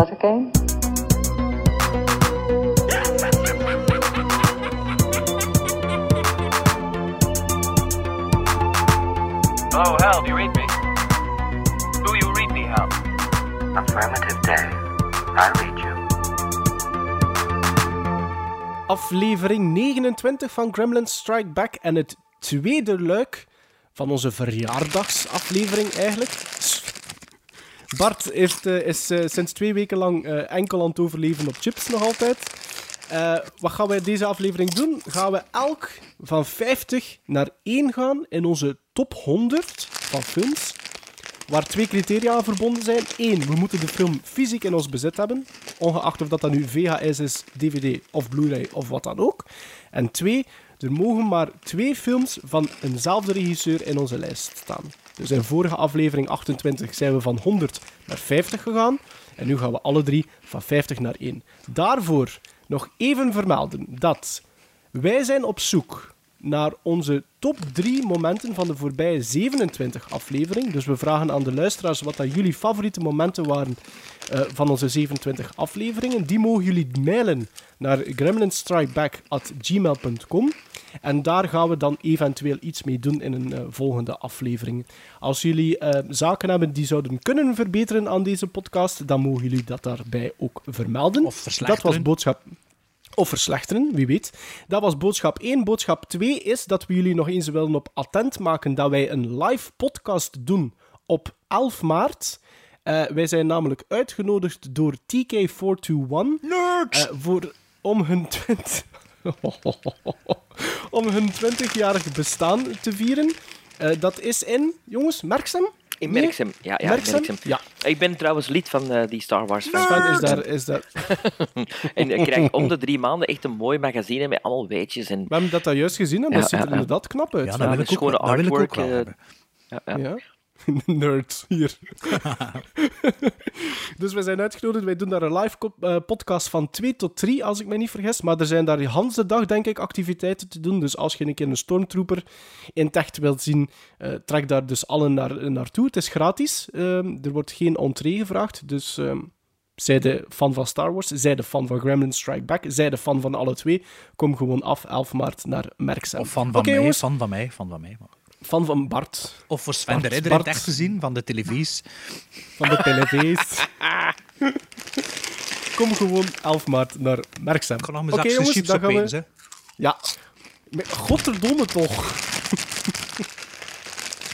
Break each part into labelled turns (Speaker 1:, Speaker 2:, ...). Speaker 1: okay?
Speaker 2: Oh, Hal, do you read me? Do you read me, Hal?
Speaker 3: Affirmative day. I read you.
Speaker 4: Aflevering 29 van Gremlins Strike Back en het tweede luik van onze verjaardagsaflevering eigenlijk. S- Bart is, eh, is eh, sinds twee weken lang eh, enkel aan het overleven op chips nog altijd. Eh, wat gaan wij deze aflevering doen? Gaan we elk van 50 naar 1 gaan in onze top 100 van films. Waar twee criteria aan verbonden zijn. Eén, we moeten de film fysiek in ons bezit hebben. Ongeacht of dat, dat nu VHS is, DVD of Blu-ray of wat dan ook. En twee, er mogen maar twee films van eenzelfde regisseur in onze lijst staan. Dus in vorige aflevering 28 zijn we van 100 naar 50 gegaan. En nu gaan we alle drie van 50 naar 1. Daarvoor nog even vermelden dat wij zijn op zoek naar onze top 3 momenten van de voorbije 27 aflevering. Dus we vragen aan de luisteraars wat dat jullie favoriete momenten waren eh, van onze 27 afleveringen. Die mogen jullie mailen naar gremlinstrikeback.gmail.com en daar gaan we dan eventueel iets mee doen in een eh, volgende aflevering. Als jullie eh, zaken hebben die zouden kunnen verbeteren aan deze podcast, dan mogen jullie dat daarbij ook vermelden.
Speaker 5: Of
Speaker 4: dat was
Speaker 5: verslechteren.
Speaker 4: boodschap of verslechteren, wie weet. Dat was boodschap 1. Boodschap 2 is dat we jullie nog eens willen op attent maken dat wij een live podcast doen op 11 maart. Eh, wij zijn namelijk uitgenodigd door TK421
Speaker 5: Nerds!
Speaker 4: eh, voor, om hun 20... om hun 20-jarig bestaan te vieren. Eh, dat is in, jongens, Merksem?
Speaker 6: In
Speaker 4: Nee?
Speaker 6: Merksem, ja, ja,
Speaker 4: Merksem?
Speaker 6: Merksem. Ah.
Speaker 4: Ja,
Speaker 6: Ik ben trouwens lid van eh, die Star Wars fans.
Speaker 4: Sven is daar, is daar. We
Speaker 6: En ik krijg om de drie maanden echt een mooi magazine met allemaal weetjes. En,
Speaker 4: hebben dat daar juist gezien en dat
Speaker 6: Ja,
Speaker 4: ziet er
Speaker 6: ja, ja.
Speaker 4: inderdaad knap uit.
Speaker 5: Ja,
Speaker 6: Ja,
Speaker 5: dat wil
Speaker 6: dat
Speaker 5: ik
Speaker 6: is
Speaker 5: ook,
Speaker 6: gewoon
Speaker 5: wel- dat wil ik ook
Speaker 6: artwork,
Speaker 5: wel
Speaker 6: eh,
Speaker 5: hebben.
Speaker 4: Ja. Nerd, hier. dus wij zijn uitgenodigd. Wij doen daar een live ko- eh, podcast van 2 tot 3, als ik me niet vergis. Maar er zijn daar Hans de dag, denk ik, activiteiten te doen. Dus als je een keer een stormtrooper in Techt wilt zien, eh, trek daar dus allen naar, naartoe. Het is gratis. Ehm, er wordt geen entree gevraagd. Dus ehm zij de fan van Star Wars, zij de fan van Gremlin Strike Back, zij de fan van alle twee. Kom gewoon af 11 maart naar Merksem.
Speaker 5: Of fan van
Speaker 4: Oké,
Speaker 5: mij,
Speaker 4: jongens.
Speaker 5: fan van mij, fan van mij. maar-
Speaker 4: Fan van Bart.
Speaker 5: Of voor Sven
Speaker 4: Bart,
Speaker 5: de Ridder
Speaker 4: Bart.
Speaker 5: in het echt te zien, van de televisie.
Speaker 4: van de televisie. Kom gewoon 11 maart naar Merksem.
Speaker 5: Ik ga nog mijn
Speaker 4: Oké,
Speaker 5: zakse
Speaker 4: jongens,
Speaker 5: chips
Speaker 4: dan gaan we-
Speaker 5: opeens, hè.
Speaker 4: Ja. Maar Godverdomme toch.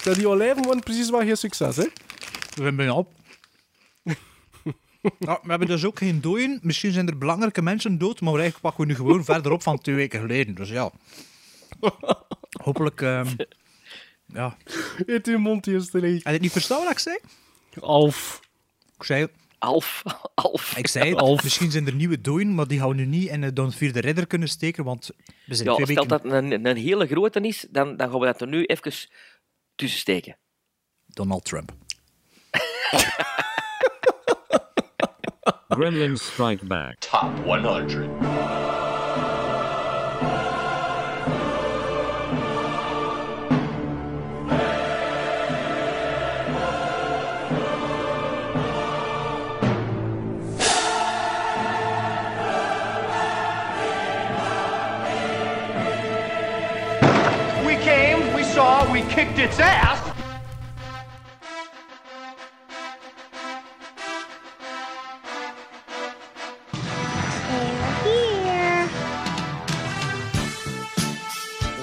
Speaker 4: Dat die olijven waren precies wel geen succes, hè?
Speaker 5: We hebben op. Ja, we hebben dus ook geen doden. Misschien zijn er belangrijke mensen dood, maar eigenlijk pakken we nu gewoon verder op van twee weken geleden. Dus ja. Hopelijk. ehm, ja.
Speaker 4: Eet uw mond eerst leeg.
Speaker 5: Heb je het niet verstaan wat ik zei?
Speaker 4: Alf.
Speaker 5: Ik zei,
Speaker 6: Alf, Alf.
Speaker 5: ik zei al, misschien zijn er nieuwe doden, maar die gaan we nu niet in eh, de Don't Fear the Ridder kunnen steken, want we zijn
Speaker 6: Ja,
Speaker 5: twee
Speaker 6: stel
Speaker 5: weken...
Speaker 6: dat het een, een hele grote is, dan, dan gaan we dat er nu even tussen steken.
Speaker 5: Donald Trump.
Speaker 7: Gremlins Strike Back.
Speaker 8: Top 100.
Speaker 9: We came, we saw, we kicked its ass.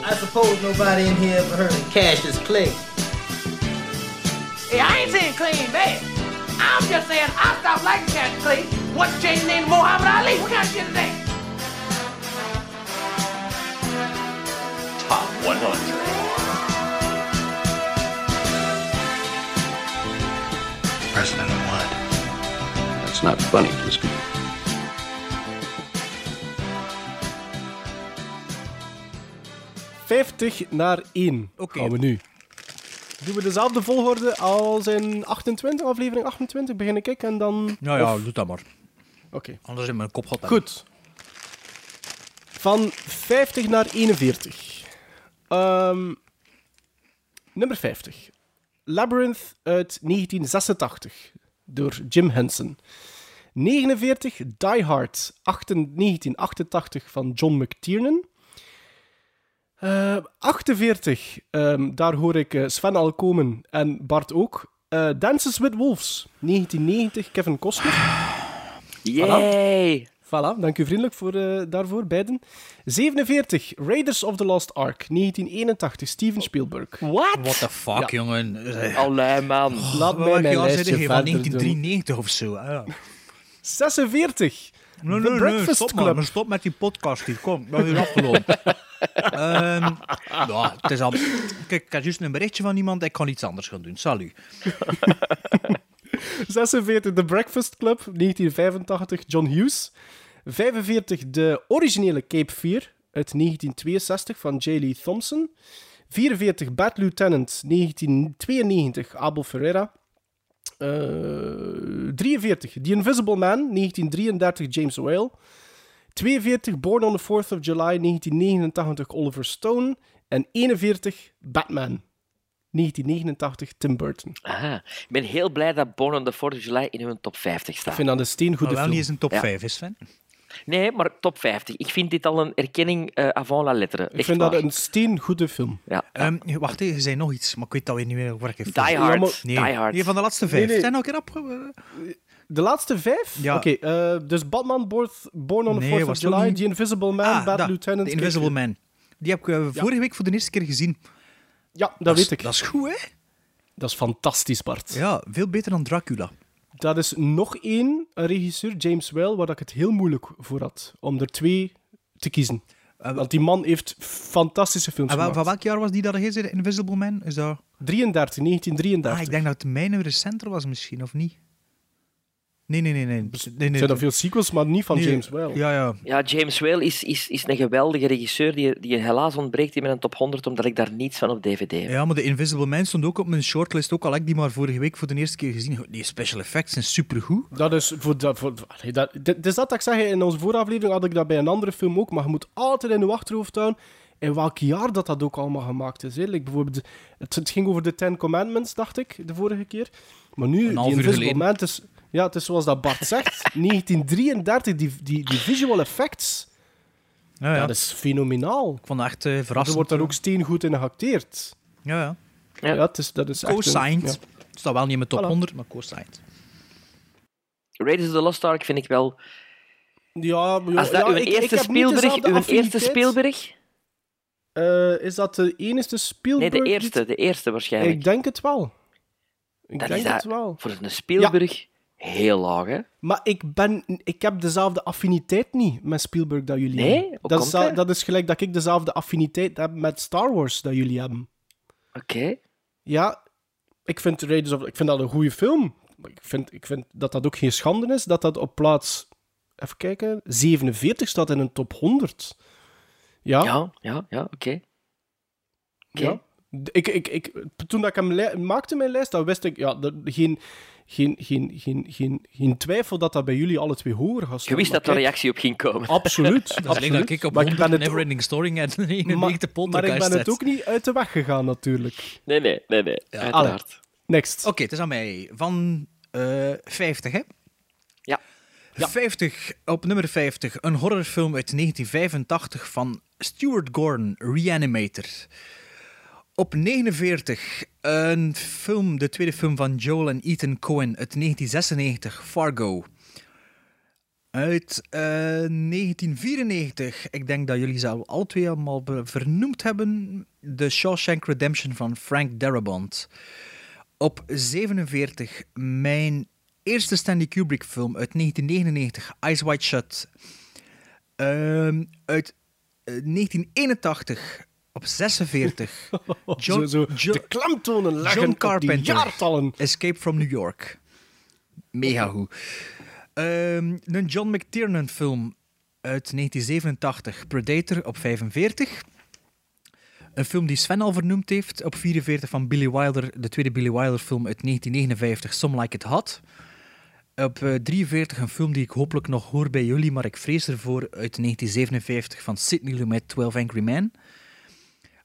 Speaker 10: I suppose nobody in here ever heard of Cassius Clay.
Speaker 9: Hey, I ain't saying clean bad. I'm just saying I stopped liking Cash Clay. What's changing in Muhammad Ali? What kind of shit is that?
Speaker 8: Top 100.
Speaker 3: President of what? That's not funny, Liskey.
Speaker 4: Vijftig naar 1
Speaker 5: Oké.
Speaker 4: gaan we nu. Doen we dezelfde volgorde als in 28, aflevering 28 begin ik en dan...
Speaker 5: Nou ja, doe dat maar.
Speaker 4: Oké.
Speaker 5: Anders in mijn kop gaat dat
Speaker 4: Goed. Van 50 naar 41. Ehm, nummer 50. Labyrinth uit 1986 door Jim Henson. 49, Die Hard, 8 1988 van John McTiernan. Eh, 48, ehm, daar hoor ik eh, Sven al komen en Bart ook. Eh, Dances with Wolves, 1990, Kevin Costner.
Speaker 6: Yay!
Speaker 4: Voilà, dank u vriendelijk voor, eh, daarvoor, beiden. 47, Raiders of the Lost Ark, 1981, Steven Spielberg.
Speaker 5: What the fuck, jongen.
Speaker 6: Allee, man.
Speaker 4: Laat
Speaker 5: Welk
Speaker 4: mij mijn
Speaker 5: jaar
Speaker 4: lijstje
Speaker 5: zit je van
Speaker 4: verder doen.
Speaker 5: 1993 of zo? hè? Ja.
Speaker 4: 46,
Speaker 5: Nee,
Speaker 4: The
Speaker 5: nee,
Speaker 4: Breakfast
Speaker 5: nee, stop, maar.
Speaker 4: Club.
Speaker 5: Maar stop met die podcast hier. Kom, ik ben weer afgelopen. Ehm, ja, het is al... Kijk, ik had juist een berichtje van iemand. Ik kan iets anders gaan doen. Salut.
Speaker 4: 46, The Breakfast Club, 1985, John Hughes. 45, de originele Cape Fear uit 1962 van J. Lee Thompson. 44, Bad Lieutenant, 1992, Abel Ferreira. Eh, 43, The Invisible Man, 1933, James Whale. 42, Born on the 4th of July, 1989, Oliver Stone. En 41, Batman, 1989, Tim Burton.
Speaker 6: Ah, ik ben heel blij dat Born on the 4th of July in hun top 50
Speaker 4: Ik
Speaker 6: staat.
Speaker 4: vind dat een steengoede
Speaker 5: Maar wel
Speaker 4: film.
Speaker 5: niet eens een top
Speaker 6: Ja.
Speaker 5: 5 is, Sven.
Speaker 6: Nee, maar top 50. Ik vind dit al een erkenning eh avant la lettre.
Speaker 4: Ik vind dat een steengoede film.
Speaker 6: Ja.
Speaker 5: Ehm, wacht, je zei nog iets, maar ik weet dat weer niet meer waar ik het
Speaker 6: Die Hard.
Speaker 4: maar-
Speaker 5: Nee,
Speaker 6: Die Hard.
Speaker 5: nee, van de laatste vijf.
Speaker 4: Nee, nee.
Speaker 5: Zijn nou een keer op...
Speaker 4: De laatste vijf?
Speaker 5: Ja.
Speaker 4: Oké, eh, dus Batman Borth- Born on the
Speaker 5: Nee,
Speaker 4: 4th of
Speaker 5: was het ook
Speaker 4: July,
Speaker 5: niet.
Speaker 4: The Invisible Man, Bad
Speaker 5: da,
Speaker 4: Lieutenant...
Speaker 5: The ah, Invisible
Speaker 4: Kijk,
Speaker 5: Man. Die heb ik eh, vorige week voor de eerste keer gezien.
Speaker 4: Ja, dat,
Speaker 5: is-
Speaker 4: weet ik.
Speaker 5: Dat is goed, hè?
Speaker 4: Dat is fantastisch, Bart.
Speaker 5: Ja, veel beter dan Dracula.
Speaker 4: Dat is nog één een regisseur, James Whale, waar ik het heel moeilijk voor had. Om er twee te kiezen. Want die man heeft fantastische films
Speaker 5: En Eh, Ah, wel- van
Speaker 4: gemaakt.
Speaker 5: welk jaar was die dat je zei, Invisible Man? Is dat...
Speaker 4: 33,
Speaker 5: Ah,
Speaker 4: 1933.
Speaker 5: ik denk dat het mijne recenter was misschien, of niet? Nee, nee, nee. nee. nee, nee
Speaker 4: Er zijn er veel sequels, maar niet van
Speaker 5: nee.
Speaker 4: James Whale.
Speaker 5: Ja, ja.
Speaker 6: Ja, James Whale is, is, is een geweldige regisseur die, die helaas ontbreekt in mijn top 100, omdat ik daar niets van op DVD heb.
Speaker 5: Ja, maar de Invisible Man stond ook op mijn shortlist, ook al heb ik die maar vorige week voor de eerste keer gezien. Die special effects zijn supergoed.
Speaker 4: Dat is voor dat. Voor, allee, dat dit is dat dat ik zeg. In onze vooraflevering had ik dat bij een andere film ook. Maar je moet altijd in je achterhoofd houden. In welk jaar dat dat ook allemaal gemaakt is. Hè? Like bijvoorbeeld, het, het ging over de Ten Commandments, dacht ik, de vorige keer. Maar nu,
Speaker 5: half
Speaker 4: die
Speaker 5: uur
Speaker 4: Invisible
Speaker 5: geleden.
Speaker 4: Man, het is, ja, het is zoals dat Bart zegt. 1933, die, die, die visual effects.
Speaker 5: Ja, ja.
Speaker 4: Dat is fenomenaal.
Speaker 5: Ik vond het echt eh,
Speaker 4: Er
Speaker 5: verrassend.
Speaker 4: wordt daar ook steengoed in geacteerd.
Speaker 5: Ja, ja.
Speaker 4: Ja,
Speaker 6: Ja.
Speaker 4: het is, dat is echt een-
Speaker 5: Co-signed.
Speaker 4: ja.
Speaker 5: Staat wel niet in mijn top
Speaker 4: Voilà.
Speaker 5: 100, maar co-signed.
Speaker 6: Raiders of the Lost Ark vind ik wel...
Speaker 4: Ja, maar ja,
Speaker 6: Als dat
Speaker 4: ja,
Speaker 6: uw
Speaker 4: ik- ik
Speaker 6: eerste
Speaker 4: heb niet
Speaker 6: Spielberg...
Speaker 4: dezelfde
Speaker 6: Uw eerste
Speaker 4: affiniteit.
Speaker 6: Spielberg?
Speaker 4: Eh, is dat de enige
Speaker 6: Nee,
Speaker 4: Spielberg?
Speaker 6: de
Speaker 4: die-
Speaker 6: eerste. De eerste waarschijnlijk.
Speaker 4: Ik denk het wel. Ik
Speaker 6: Dat
Speaker 4: denk
Speaker 6: is dat-
Speaker 4: het wel.
Speaker 6: Voor een Spielberg heel laag, hè?
Speaker 4: Maar ik, ben, ik heb dezelfde affiniteit niet met Spielberg dat jullie
Speaker 6: Nee?
Speaker 4: hebben.
Speaker 6: Hoe
Speaker 4: Dat is,
Speaker 6: komt dat?
Speaker 4: za- dat is gelijk dat ik dezelfde affiniteit heb met Star Wars dat jullie hebben.
Speaker 6: Oké.
Speaker 4: Ja, ik vind Raiders of... Ik vind dat een goede film. Maar Ik vind, ik vind dat dat ook geen schande is, dat dat op plaats... Even kijken. 47 staat in een top 100. Ja.
Speaker 6: Ja, ja, ja, oké. Oké.
Speaker 4: Ja. D- Ik, ik, ik, toen dat ik hem li- maakte, mijn lijst, dan wist ik ja, dat- geen, geen, geen, geen, geen, geen twijfel dat dat bij jullie alle twee hoger gaat
Speaker 6: Je
Speaker 4: staan.
Speaker 6: wist
Speaker 4: Maar
Speaker 6: dat er een
Speaker 4: kijk,
Speaker 6: reactie op ging komen.
Speaker 4: Absoluut.
Speaker 5: Dat is
Speaker 4: absoluut.
Speaker 5: dat ik op
Speaker 4: maar ik ben het, ook-
Speaker 5: Neverending Story en
Speaker 4: maar-
Speaker 5: de
Speaker 4: maar ik
Speaker 5: podcast
Speaker 4: ben het ook niet uit de weg gegaan, natuurlijk.
Speaker 6: Nee, nee, nee, nee. Uiteraard.
Speaker 4: Next.
Speaker 5: Oké, het is aan mij. Van eh 50, hè?
Speaker 6: Ja.
Speaker 5: 50, op nummer 50, een horrorfilm uit 1985 van Stuart Gordon, Reanimator. Op 49, een film, de tweede film van Joel en Ethan Cohen uit 1996, Fargo. Uit eh, 1994, ik denk dat jullie ze al alle twee allemaal be- vernoemd hebben, The Shawshank Redemption van Frank Darabont. Op 47 mijn eerste Stanley Kubrick film uit 1999, Eyes Wide Shut. Ehm, uit eh, 1981 op 46 John,
Speaker 4: zo, zo,
Speaker 5: Jo-
Speaker 4: de klemtonen leggen
Speaker 5: John
Speaker 4: op die
Speaker 5: Carpenter.
Speaker 4: jaartallen.
Speaker 5: Escape from New York. Mega goed. Ehm, een John McTiernan film uit 1987, Predator op 45. Een film die Sven al vernoemd heeft op 44 van Billy Wilder, de tweede Billy Wilder film uit 1959, Some Like It Hot. Op eh, 43 een film die ik hopelijk nog hoor bij jullie, maar ik vrees ervoor, uit 1957 van Sidney Lumet, 12 Angry Men.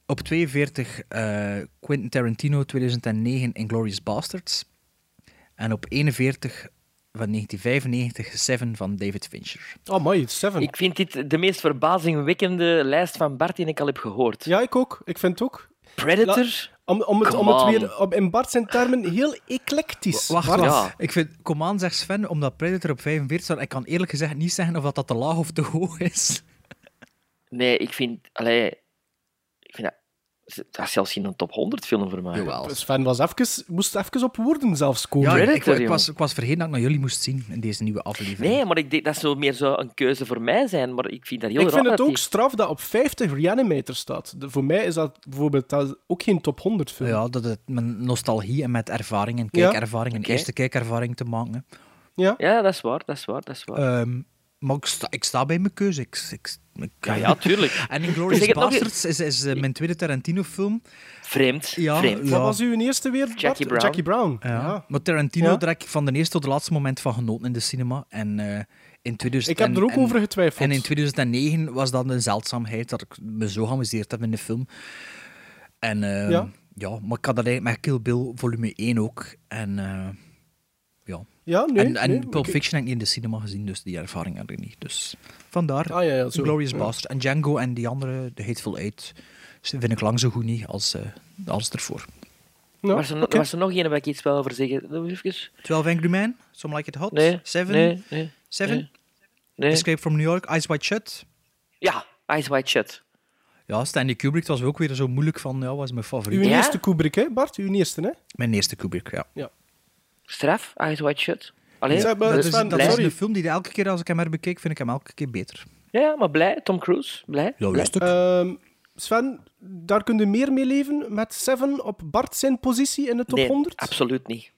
Speaker 5: Op 42 eh, Quentin Tarantino 2009 Inglourious Basterds. En op 41 van 1995, Seven van David Fincher.
Speaker 4: Oh, mooi, Seven.
Speaker 6: Ik vind dit de meest verbazingwekkende lijst van Bart die ik al heb gehoord.
Speaker 4: Ja, ik ook. Ik vind het ook.
Speaker 6: Predator?
Speaker 4: Om, om, het, om
Speaker 6: Come
Speaker 4: het
Speaker 6: on.
Speaker 4: weer op, in Bart zijn termen heel eclectisch.
Speaker 5: Wacht,
Speaker 6: Bart?
Speaker 5: wacht.
Speaker 6: Ja.
Speaker 5: Ik vind, kom aan, zegt Sven, omdat Predator op 45 staat. Ik kan eerlijk gezegd niet zeggen of dat, dat te laag of te hoog is.
Speaker 6: Nee, ik vind... Allee, ik vind dat... Dat is zelfs geen top 100 film voor mij.
Speaker 5: Jawel.
Speaker 4: Sven was even, moest even op woorden zelfs komen.
Speaker 5: Ja,
Speaker 6: Predator,
Speaker 5: ik, ik,
Speaker 6: jongen.
Speaker 5: was, ik was vergeten dat ik naar jullie moest zien in deze nieuwe aflevering.
Speaker 6: Nee, maar ik denk, dat zou meer zo een keuze voor mij zijn, maar ik vind dat heel
Speaker 4: ik
Speaker 6: raar
Speaker 4: vind het
Speaker 6: dat
Speaker 4: ook
Speaker 6: die-
Speaker 4: straf dat op 50 Reanimator staat. De- voor mij is dat bijvoorbeeld dat ook geen top 100 film.
Speaker 5: Ja, dat het met nostalgie en met ervaringen,
Speaker 4: Ja.
Speaker 5: kijkervaringen,
Speaker 6: Oké.
Speaker 5: eerste kijkervaring te maken. hè.
Speaker 4: Ja.
Speaker 6: Ja, dat is waar, dat is waar, dat is waar.
Speaker 4: Eh,
Speaker 5: Ehm, maar ik sta, ik sta bij mijn keuze. Ik, ik, ik-
Speaker 6: ja, ja, tuurlijk.
Speaker 5: En
Speaker 6: Zeg
Speaker 5: Inglourious
Speaker 6: het nog eens.
Speaker 5: Basterds is, is eh, mijn tweede Tarantino-film.
Speaker 6: Vreemd,
Speaker 5: Ja,
Speaker 6: vreemd.
Speaker 5: ja.
Speaker 4: Wat was uw eerste weer? Bart?
Speaker 6: Jackie Brown.
Speaker 4: Jackie Brown.
Speaker 5: Ja.
Speaker 4: Ja.
Speaker 5: Eh, Maar Tarantino
Speaker 4: Ja.
Speaker 5: daar heb ik van de eerste tot de laatste moment van genoten in de cinema. En eh, in 2000,
Speaker 4: Ik heb
Speaker 5: en-
Speaker 4: er ook
Speaker 5: en-
Speaker 4: over getwijfeld.
Speaker 5: En in 2009 was dat een zeldzaamheid dat ik me zo geamuseerd heb in de film. En eh,
Speaker 4: Ja.
Speaker 5: ja. maar ik had dat eigenlijk met Kill Bill volume 1 ook. En eh, ja.
Speaker 4: Ja, Oh, nee,
Speaker 5: en en
Speaker 4: nee,
Speaker 5: Pulp
Speaker 4: oké.
Speaker 5: Fiction heb ik niet in de cinema gezien, dus die ervaring had ik niet. Dus vandaar
Speaker 4: Ah, ja, ja, zo.
Speaker 5: Glorious
Speaker 4: Ja.
Speaker 5: Bastard. En Django en die andere, The Hateful Eight, ze vind ik lang zo goed niet als, eh, als ervoor.
Speaker 4: Ja,
Speaker 6: Was er,
Speaker 4: Nou, oké.
Speaker 6: was er nog een waar ik iets wil over zeggen? Doe eens Even.
Speaker 5: 12 Angry Men, Some Like It Hot,
Speaker 6: Nee.
Speaker 5: Seven,
Speaker 6: Nee, nee,
Speaker 5: Seven,
Speaker 6: nee. nee.
Speaker 5: Escape from New York, Eyes Wide Shut.
Speaker 6: Ja, Eyes Wide Shut.
Speaker 5: Ja, Stanley Kubrick het was ook weer zo moeilijk van, ja, was mijn favoriet.
Speaker 4: Uw
Speaker 6: Ja?
Speaker 4: eerste Kubrick, hè, Bart? Uw eerste, hè?
Speaker 5: Mijn eerste Kubrick, ja.
Speaker 6: Straf, Eyes Wide Shut. Allee,
Speaker 4: Zeg maar,
Speaker 6: bl-
Speaker 5: Dat is,
Speaker 4: Eh, Sven,
Speaker 5: Dus dat
Speaker 6: blij.
Speaker 5: is
Speaker 4: sorry.
Speaker 5: een film die elke keer als ik hem herbekeek, vind ik hem elke keer beter.
Speaker 6: Ja, maar blij. Tom Cruise, blij. blij.
Speaker 4: Ehm, Sven, daar kun je meer mee leven met Seven op Bart zijn positie in de top
Speaker 6: nee,
Speaker 4: 100?
Speaker 6: absoluut niet.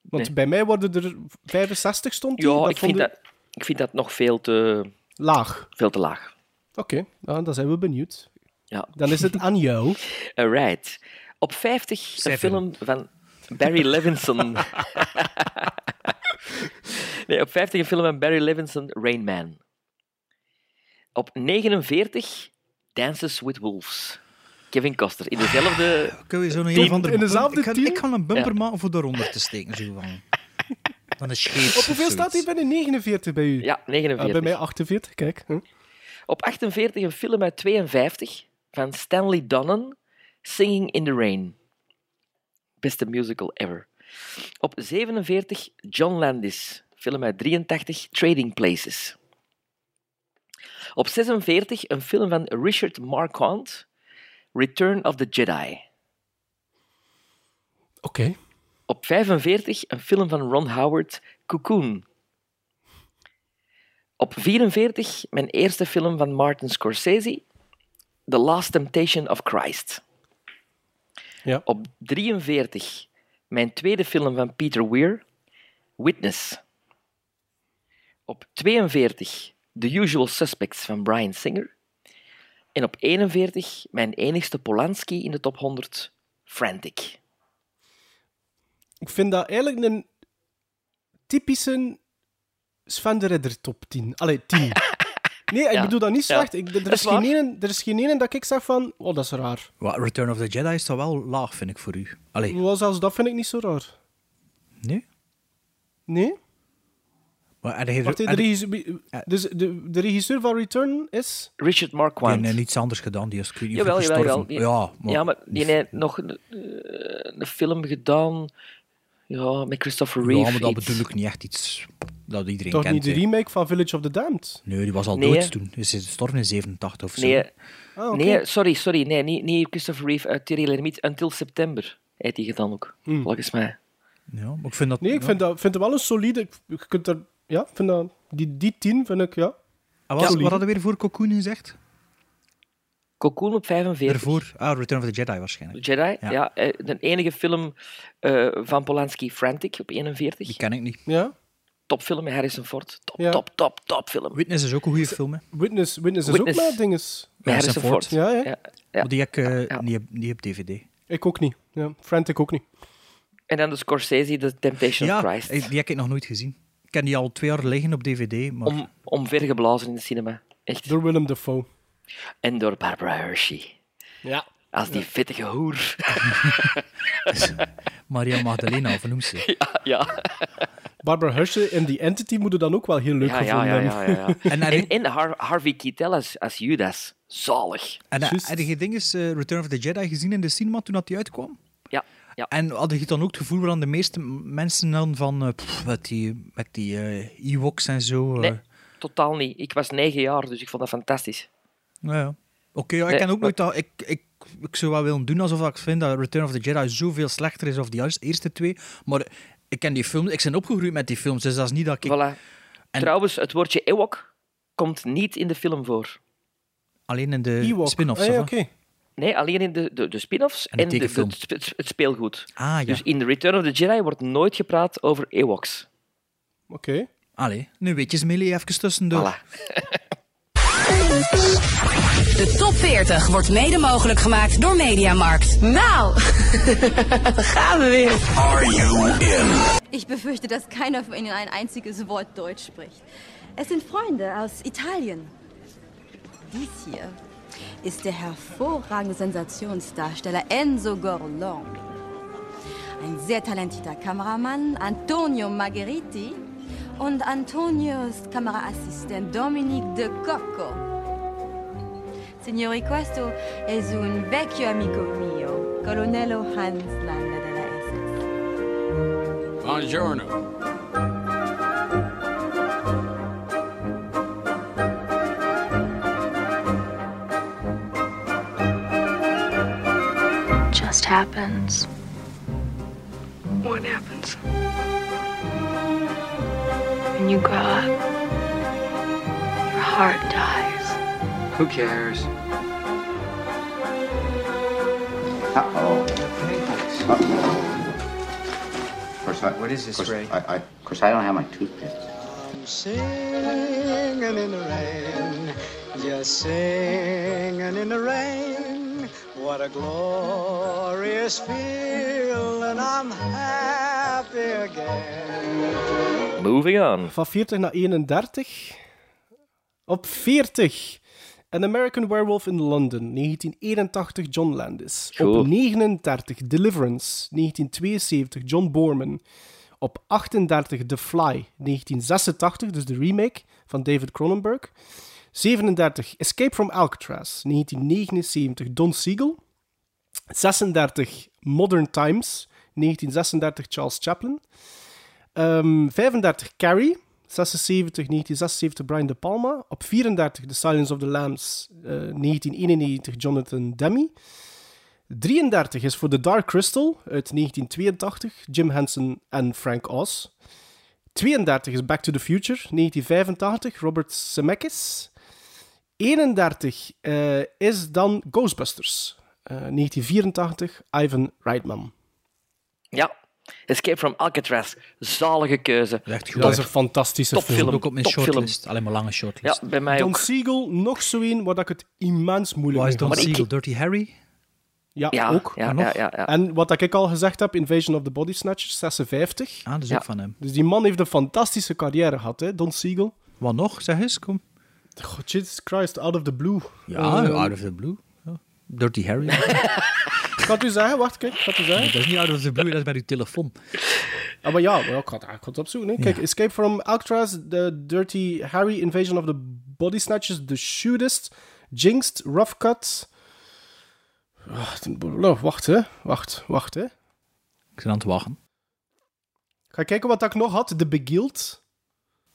Speaker 4: Want
Speaker 6: nee.
Speaker 4: bij mij worden er 65 stond. die.
Speaker 6: Ja,
Speaker 4: dat
Speaker 6: ik,
Speaker 4: vond
Speaker 6: vind dat, ik vind dat nog veel te,
Speaker 4: Laag.
Speaker 6: veel te laag.
Speaker 4: Oké, nou, dan zijn we benieuwd.
Speaker 6: Ja.
Speaker 4: Dan is het aan jou.
Speaker 6: Alright. Op 50 een
Speaker 5: Seven.
Speaker 6: film van Barry Levinson. nee, op 50 een film van Barry Levinson, Rain Man. Op 49 Dances with Wolves. Kevin Koster. In dezelfde.
Speaker 4: Ah.
Speaker 5: Kun je zo nog
Speaker 4: Toen-
Speaker 5: een van de...
Speaker 4: in dezelfde
Speaker 5: ik, kan,
Speaker 4: tien?
Speaker 5: ik kan een bumper
Speaker 6: Ja.
Speaker 5: maken voor daaronder te steken, zo van. Dan is scheef.
Speaker 4: Op hoeveel staat hij binnen? 49 bij u?
Speaker 6: Ja,
Speaker 4: Ah,
Speaker 6: 49.
Speaker 4: bij mij 48, kijk. Hm.
Speaker 6: Op 48 een film uit 52 van Stanley Donen, Singing in the Rain. Beste musical ever. Op 47 John Landis, film uit 83, Trading Places. Op 46 een film van Richard Marquand, Return of the Jedi.
Speaker 4: Oké.
Speaker 6: Op 45 een film van Ron Howard, Cocoon. Op 44 mijn eerste film van Martin Scorsese, The Last Temptation of Christ.
Speaker 4: Ja.
Speaker 6: Op 43 mijn tweede film van Peter Weir, Witness. Op 42 The Usual Suspects van Brian Singer. En op 41 mijn enigste Polanski in de top 100, Frantic.
Speaker 4: Ik vind dat eigenlijk een typische Sven de Ridder top 10. Allee, 10. Nee, ik
Speaker 6: Ja,
Speaker 4: bedoel dat niet
Speaker 6: ja.
Speaker 4: slecht. Ik, er,
Speaker 6: is
Speaker 4: is geen
Speaker 6: waar.
Speaker 4: ene, er is geen ene dat ik zeg van, oh, dat is raar.
Speaker 5: Return of the Jedi is toch wel laag, vind ik, voor u. Allee,
Speaker 4: Wel, zelfs dat vind ik niet zo raar.
Speaker 5: nee?
Speaker 4: Nee?
Speaker 5: Maar had hij-
Speaker 4: Wacht, de,
Speaker 5: had hij-
Speaker 4: regisseur, wie- dus de, de regisseur van Return is...
Speaker 6: Richard
Speaker 5: die
Speaker 6: Marquand.
Speaker 5: heeft niets anders gedaan, die is ik weet niet of
Speaker 6: Jawel, jawel,
Speaker 5: gestorven.
Speaker 6: jawel. Die-
Speaker 5: Ja, maar...
Speaker 6: ja, maar die heeft nog een, eh, een film gedaan ja, met Christopher Reeve.
Speaker 5: Ja, maar dat
Speaker 6: iets.
Speaker 5: bedoel ik niet echt iets dat iedereen
Speaker 4: Toch
Speaker 5: kent.
Speaker 4: niet de
Speaker 5: hè.
Speaker 4: remake van Village of the Damned?
Speaker 5: Nee, die was al
Speaker 6: Nee, hè?
Speaker 5: dood toen. Dus Ze is gestorven in 87 of zo.
Speaker 6: Nee,
Speaker 4: Ah, oké.
Speaker 6: nee, sorry, sorry. Nee, niet, niet Christopher Reeve uit Thierry Lermite. Until September heet die gedaan ook,
Speaker 4: Hmm.
Speaker 6: volgens mij.
Speaker 5: Ja, maar ik vind dat...
Speaker 4: Nee, ik
Speaker 5: ja.
Speaker 4: vind dat, vind dat wel een solide... ik- Je kunt er... Ja, ik vind dat, die, die tien vind ik, ja.
Speaker 5: En wat,
Speaker 4: Ja.
Speaker 5: wat hadden we weer voor Cocoon gezegd?
Speaker 6: Cocoon op 45.
Speaker 5: Daarvoor? Ah, Return of the Jedi waarschijnlijk.
Speaker 6: Jedi, ja.
Speaker 5: Ja.
Speaker 6: eh, de enige film eh, van Polanski, Frantic, op 41.
Speaker 5: Die ken ik niet.
Speaker 4: Ja.
Speaker 6: Topfilm met Harrison Ford. Top,
Speaker 4: Ja.
Speaker 6: top, top, topfilm. Met
Speaker 5: Witness is ook een goede film, hè.
Speaker 4: Witness, Witness is
Speaker 6: Witness.
Speaker 4: ook maar dinges.
Speaker 6: Harrison,
Speaker 5: Harrison
Speaker 6: Ford.
Speaker 5: Ford.
Speaker 4: Ja, ja.
Speaker 6: Ja, ja.
Speaker 5: Maar die heb ik eh,
Speaker 6: Ja.
Speaker 5: niet, op- niet op DVD.
Speaker 4: Ik ook niet. Ja, Frantic ook niet.
Speaker 6: En dan de Scorsese, The Temptation
Speaker 5: Ja,
Speaker 6: of Christ.
Speaker 5: eh, die heb ik nog nooit gezien. Ik ken die al twee jaar liggen op DVD, maar...
Speaker 6: Om, omvergeblazen in de cinema. Echt.
Speaker 4: Door Willem Dafoe.
Speaker 6: En door Barbara Hershey.
Speaker 4: Ja.
Speaker 6: Als die vettige hoer.
Speaker 5: Maria Magdalena, of hoe noemt ze?
Speaker 6: ja.
Speaker 4: Barbara Hershey in The Entity moet het dan ook wel heel leuk
Speaker 6: Ja, ja,
Speaker 4: gevonden
Speaker 6: ja,
Speaker 4: hebben.
Speaker 6: ja, ja, ja.
Speaker 5: En naar
Speaker 6: En, en Har- Harvey Keitel als, als Judas. Zalig.
Speaker 5: En eh,
Speaker 4: Juist.
Speaker 5: had je ding is eh, Return of the Jedi gezien in de cinema toen dat die uitkwam?
Speaker 6: Ja, ja.
Speaker 5: En had je dan ook het gevoel waaran de meeste m- mensen dan van eh, pff, met die, met die eh, Ewoks en zo? eh,
Speaker 6: Nee, totaal niet. Ik was negen jaar, dus ik vond dat fantastisch.
Speaker 5: nou ja. Oké, ja, ik
Speaker 6: Nee,
Speaker 5: ken ook
Speaker 6: maar-
Speaker 5: nooit dat. Ik, ik, ik zou wel willen doen alsof ik vind dat Return of the Jedi zoveel slechter is dan die juist eerste twee. Maar ik ken die films, ik ben opgegroeid met die films, dus dat is niet dat ik
Speaker 6: Voilà.
Speaker 5: En-
Speaker 6: Trouwens, het woordje Ewok komt niet in de film voor.
Speaker 5: alleen in de
Speaker 4: Ewok.
Speaker 5: spin-offs.
Speaker 4: Ah, ja,
Speaker 5: of wat?
Speaker 4: oké.
Speaker 6: Nee, alleen in de, de, de spin-offs
Speaker 5: En de
Speaker 6: en de- de-
Speaker 5: tekenfilm.
Speaker 6: het sp- het, het speelgoed.
Speaker 5: Ah ja.
Speaker 6: Dus in The Return of the Jedi wordt nooit gepraat over Ewoks.
Speaker 4: Oké.
Speaker 5: Allee, nu weet je ze Millie even tussendoor.
Speaker 6: Voilà.
Speaker 1: De top 40 wordt mede mogelijk gemaakt door Mediamarkt. Nou, gaan we weer.
Speaker 7: Ich befürchte, dass keiner von Ihnen ein einziges Wort Deutsch spricht. Es sind Freunde aus Italien. Dies hier ist der hervorragende Sensationsdarsteller Enzo Gorlon. Ein sehr talentierter Kameramann, Antonio Margheriti. Und Antonios Kameraassistent Dominique de Cocco. Signori, questo è un vecchio amico mio, Colonnello Hans Lander della SS.
Speaker 9: Just happens. What happens? When you grow up, your heart dies.
Speaker 2: Who cares?
Speaker 3: Of course, I,
Speaker 2: What is this,
Speaker 3: of course,
Speaker 2: Ray?
Speaker 3: I, I, of course, I don't have my toothpick.
Speaker 10: Singing in the rain, just singing in the rain. What a glorious feeling, I'm happy again.
Speaker 6: Moving on.
Speaker 4: Van 40 naar 31. Op 40. An American Werewolf in London, 1981, John Landis.
Speaker 6: Goed.
Speaker 4: Op 39, Deliverance, 1972, John Borman. Op 38, The Fly, 1986, dus de remake van David Cronenberg. 37, Escape from Alcatraz, 1979, Don Siegel. 36, Modern Times, 1936, Charles Chaplin. Ehm, 35 Carrie. 76, 1976 Brian De Palma. Op 34 The Silence of the Lambs. eh, 1991 Jonathan Demme. 33 is voor The Dark Crystal uit 1982. Jim Henson en Frank Oz. 32 is Back to the Future, 1985, Robert Zemeckis. 31 eh, is dan Ghostbusters, eh, 1984, Ivan Reitman.
Speaker 6: Ja. Escape from Alcatraz. Zalige keuze.
Speaker 5: Echt goed.
Speaker 4: Dat is
Speaker 5: hè.
Speaker 4: een fantastische
Speaker 6: Topfilm.
Speaker 4: film.
Speaker 5: ook op mijn
Speaker 6: Topfilm.
Speaker 5: shortlist. Alleen maar lange shortlist.
Speaker 4: Dus
Speaker 6: Ja, bij mij
Speaker 4: Don
Speaker 6: ook.
Speaker 4: Siegel, nog zo een waar dat ik het immens moeilijk
Speaker 5: Waar is
Speaker 4: mee
Speaker 5: Don
Speaker 4: had.
Speaker 6: Maar ik-
Speaker 5: Siegel? Dirty Harry?
Speaker 4: Ja,
Speaker 6: Ja,
Speaker 4: ook.
Speaker 6: ja,
Speaker 4: en
Speaker 6: ja,
Speaker 4: nog.
Speaker 6: ja, ja.
Speaker 4: En wat dat ik al gezegd heb, Invasion of the Body Snatchers, 56.
Speaker 5: Ah, dat is
Speaker 6: Ja.
Speaker 5: ook van hem.
Speaker 4: Dus die man heeft een fantastische carrière gehad, hè, Don Siegel.
Speaker 5: Wat nog? Zeg eens, kom.
Speaker 4: God, Jesus Christ, out of the blue.
Speaker 5: Ja,
Speaker 4: Eh,
Speaker 5: Out of the Blue. Ja. Dirty Harry. dat
Speaker 4: Ik ga het u zeggen, wacht, kijk, ik ga het u zeggen.
Speaker 5: is niet Out of the Blue, dat is bij uw telefoon.
Speaker 4: Ah, maar ja, maar ja, ik ga het, ik ga het opzoeken. Hè. Kijk, Escape from Alcatraz, The Dirty Harry, Invasion of the Body Snatchers, The Shootist, Jinxed, Rough Ah, Cut. Wacht, oh, wacht, hè. Wacht, wacht, hè.
Speaker 5: Ik ben aan het wachten.
Speaker 4: Ga kijken wat dat ik nog had. The Beguiled.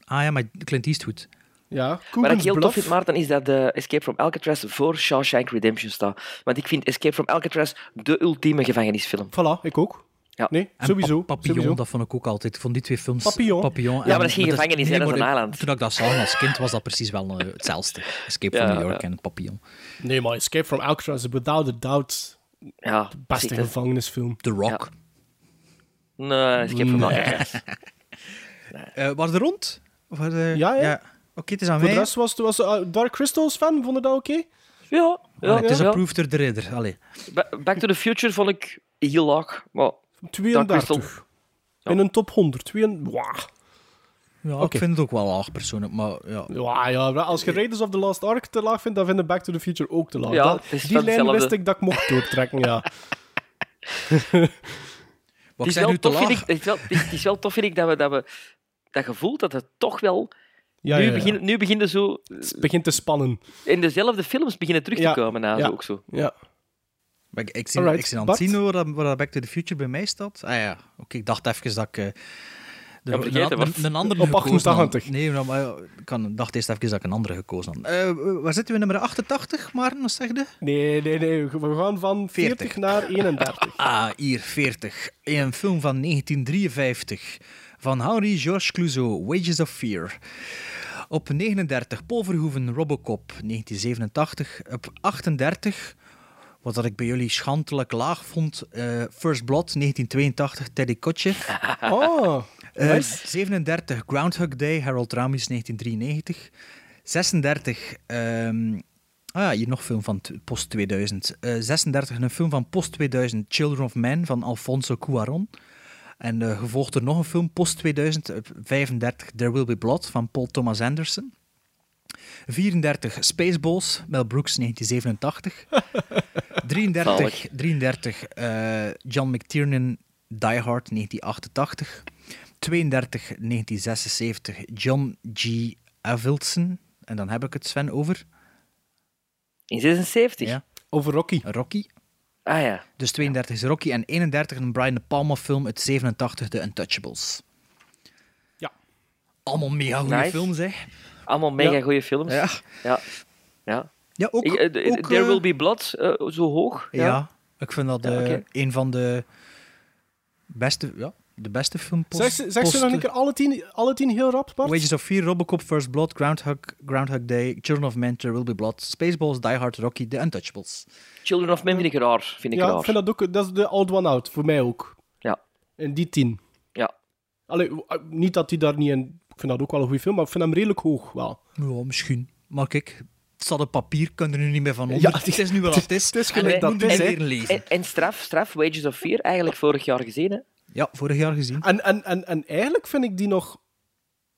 Speaker 5: Ah ja, maar Clint Eastwood.
Speaker 4: Ja,
Speaker 6: Maar
Speaker 4: Coogan's
Speaker 6: wat ik heel tof
Speaker 4: Bluff.
Speaker 6: vind, Maarten, is dat de Escape from Alcatraz voor Shawshank Redemption staat. Want ik vind Escape from Alcatraz de ultieme gevangenisfilm.
Speaker 4: Voilà, ik ook.
Speaker 6: Ja.
Speaker 4: Nee,
Speaker 5: En
Speaker 4: sowieso.
Speaker 5: Pa- Papillon,
Speaker 4: sowieso.
Speaker 5: dat vond ik ook altijd. Ik vond die twee films...
Speaker 4: Papillon?
Speaker 6: Ja, maar dat is geen gevangenis, hè, dat is
Speaker 5: maar
Speaker 6: een
Speaker 5: ik-
Speaker 6: eiland.
Speaker 5: Toen ik dat zag als kind, was dat precies wel eh, hetzelfde. Escape
Speaker 6: Ja,
Speaker 5: from New York
Speaker 6: ja.
Speaker 5: en Papillon.
Speaker 4: Nee, maar Escape from Alcatraz is without a doubt
Speaker 6: Ja,
Speaker 4: de
Speaker 6: precies,
Speaker 4: beste
Speaker 6: hè.
Speaker 4: gevangenisfilm.
Speaker 5: The Rock.
Speaker 6: Nee, Escape from Alcatraz.
Speaker 5: Eh was er rond? Of, was, eh,
Speaker 4: Ja, ja.
Speaker 5: Oké, het is aan
Speaker 4: Voor
Speaker 5: mij.
Speaker 4: de rest was, was eh, Dark Crystals fan, vonden dat oké?
Speaker 6: Ja, ja,
Speaker 5: Allee, het is
Speaker 6: ja.
Speaker 5: approved door de ridder. Allee.
Speaker 6: Ba- Back to the Future vond ik heel laag. Maar
Speaker 4: 32. In een top 100. 32. Wauw.
Speaker 5: Ja,
Speaker 4: Oké.
Speaker 5: Ik vind het ook wel laag persoonlijk, maar ja.
Speaker 4: Ja, ja, maar als je Raiders of the Lost Ark te laag vindt, dan vinden Back to the Future ook te laag.
Speaker 6: Ja,
Speaker 4: Dat-
Speaker 6: het is
Speaker 4: die
Speaker 6: van
Speaker 4: lijn wist
Speaker 6: hetzelfde.
Speaker 4: ik dat ik mocht doortrekken, ja.
Speaker 5: Wat
Speaker 6: Het is,
Speaker 5: zijn
Speaker 6: wel
Speaker 5: nu te
Speaker 6: tof, vind ik,
Speaker 5: laag?
Speaker 6: het, is wel, het is- het is wel tof, vind ik, dat we dat, we, dat gevoel dat het toch wel...
Speaker 4: Ja,
Speaker 6: nu,
Speaker 4: ja, ja.
Speaker 6: Begint, nu beginnen zo...
Speaker 4: Het begint te spannen.
Speaker 6: In dezelfde films beginnen terug
Speaker 4: Ja,
Speaker 6: te komen na,
Speaker 4: ja.
Speaker 6: zo ook zo.
Speaker 4: Ja.
Speaker 5: Maar ik, ik zie,
Speaker 4: Alright,
Speaker 5: ik zie aan het
Speaker 4: Bart?
Speaker 5: zien waar, dat- waar dat Back to the Future bij mij staat. Ah ja, oké, ik dacht even dat ik... eh, de-
Speaker 6: Ja, vergeet
Speaker 5: een,
Speaker 6: het, wat?
Speaker 5: een, een andere
Speaker 4: Op
Speaker 5: gekozen had.
Speaker 4: 88.
Speaker 5: Nee, nou, maar ja, ik kan, dacht eerst even dat ik een andere gekozen had. Eh, waar zitten we, nummer 88, Maarten, wat zeg je?
Speaker 4: Nee, nee, nee. We gaan van 40,
Speaker 5: 40
Speaker 4: naar 31.
Speaker 5: Ah, hier 40. In een film van 1953 van Henri Georges Clouseau, Wages of Fear. Op 39 Paul Verhoeven, Robocop 1987. Op 38, wat dat ik bij jullie schandelijk laag vond, eh, First Blood 1982, Teddy Kotcheff.
Speaker 4: Oh,
Speaker 5: Eh, 37, Groundhog Day, Harold Ramis, 1993. 36, ehm, ah ja, hier nog een film van t- post 2000. Eh, 36, een film van post 2000, Children of Men, van Alfonso Cuaron. En eh, gevolgd door nog een film, post 2000, eh, 35, There Will Be Blood, van Paul Thomas Anderson. 34, Spaceballs, Mel Brooks, 1987. 33,
Speaker 6: Zalig.
Speaker 5: 33 eh, John McTiernan, Die Hard, 1988. 32, 1976, John G. Avildsen. En dan heb ik het, Sven, over
Speaker 6: In 76?
Speaker 5: Ja.
Speaker 4: over Rocky.
Speaker 5: Rocky.
Speaker 6: Ah ja.
Speaker 5: Dus 32 is Rocky en 31 een Brian De Palma film uit 87, The Untouchables.
Speaker 4: Ja.
Speaker 5: Allemaal mega goede
Speaker 6: Nice.
Speaker 5: films, hè.
Speaker 6: Allemaal mega goede films.
Speaker 5: Ja.
Speaker 6: Ja. ja.
Speaker 5: Ja, ook...
Speaker 6: Ik- eh, d-
Speaker 5: ook,
Speaker 6: There
Speaker 5: eh,
Speaker 6: Will Be Blood, eh, zo hoog.
Speaker 5: Ja. ik vind dat
Speaker 6: Ja,
Speaker 5: eh,
Speaker 6: oké.
Speaker 5: een van de beste... Ja, de beste filmpost...
Speaker 4: Zeg, ze- zeg ze nog een keer alle tien, alle tien heel rap, Bart?
Speaker 5: Wages of Fear, Robocop, First Blood, Groundhog, Groundhog Day, Children of Men, There Will Be Blood, Spaceballs, Die Hard, Rocky, The Untouchables.
Speaker 6: Children of Men vind ik raar. Vind ik
Speaker 4: ja,
Speaker 6: raar.
Speaker 4: ik vind dat ook... Dat is de old one out, voor mij ook.
Speaker 6: Ja.
Speaker 4: In die tien.
Speaker 6: Ja.
Speaker 4: Allee, w- eh, niet dat die daar niet in... Ik vind dat ook wel een goede film, maar ik vind hem redelijk hoog, wel.
Speaker 5: Ja, misschien. Maar kijk, het staat op papier, kunnen er nu niet meer van onder.
Speaker 4: Ja,
Speaker 5: het is nu wel wat het is.
Speaker 4: het is
Speaker 5: En
Speaker 4: gelijk
Speaker 5: ik
Speaker 4: dat
Speaker 5: moet
Speaker 4: het is,
Speaker 5: het
Speaker 4: hè.
Speaker 5: weer lezen.
Speaker 6: En, en straf, straf, Wages of Fear, eigenlijk vorig jaar gezien. Hè?
Speaker 5: Ja, vorig jaar gezien.
Speaker 4: En, en, en, en eigenlijk vind ik die nog...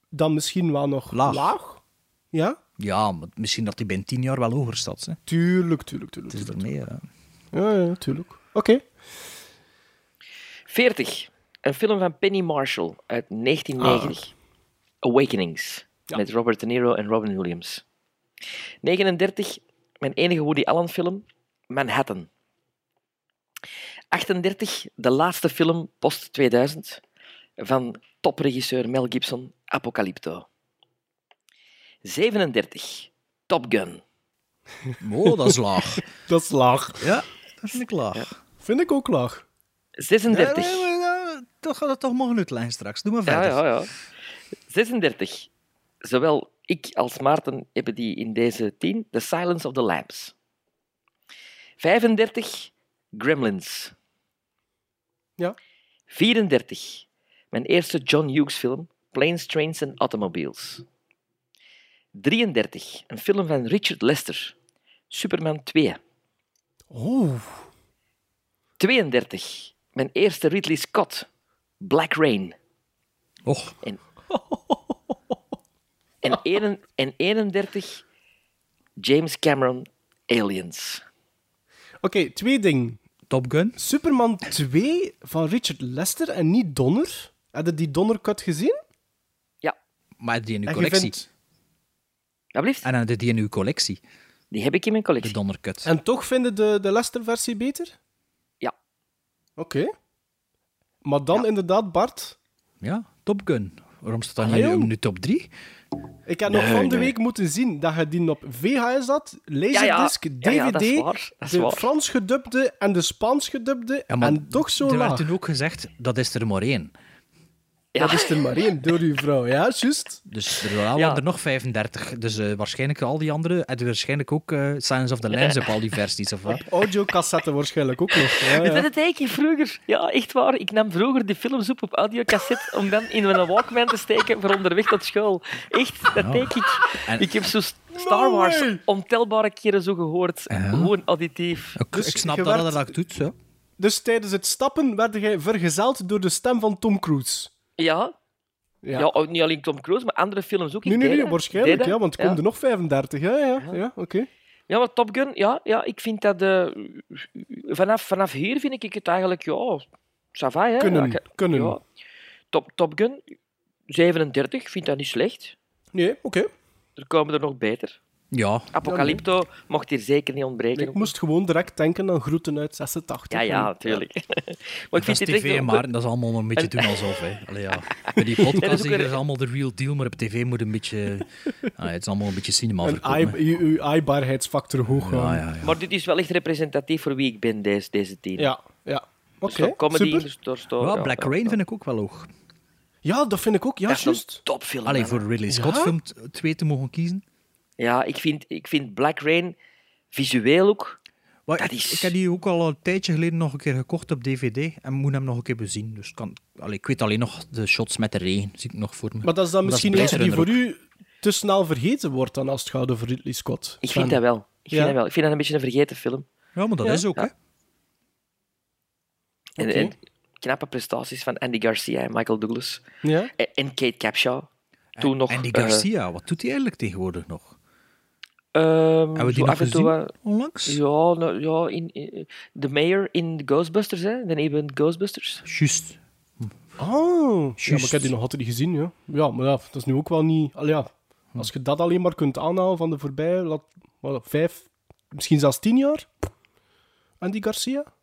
Speaker 4: Dan misschien wel nog
Speaker 5: Laag.
Speaker 4: Ja?
Speaker 5: Ja, maar misschien dat hij binnen tien jaar wel hoger staat. Hè.
Speaker 4: Tuurlijk, tuurlijk, tuurlijk.
Speaker 5: Het is
Speaker 4: tuurlijk.
Speaker 5: ermee. Ja.
Speaker 4: Ja, ja, tuurlijk. Oké.
Speaker 6: 40. Een film van Penny Marshall uit 1990. Awakenings. Met Robert De Niro en Robin Williams. 39. Mijn enige Woody Allen film. Manhattan. 38. De laatste film post 2000 van topregisseur Mel Gibson, Apocalypto. 37. Top Gun.
Speaker 5: Oh, dat is laag.
Speaker 4: Dat is laag.
Speaker 5: ja, dat vind ik laag.
Speaker 4: Vind ik ook laag.
Speaker 6: 36.
Speaker 5: Ja, maar, ja, toch gaat het toch morgen uitlijn straks. Doe maar
Speaker 6: Ja,
Speaker 5: verder.
Speaker 6: ja, ja. 36. Zowel ik als Maarten hebben die in deze 10. The Silence of the Lambs. 35. Gremlins.
Speaker 4: Ja.
Speaker 6: 34. Mijn eerste John Hughes film. Planes, Trains and Automobiles. 33. Een film van Richard Lester. Superman 2.
Speaker 4: Oeh.
Speaker 6: 32. Mijn eerste Ridley Scott. Black Rain.
Speaker 5: Och,
Speaker 6: En, enen- en 31, James Cameron, Aliens.
Speaker 4: Oké, twee dingen.
Speaker 5: Top Gun.
Speaker 4: Superman 2 van Richard Lester en niet Donner. Hadden die Donner-cut gezien?
Speaker 6: Ja,
Speaker 5: Maar die in uw
Speaker 4: En je
Speaker 5: collectie.
Speaker 4: vindt-
Speaker 6: alblieft.
Speaker 5: En dan die in uw collectie.
Speaker 6: Die heb ik in mijn
Speaker 5: De
Speaker 6: collectie.
Speaker 5: Donnerkut.
Speaker 4: En toch vinden de, de Lester-versie beter?
Speaker 6: Ja.
Speaker 4: Oké. Maar dan inderdaad, Bart.
Speaker 5: Ja, Top Gun. Waarom staat dat
Speaker 4: Ah,
Speaker 5: nu
Speaker 4: joh.
Speaker 5: in de top 3?
Speaker 4: Ik heb nog van de week moeten zien dat je die op VHS had, Laserdisc,
Speaker 6: Ja, ja. Ja,
Speaker 4: DVD,
Speaker 6: ja, dat is waar. Dat is
Speaker 4: de
Speaker 6: waar.
Speaker 4: Frans gedubde en de Spaans gedubde. en toch zo
Speaker 5: Er
Speaker 4: laag.
Speaker 5: werd toen ook gezegd, dat is er maar één.
Speaker 4: Dat is er maar één door uw vrouw, ja, juist.
Speaker 5: Dus er waren
Speaker 6: Ja.
Speaker 5: er nog 35. Dus eh, waarschijnlijk al die andere. En waarschijnlijk ook eh, Silence of the Lambs op al die versies. Of wat.
Speaker 4: Audiocassetten waarschijnlijk ook nog. Ja,
Speaker 6: Is
Speaker 4: ja.
Speaker 6: dat het eigenlijk vroeger? Ja, echt waar. Ik nam vroeger die films op op audiocassette om dan in mijn Walkman te steken voor onderweg tot school. Echt, dat denk ik.
Speaker 5: En-
Speaker 6: Ik heb zo S- Star Wars ontelbare keren zo gehoord. Gewoon auditief.
Speaker 5: Ik,
Speaker 4: Dus
Speaker 5: ik snap
Speaker 4: je
Speaker 5: dat
Speaker 4: werd-
Speaker 5: dat dat doet. Zo.
Speaker 4: Dus tijdens het stappen werd jij vergezeld door de stem van Tom Cruise.
Speaker 6: Ja.
Speaker 4: Ja.
Speaker 6: Ja. ook niet alleen Tom Cruise, maar andere films ook. Ik
Speaker 4: nee, nee,
Speaker 6: deed
Speaker 4: nee,
Speaker 6: dat.
Speaker 4: waarschijnlijk,
Speaker 6: Deed dat.
Speaker 4: ja, want er
Speaker 6: Ja.
Speaker 4: komt er nog 35. Ja, ja, ja, oké.
Speaker 6: Ja, maar Top Gun, ja, ja ik vind dat... eh, vanaf, vanaf hier vind ik het eigenlijk, ja... ça va, hè?
Speaker 4: Kunnen,
Speaker 6: Ja, ik-
Speaker 4: kunnen.
Speaker 6: ja. Top, Top Gun, 37, vind dat niet slecht.
Speaker 4: Nee, oké.
Speaker 6: Er komen er nog beter.
Speaker 5: Ja.
Speaker 6: Apocalypto mocht hier zeker niet ontbreken.
Speaker 4: Ik moest gewoon direct denken aan groeten uit 86.
Speaker 6: Ja, ja, natuurlijk. maar ik
Speaker 5: Dat
Speaker 6: vind
Speaker 5: is
Speaker 6: dit echt
Speaker 5: tv,
Speaker 6: een-
Speaker 5: maar dat is allemaal een beetje
Speaker 6: En-
Speaker 5: doen alsof. Hè. Allee, ja. Bij die podcast
Speaker 6: ook
Speaker 5: is
Speaker 6: weer-
Speaker 5: het allemaal de real deal, maar op tv moet een beetje... Allee, het is allemaal een beetje cinema
Speaker 4: Een
Speaker 5: verkopen.
Speaker 4: aai-
Speaker 5: hè.
Speaker 4: uw- uw aaibaarheidsfactor hoog gaan.
Speaker 5: Ja,
Speaker 4: ja.
Speaker 5: ja, ja.
Speaker 6: Maar dit is wel echt representatief voor wie ik ben, deze, deze tien.
Speaker 4: ja,
Speaker 6: Dus
Speaker 4: Oké,
Speaker 6: dat comedy
Speaker 4: super.
Speaker 6: dus door story,
Speaker 5: Wel,
Speaker 6: ja,
Speaker 5: Black
Speaker 6: ja,
Speaker 5: Rain
Speaker 6: ja.
Speaker 5: vind ik ook wel hoog.
Speaker 4: Ja, dat vind ik ook. Ja,
Speaker 6: Echt een
Speaker 4: juist.
Speaker 6: topfilm.
Speaker 5: Allee,
Speaker 6: hè.
Speaker 5: voor Ridley Scott film t- twee te mogen kiezen.
Speaker 6: Ja, ik vind, ik vind Black Rain visueel ook...
Speaker 5: Wat,
Speaker 6: Dat is-
Speaker 5: Ik heb die ook al een tijdje geleden nog een keer gekocht op DVD en moet hem nog een keer bezien. Dus kan... Allee, ik weet alleen nog de shots met de regen, zie ik nog voor me.
Speaker 4: Maar dat is dan misschien
Speaker 5: Blade
Speaker 4: eentje die voor
Speaker 5: Runner
Speaker 4: u te snel vergeten wordt dan als het gaat over Ridley Scott.
Speaker 6: Ik
Speaker 4: Sven.
Speaker 6: vind dat wel. Ik vind
Speaker 4: Ja.
Speaker 6: dat wel. Ik vind dat een beetje een vergeten film.
Speaker 5: Ja, maar dat
Speaker 4: Ja.
Speaker 5: is ook,
Speaker 6: Ja.
Speaker 5: hè.
Speaker 6: En,
Speaker 4: Oké.
Speaker 6: en knappe prestaties van Andy Garcia en Michael Douglas.
Speaker 4: Ja?
Speaker 6: En, en Kate Capshaw. Toen nog...
Speaker 5: En die
Speaker 6: eh,
Speaker 5: Garcia, wat doet hij eigenlijk tegenwoordig nog?
Speaker 6: ehm,
Speaker 5: Hebben we die
Speaker 6: zo
Speaker 5: nog
Speaker 6: af en toe
Speaker 5: gezien
Speaker 6: wel-
Speaker 5: onlangs?
Speaker 6: Ja, nou, ja in, in- de mayor in Ghostbusters, hè? de nieuwe Ghostbusters.
Speaker 5: Juist.
Speaker 4: Oh, ja, maar ik
Speaker 5: Juist.
Speaker 4: heb die nog altijd niet gezien. Ja, ja maar ja, dat is nu ook wel niet... Allee, ja, als je dat alleen maar kunt aanhalen van de voorbije laat, wat, vijf, misschien zelfs tien jaar, Andy Garcia.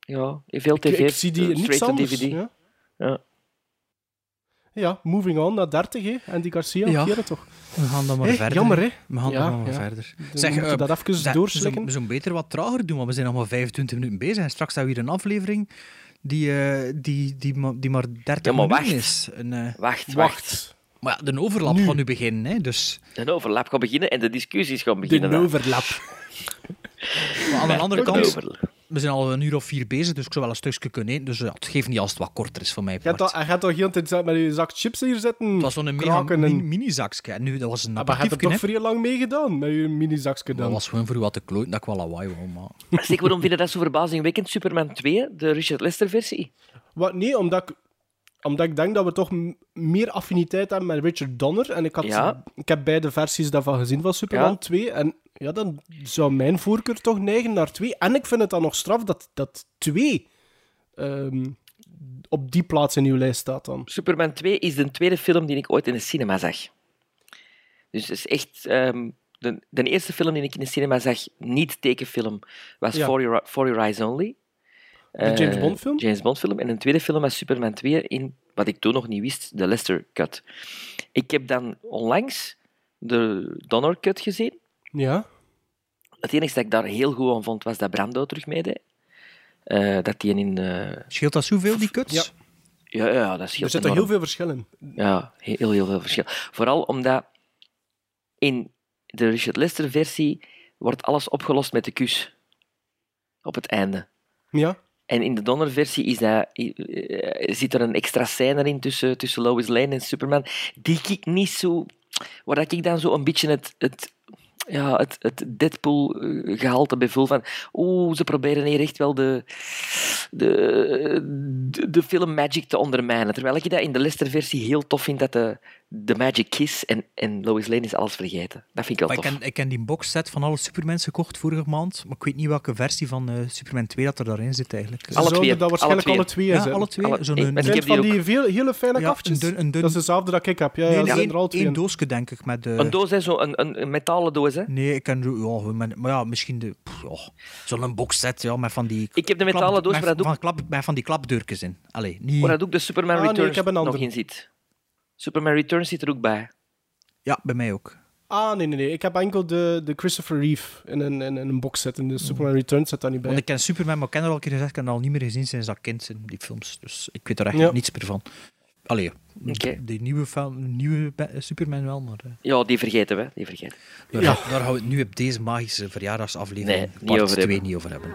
Speaker 6: Ja, in veel
Speaker 4: Ik,
Speaker 6: tv.
Speaker 4: ik zie die
Speaker 6: eh,
Speaker 4: niks
Speaker 6: straight to
Speaker 4: anders.
Speaker 6: DVD.
Speaker 4: Ja.
Speaker 6: Ja.
Speaker 4: Ja, moving on naar 30, hè. Andy Garcia,
Speaker 5: Ja.
Speaker 4: ja. het toch.
Speaker 5: We gaan dan maar
Speaker 4: Hé,
Speaker 5: verder.
Speaker 4: jammer, hè?
Speaker 5: We gaan
Speaker 4: Ja,
Speaker 5: dan maar
Speaker 4: ja.
Speaker 5: verder.
Speaker 4: Dan moeten we
Speaker 5: eh,
Speaker 4: dat even
Speaker 5: dat-
Speaker 4: doorslikken.
Speaker 5: We zullen beter wat trager doen, want we zijn nog maar 25 minuten bezig. En straks hebben we hier een aflevering die, eh, die, die, ma- die maar 30
Speaker 6: Ja, maar
Speaker 5: minuten
Speaker 6: wacht.
Speaker 5: is. En, eh,
Speaker 6: Wacht, wacht.
Speaker 4: Wacht,
Speaker 5: maar ja, de overlap
Speaker 4: Nu.
Speaker 5: gaat nu beginnen, hè. Dus
Speaker 6: Een overlap gaat beginnen en de discussies gaan beginnen.
Speaker 4: de
Speaker 6: dan.
Speaker 4: overlap.
Speaker 5: maar aan de andere
Speaker 6: De
Speaker 5: kant,
Speaker 6: overlap.
Speaker 5: we zijn al een uur of vier bezig, dus ik zou wel een stukje kunnen eten. Dus ja, het geeft niet als het wat korter is voor mij.
Speaker 4: Jij
Speaker 5: Part.
Speaker 4: gaat
Speaker 5: Het
Speaker 4: toch- Hij gaat toch heel de tijd met je zak chips hier zitten?
Speaker 5: was zo'n mega
Speaker 4: kraken en- Ah,
Speaker 5: min, minizakje. En nu, dat was een
Speaker 4: Maar je hebt er
Speaker 5: aperitiefje,
Speaker 4: toch
Speaker 5: hè.
Speaker 4: vrij lang mee gedaan, met je minizakje
Speaker 5: Dat
Speaker 4: dan.
Speaker 5: was gewoon voor u wat te kloot, dat ik wel lawaai wou, maar...
Speaker 6: Zeg, waarom vind je dat zo verbazingwekkend? Superman 2, de Richard Lester-versie?
Speaker 4: Wat, nee, omdat ik, omdat ik denk dat we toch m- meer affiniteit hebben met Richard Donner. En ik, had,
Speaker 6: Ja.
Speaker 4: ik heb beide versies daarvan gezien van Superman
Speaker 6: Ja.
Speaker 4: 2. En ja, dan zou mijn voorkeur toch neigen naar 2. En ik vind het dan nog straf dat, dat 2 ehm, op die plaats in uw lijst staat dan.
Speaker 6: Superman 2 is de tweede film die ik ooit in de cinema zag. Dus het is echt... ehm, de, de eerste film die ik in de cinema zag, niet tekenfilm, was
Speaker 4: Ja.
Speaker 6: For, Your, For Your Eyes Only. Eh,
Speaker 4: De James Bond film?
Speaker 6: James Bond film. En een tweede film was Superman 2 in, wat ik toen nog niet wist, de Lester Cut. Ik heb dan onlangs de Donner Cut gezien.
Speaker 4: Ja.
Speaker 6: Het enige dat ik daar heel goed aan vond, was dat Brando terug meedeed. Eh, dat die in... eh,
Speaker 5: Scheelt dat zoveel, die kuts?
Speaker 4: Ja.
Speaker 6: ja, ja, dat is
Speaker 4: Er zitten heel veel verschillen.
Speaker 6: ja, heel, heel veel verschil. Vooral omdat in de Richard Lester-versie wordt alles opgelost met de kus. Op het einde.
Speaker 4: Ja.
Speaker 6: En in de Donner-versie is dat, eh, eh, zit er een extra scène in tussen, tussen Lois Lane en Superman, die ik niet zo... Waar dat ik dan zo een beetje het... het ja, het, het Deadpool-gehalte bij voel van... Oeh, ze proberen hier echt wel de, de, de, de film magic te ondermijnen. Terwijl ik dat in de Lester-versie heel tof vind dat de, de magic is en, en Lois Lane is alles vergeten. Dat vind ik wel
Speaker 5: Maar ik,
Speaker 6: tof.
Speaker 5: ken, ik ken die boxset van alle Supermans gekocht vorige maand, maar ik weet niet welke versie van eh, Superman 2 dat er daarin zit eigenlijk.
Speaker 4: Ze
Speaker 6: Alle
Speaker 4: zouden
Speaker 6: twee,
Speaker 4: dat waarschijnlijk
Speaker 6: alle
Speaker 4: alle
Speaker 6: twee.
Speaker 4: twee,
Speaker 5: ja,
Speaker 4: zijn.
Speaker 5: alle twee.
Speaker 6: Alle-
Speaker 5: Zo'n
Speaker 6: ik-
Speaker 5: een,
Speaker 6: ik
Speaker 4: Het
Speaker 6: heb
Speaker 4: zijn van
Speaker 6: die
Speaker 4: die, veel, hele fijne
Speaker 5: Ja,
Speaker 4: kaftjes.
Speaker 5: een dun- een dun-
Speaker 4: Dat is hetzelfde dat ik heb. Ja, ja,
Speaker 5: een-
Speaker 4: er zijn
Speaker 5: een-
Speaker 4: er al twee.
Speaker 5: één
Speaker 4: in.
Speaker 5: doosje, denk ik, met... eh,
Speaker 6: Een doos, hè, zo een, een, een metalen doos. Hè.
Speaker 5: Nee, ik ken... zo- Ja, maar, maar ja, misschien de... pff, ja, zo'n boxset, ja, met van die...
Speaker 6: Ik heb de
Speaker 5: klap-
Speaker 6: metalen doos,
Speaker 5: met,
Speaker 6: maar dat doe
Speaker 5: van, klap, met van die klapdeurtjes in. Allee, niet...
Speaker 6: Waar dat ook de Superman
Speaker 4: Ah, nee,
Speaker 6: Returns
Speaker 4: ik heb een
Speaker 6: nog
Speaker 4: andere.
Speaker 6: in zit. Superman Returns zit er ook bij.
Speaker 5: Ja, bij mij ook.
Speaker 4: Ah, nee, nee, nee. Ik heb enkel de, de Christopher Reeve in een, in een box zetten. De Superman Returns zit daar niet bij.
Speaker 5: Want ik ken Superman, maar ik ken er al een keer gezegd, ik heb er al niet meer gezien sinds dat ik kind zijn, die films. Dus ik weet er echt
Speaker 4: Ja.
Speaker 5: niets meer van. Allee,
Speaker 6: Oké.
Speaker 5: die nieuwe, film, nieuwe eh, Superman wel, maar... eh,
Speaker 6: Ja, die vergeten we. Die vergeten. we.
Speaker 5: Daar,
Speaker 4: Ja.
Speaker 5: daar gaan we het nu op deze magische
Speaker 6: Nee,
Speaker 5: verjaardagsaflevering
Speaker 6: niet
Speaker 5: part
Speaker 6: over
Speaker 5: 2
Speaker 6: hebben.
Speaker 5: niet over hebben.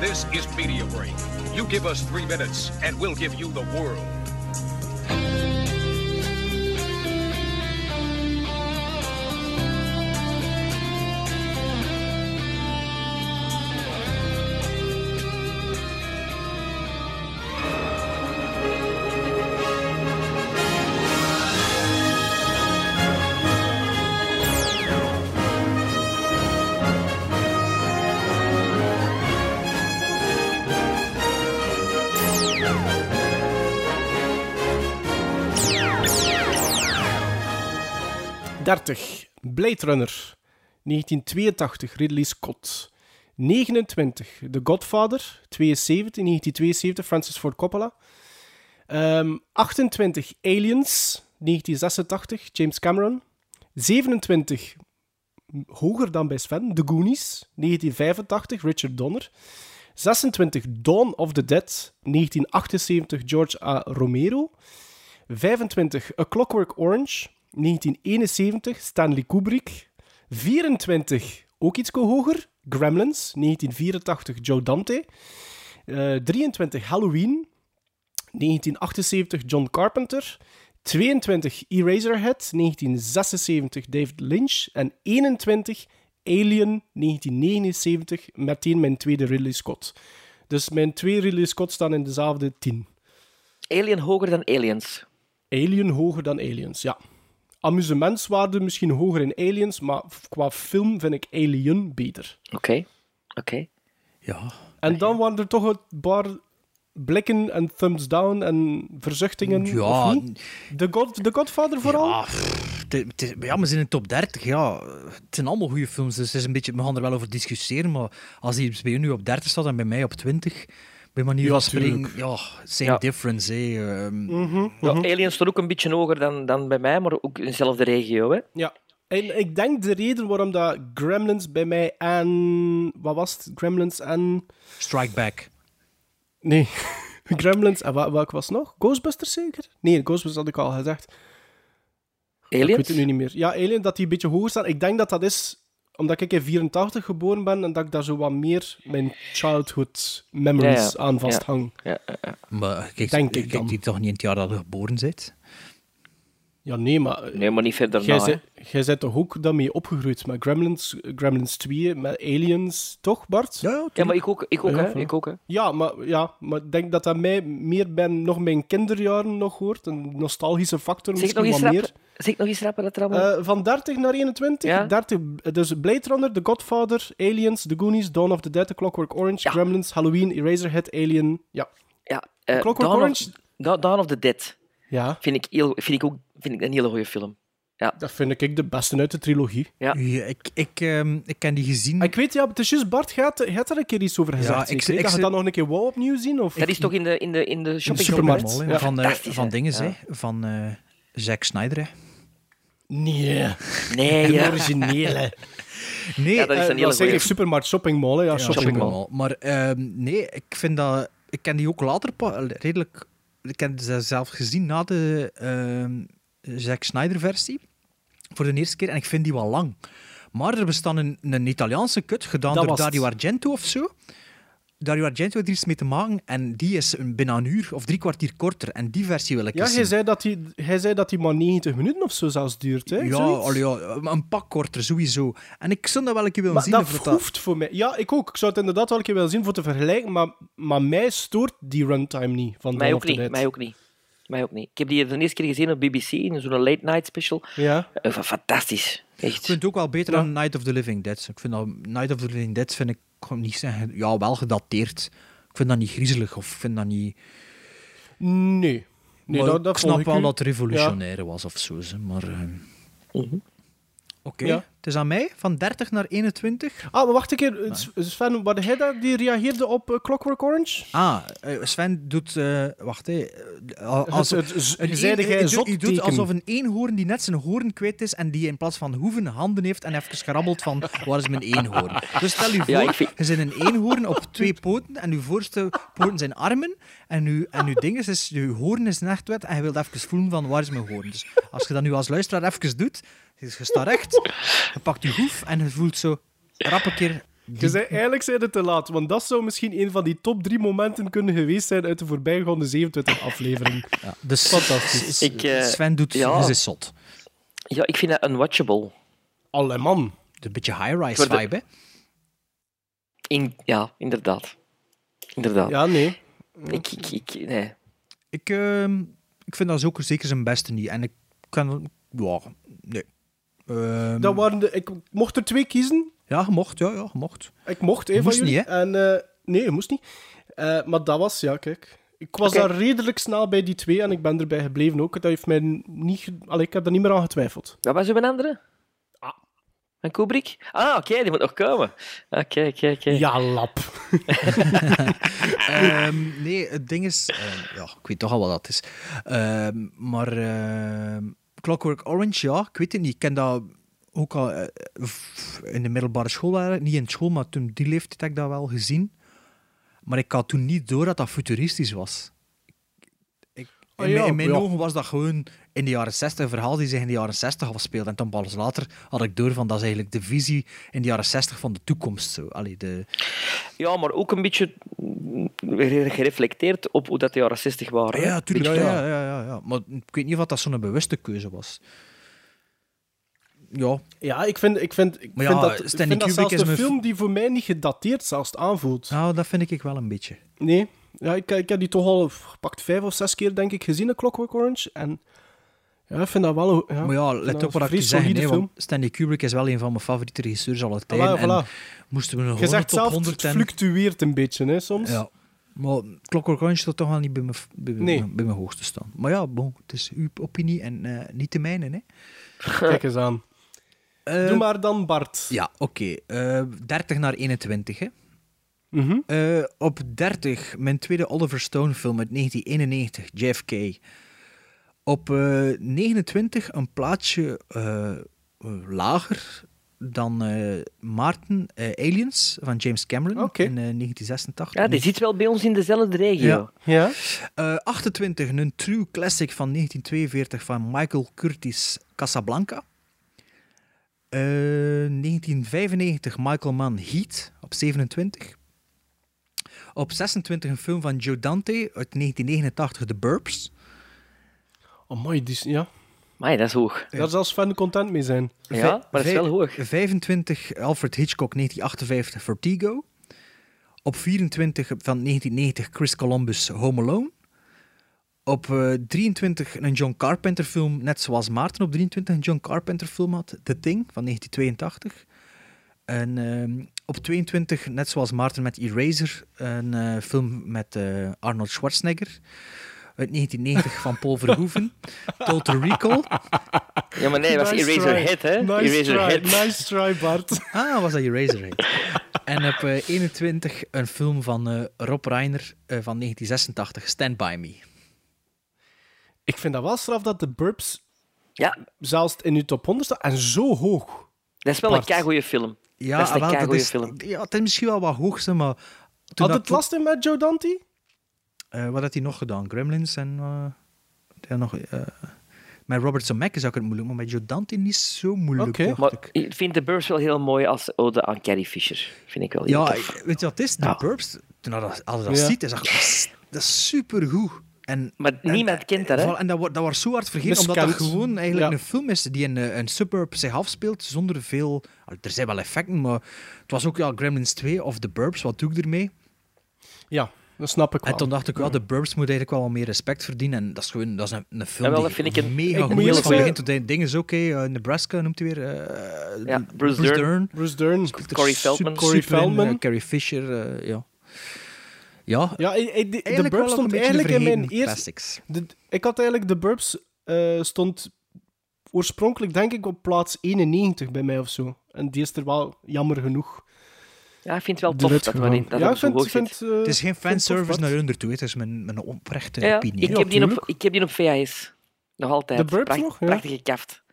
Speaker 11: This is Media Break. You give us three minutes, and we'll give you the world.
Speaker 4: 30. Blade Runner. 1982. Ridley Scott. 29. The Godfather. 72. 1972. Francis Ford Coppola. Ehm, 28. Aliens. 1986. James Cameron. 27. Hoger dan bij Sven. The Goonies. 1985. Richard Donner. 26. Dawn of the Dead. 1978. George A. Romero. 25 A Clockwork Orange, 1971 Stanley Kubrick, 24 ook iets hoger Gremlins, 1984 Joe Dante, Eh, 23 Halloween, 1978 John Carpenter, 22 Eraserhead, 1976 David Lynch en 21 Alien, 1979 meteen mijn tweede Ridley Scott. Dus mijn twee Ridley Scott staan in dezelfde 10.
Speaker 6: Alien hoger dan Aliens.
Speaker 4: Alien hoger dan Aliens, ja. Amusementswaarde misschien hoger in Aliens, maar f- qua film vind ik Alien beter.
Speaker 6: Oké, oké.
Speaker 5: Ja.
Speaker 4: En dan waren er toch een paar blikken en thumbs down en verzuchtingen,
Speaker 5: Ja,
Speaker 4: of niet? De, God, de Godfather vooral?
Speaker 5: Ah, pff, het- het is- ja, we zijn in de top 30. Ja, het zijn allemaal goede films, dus het is een beetje, we gaan er wel over discussiëren. Maar als die bij u nu op 30 staat en bij mij op 20, bij manier
Speaker 4: Ja,
Speaker 5: van spreken,
Speaker 4: tuurlijk.
Speaker 5: ja, same
Speaker 6: Ja.
Speaker 5: difference. Hè. ehm.
Speaker 4: Mhm.
Speaker 6: Ja, Aliens staat ook een beetje hoger dan, dan bij mij, maar ook in dezelfde regio. Hè?
Speaker 4: Ja. En ik denk de reden waarom dat Gremlins bij mij en... Wat was het? Gremlins en...
Speaker 5: Strike back.
Speaker 4: Nee. Gremlins en wa- welk was het nog? Ghostbusters zeker? Nee, Ghostbusters had ik al gezegd. Ik weet
Speaker 6: Aliens?
Speaker 4: het nu niet meer. Ja, Alien, dat die een beetje hoger staan. Ik denk dat dat is omdat ik in 84 geboren ben en dat ik daar zo wat meer mijn childhood memories
Speaker 6: Ja, ja.
Speaker 4: aan vasthang. Ja.
Speaker 6: Ja, eh, ja, ja.
Speaker 5: Maar kijk,
Speaker 4: Denk ik
Speaker 5: kijk
Speaker 4: dan.
Speaker 5: die toch niet in het jaar dat je geboren bent?
Speaker 4: nee, maar... eh,
Speaker 6: Nee, maar niet verder
Speaker 4: Jij
Speaker 6: na. hè.
Speaker 4: zit, jij zit toch ook daarmee opgegroeid met Gremlins, Gremlins 2, met Aliens, toch Bart?
Speaker 6: Ja, maar ik ook, ik ook,
Speaker 4: Ja,
Speaker 6: hè.
Speaker 4: voilà.
Speaker 6: Ik ook hè.
Speaker 4: Ja, maar ja, maar ik denk dat dat mij meer bij nog mijn kinderjaren nog hoort. Een nostalgische factor
Speaker 6: Zeg het
Speaker 4: misschien
Speaker 6: nog eens
Speaker 4: wat meer.
Speaker 6: rapper. Zeg het nog eens rapper dat er allemaal...
Speaker 4: Eh, van 30 naar 21.
Speaker 6: Ja.
Speaker 4: 30, dus Blade Runner, The Godfather, Aliens, The Goonies, Dawn of the Dead, The Clockwork Orange,
Speaker 6: Ja.
Speaker 4: Gremlins, Halloween, Eraserhead, Alien. Ja.
Speaker 6: ja, eh,
Speaker 4: Clockwork
Speaker 6: Dawn
Speaker 4: Orange?
Speaker 6: Of, Da- Dawn of the Dead
Speaker 4: ja.
Speaker 6: vind ik, heel, vind ik ook vind ik een hele goede film.
Speaker 4: Dat vind ik de beste uit de trilogie.
Speaker 6: Ja.
Speaker 5: Ja, ik, ik, ehm, ik ken die gezien.
Speaker 4: Mm. Ik weet, ja, het is juist Bart, je had, je had daar een keer iets over gezegd.
Speaker 5: ik
Speaker 4: zeker,
Speaker 5: zie-
Speaker 4: hè?
Speaker 5: ik
Speaker 4: Ga je
Speaker 5: zie-
Speaker 4: dat nog een keer wow opnieuw zien? Of?
Speaker 6: Dat is toch in de, in de, in de
Speaker 5: in de
Speaker 6: shopping
Speaker 4: supermarkt.
Speaker 5: supermarkt. hè,
Speaker 4: Ja.
Speaker 5: Van, eh,
Speaker 6: Fantastisch,
Speaker 5: van
Speaker 6: hè.
Speaker 5: dingen,
Speaker 6: Ja.
Speaker 5: hè. Van eh, Zack Snyder, hè.
Speaker 4: Nee,
Speaker 6: Nee, ja.
Speaker 4: originele.
Speaker 5: Nee,
Speaker 6: Ja, dat is
Speaker 4: Eh,
Speaker 6: een hele
Speaker 4: zeker
Speaker 6: goeie.
Speaker 4: supermarkt, shoppingmall. hè. Ja, shoppingmall.
Speaker 5: Shoppingmall. Maar ehm, nee, ik vind dat... Ik ken die ook later pa- redelijk... Ik heb ze zelf gezien na de ehm, Zack Snyder-versie. Voor de eerste keer. En ik vind die wel lang. Maar er bestaat een, een Italiaanse kut gedaan
Speaker 4: Dat
Speaker 5: door
Speaker 4: was het.
Speaker 5: Dario Argento of zo. Dario Argento heeft er iets mee te maken. En die is een, binnen een uur of drie kwartier korter. En die versie wil ik
Speaker 4: Ja,
Speaker 5: eens
Speaker 4: jij
Speaker 5: zien.
Speaker 4: zei, dat die, jij zei dat die maar 90 minuten of zo zelfs duurt. Hè?
Speaker 5: Ja,
Speaker 4: Zoiets?
Speaker 5: allee, ja, een pak korter, sowieso. En ik zou dat wel een keer willen
Speaker 4: Maar
Speaker 5: zien.
Speaker 4: dat
Speaker 5: of dat-
Speaker 4: hoeft voor mij. Ja, ik ook. Ik zou het inderdaad wel een keer willen zien voor te vergelijken, maar, maar mij stoort die runtime niet. Van
Speaker 6: Mij
Speaker 4: Dawn
Speaker 6: ook
Speaker 4: of the
Speaker 6: niet,
Speaker 4: Dead.
Speaker 6: mij ook niet. Mij ook niet. Ik heb die de eerste keer gezien op BBC in zo'n late night special.
Speaker 4: Ja.
Speaker 6: Eh, fa- fantastisch. Echt.
Speaker 5: Ik vind het ook wel beter dan Night of the Living Dead. Ik vind dat, Night of the Living Dead vind ik, ik kan niet zeggen, ja, wel gedateerd. Ik vind dat niet griezelig of ik vind dat niet...
Speaker 4: Nee. nee
Speaker 5: maar
Speaker 4: dat, dat
Speaker 5: ik
Speaker 4: volg
Speaker 5: snap wel
Speaker 4: u.
Speaker 5: dat het revolutionair was of zo, ze, maar... eh, Oké,
Speaker 4: Mhm. Ja.
Speaker 5: het is aan mij, van 30 naar 21.
Speaker 4: Ah, maar wacht een keer. S- Sven, wat hij dat die reageerde op eh, Clockwork Orange?
Speaker 5: Ah, eh, Sven doet... eh, wacht, hè. eh, als-
Speaker 4: Het- het-
Speaker 5: een
Speaker 4: zeide
Speaker 5: een-
Speaker 4: jij
Speaker 5: hij doet-
Speaker 4: zot
Speaker 5: hij doet
Speaker 4: teken.
Speaker 5: alsof een eenhoorn die net zijn hoorn kwijt is en die in plaats van hoeven handen heeft en even gerabbeld van waar is mijn eenhoorn. Dus stel u voor,
Speaker 6: Ja, ik vind-
Speaker 5: je bent een eenhoorn op twee poten en uw voorste poten zijn armen en uw, en uw ding is, is uw hoorn is echt wet en je wilt even voelen van waar is mijn hoorn. Dus als je dat nu als luisteraar even doet, dus je staat recht, je pakt je hoef en je voelt zo rap een keer...
Speaker 4: Je zei eigenlijk zijn het te laat, want dat zou misschien een van die top drie momenten kunnen geweest zijn uit de voorbijgaande 27 aflevering.
Speaker 5: Ja, dus
Speaker 4: Fantastisch.
Speaker 6: Ik, eh,
Speaker 5: Sven doet,
Speaker 6: ja.
Speaker 5: ze is zot.
Speaker 6: Ja, ik vind dat unwatchable.
Speaker 4: Alle man.
Speaker 5: Een beetje high-rise
Speaker 6: Ik word-
Speaker 5: vibe, hè?
Speaker 6: In, ja, inderdaad. Inderdaad.
Speaker 4: Ja, nee.
Speaker 6: Ik, ik, ik, nee.
Speaker 5: Ik, ehm, ik vind dat ook zeker zijn beste niet. En ik kan... Ja, nee. Ehm,
Speaker 4: Dat waren de, ik mocht er twee kiezen.
Speaker 5: Ja, je mocht. Ja, ja, je mocht.
Speaker 4: Ik mocht, één van
Speaker 5: Moest
Speaker 4: jullie.
Speaker 5: niet, hè?
Speaker 4: En, eh, nee, je moest niet. Eh, maar dat was, ja, kijk. Ik was
Speaker 6: Oké.
Speaker 4: daar redelijk snel bij die twee en ik ben erbij gebleven ook. Dat heeft mij niet... ge- Allee, ik heb er niet meer aan getwijfeld.
Speaker 6: Wat was uw andere?
Speaker 4: Ah.
Speaker 6: Een Kubrick? Ah, oké, die moet nog komen. Oké, oké, oké.
Speaker 4: Ja, lap.
Speaker 5: Ehm, nee, het ding is... ehm, ja, ik weet toch al wat dat is. Ehm, maar ehm, Clockwork Orange, ja, ik weet het niet. Ik ken dat ook al eh, f- in de middelbare school. waren. Niet in school, maar toen die leeftijd heb ik dat wel gezien. Maar ik had toen niet door dat dat futuristisch was. Ik, in,
Speaker 4: Ah, ja,
Speaker 5: mijn- in mijn
Speaker 4: ja.
Speaker 5: ogen was dat gewoon in de jaren 60 een verhaal die zich in de jaren 60 afspeelde. En dan pas later had ik door van dat is eigenlijk de visie in de jaren 60 van de toekomst. Zo. Allee, de,
Speaker 6: Ja, maar ook een beetje gere- gereflecteerd op hoe dat de jaren 60
Speaker 4: Ah
Speaker 6: waren. hè?
Speaker 5: Ah Ja, tuurlijk.
Speaker 6: Beetje-
Speaker 5: Ja, ja, ja, ja, ja. Maar ik weet niet of dat zo'n bewuste keuze was. Ja,
Speaker 4: Ja, ik vind, ik vind, ik
Speaker 5: Maar
Speaker 4: vind
Speaker 5: ja,
Speaker 4: dat, ik
Speaker 5: Stanley
Speaker 4: vind dat
Speaker 5: Kubrick
Speaker 4: zelfs
Speaker 5: is
Speaker 4: een
Speaker 5: een-
Speaker 4: film die voor mij niet gedateerd zelfs aanvoelt.
Speaker 5: nou, dat vind ik wel een beetje.
Speaker 4: Nee. Ja, ik, ik heb die toch al pff, gepakt vijf of zes keer, denk ik, gezien, de Clockwork Orange. En ja, ik vind dat wel... een- Ja,
Speaker 5: Maar ja,
Speaker 4: ik vind
Speaker 5: let
Speaker 4: dat
Speaker 5: op wat
Speaker 4: een
Speaker 5: ik je
Speaker 4: vrij
Speaker 5: zeg.
Speaker 4: solide
Speaker 5: Nee,
Speaker 4: film.
Speaker 5: want Stanley Kubrick is wel een van mijn favoriete regisseurs aller
Speaker 4: Voilà,
Speaker 5: tijden. en
Speaker 4: voilà.
Speaker 5: moesten we nog
Speaker 4: Je
Speaker 5: gewoon
Speaker 4: zegt
Speaker 5: op top
Speaker 4: zelf,
Speaker 5: 100
Speaker 4: het
Speaker 5: en-
Speaker 4: fluctueert een beetje, hè, soms.
Speaker 5: Ja. Maar Clockwork Orange staat toch wel niet bij mijn, f- bij,
Speaker 4: Nee.
Speaker 5: bij mijn hoogste staan. Maar ja, bon, het is uw opinie en eh, niet de mijne. Hè.
Speaker 4: Kijk eens aan.
Speaker 5: Eh,
Speaker 4: Doe maar dan Bart.
Speaker 5: Ja, oké. Eh 30 naar 21, hè.
Speaker 4: Mhm.
Speaker 5: Eh, op 30, mijn tweede Oliver Stone film uit 1991, JFK. Op eh, 29, een plaatsje eh, lager dan eh, Maarten, eh, Aliens van James Cameron
Speaker 4: Oké.
Speaker 5: in eh, 1986.
Speaker 6: Ja, die zit wel bij ons in dezelfde regio.
Speaker 5: Ja.
Speaker 4: Ja?
Speaker 5: Eh, 28, een true classic van 1942 van Michael Curtis, Casablanca. Eh, 1995, Michael Mann, Heat, op 27. Op 26, een film van Joe Dante uit 1989, The Burbs.
Speaker 4: Amai, Oh, die is, ja.
Speaker 6: Maar dat is hoog.
Speaker 4: daar zal Sven content mee zijn.
Speaker 6: Ja, maar dat is wel
Speaker 5: Vij-
Speaker 6: hoog.
Speaker 5: 25, Alfred Hitchcock, 1958, Vertigo. Op 24 van 1990, Chris Columbus, Home Alone. Op eh, 23 een John Carpenter film, net zoals Maarten op 23 een John Carpenter film had, The Thing van 1982. En ehm, op 22, net zoals Maarten met Eraser, een eh, film met eh, Arnold Schwarzenegger. Uit 1990 van Paul Verhoeven. Total Recall.
Speaker 6: Ja, maar nee, dat was
Speaker 4: Nice
Speaker 6: Eraserhead,
Speaker 4: try.
Speaker 6: hè?
Speaker 4: Nice
Speaker 6: Eraserhead.
Speaker 4: try, nice try, Bart.
Speaker 5: Ah, was dat Eraserhead? en op eh, 21 een film van eh, Rob Reiner eh, van 1986, Stand By Me.
Speaker 4: Ik vind dat wel straf dat de Burbs
Speaker 6: Ja,
Speaker 4: zelfs in uw top 100 staat en zo hoog.
Speaker 6: dat is wel
Speaker 4: Bart.
Speaker 6: een keigoeie film.
Speaker 5: Ja, ah,
Speaker 6: dat is een
Speaker 5: wel,
Speaker 6: keigoeie
Speaker 5: is-
Speaker 6: film.
Speaker 5: Ja, het is misschien wel wat hoogste, maar... Toen
Speaker 4: Had het last in met Joe Dante?
Speaker 5: eh, wat had hij nog gedaan? Gremlins en... eh, ja, nog, eh, met Robert Zemeckis zou ik het moeilijk, maar met Joe Dante niet zo moeilijk.
Speaker 4: Oké.
Speaker 5: dacht
Speaker 6: Maar
Speaker 5: ik.
Speaker 6: ik vind de beurs wel heel mooi als ode aan Carrie Fisher. Vind ik wel heel
Speaker 5: Ja,
Speaker 6: tof.
Speaker 5: weet je wat het is? De
Speaker 6: Ja.
Speaker 5: Burbs, toen dat- als je dat
Speaker 4: Ja.
Speaker 5: ziet, is dat, dat is supergoed. En,
Speaker 6: Maar niemand kent dat, hè?
Speaker 5: Voilà, En dat wordt, dat wordt zo hard vergeten, omdat dat
Speaker 4: Miskend.
Speaker 5: gewoon eigenlijk
Speaker 4: Ja.
Speaker 5: een film is die in eh, een suburb zich afspeelt, zonder veel... Allee, Er zijn wel effecten, maar het was ook ja, Gremlins 2 of The Burbs, wat doe ik ermee?
Speaker 4: Ja, dat snap ik wel.
Speaker 5: En toen dacht ik wel, de Burbs moet eigenlijk wel wat meer respect verdienen. En dat is gewoon dat is een, een film
Speaker 6: Ja, wel,
Speaker 5: die
Speaker 6: dat vind ik een-
Speaker 5: mega
Speaker 4: Ik
Speaker 5: goed
Speaker 4: moet
Speaker 5: is.
Speaker 4: eerlijk
Speaker 5: Van begin
Speaker 4: zeggen-
Speaker 5: tot eind. Ding is oké. eh, Nebraska noemt hij weer. eh,
Speaker 6: Ja, Bruce Dern.
Speaker 4: Bruce Dern.
Speaker 5: Zit er
Speaker 6: Corey
Speaker 5: super-
Speaker 6: Feldman.
Speaker 4: Corey
Speaker 5: super in, eh,
Speaker 4: Feldman.
Speaker 5: Carrie Fisher, eh, ja. Ja,
Speaker 4: Ja, eh, eh, die- de
Speaker 5: eigenlijk
Speaker 4: Burbs
Speaker 5: wel ook een
Speaker 4: stond
Speaker 5: beetje
Speaker 4: eigenlijk in
Speaker 5: een
Speaker 4: mijn
Speaker 5: vergeten
Speaker 4: eerste...
Speaker 5: classics.
Speaker 4: de- ik had eigenlijk de Burbs eh, stond oorspronkelijk denk ik op plaats 91 bij mij of zo. En die is er wel jammer genoeg.
Speaker 6: Ja, ik vind het wel tof
Speaker 4: eruit
Speaker 6: dat we
Speaker 4: gegaan.
Speaker 6: niet dat
Speaker 4: ja,
Speaker 6: het
Speaker 4: ik
Speaker 6: zo
Speaker 4: vind,
Speaker 6: hoog zit.
Speaker 4: vind, eh,
Speaker 5: Het is geen
Speaker 4: vind het tof,
Speaker 5: fanservice
Speaker 4: Bart.
Speaker 5: naar onder toe, het is mijn, mijn oprechte
Speaker 6: Ja,
Speaker 5: opinie.
Speaker 6: ik,
Speaker 5: hè.
Speaker 6: heb die op,
Speaker 4: tuurlijk.
Speaker 6: ik heb die op VHS. Nog altijd.
Speaker 4: De Burbs nog, ja.
Speaker 6: Prachtige kaft.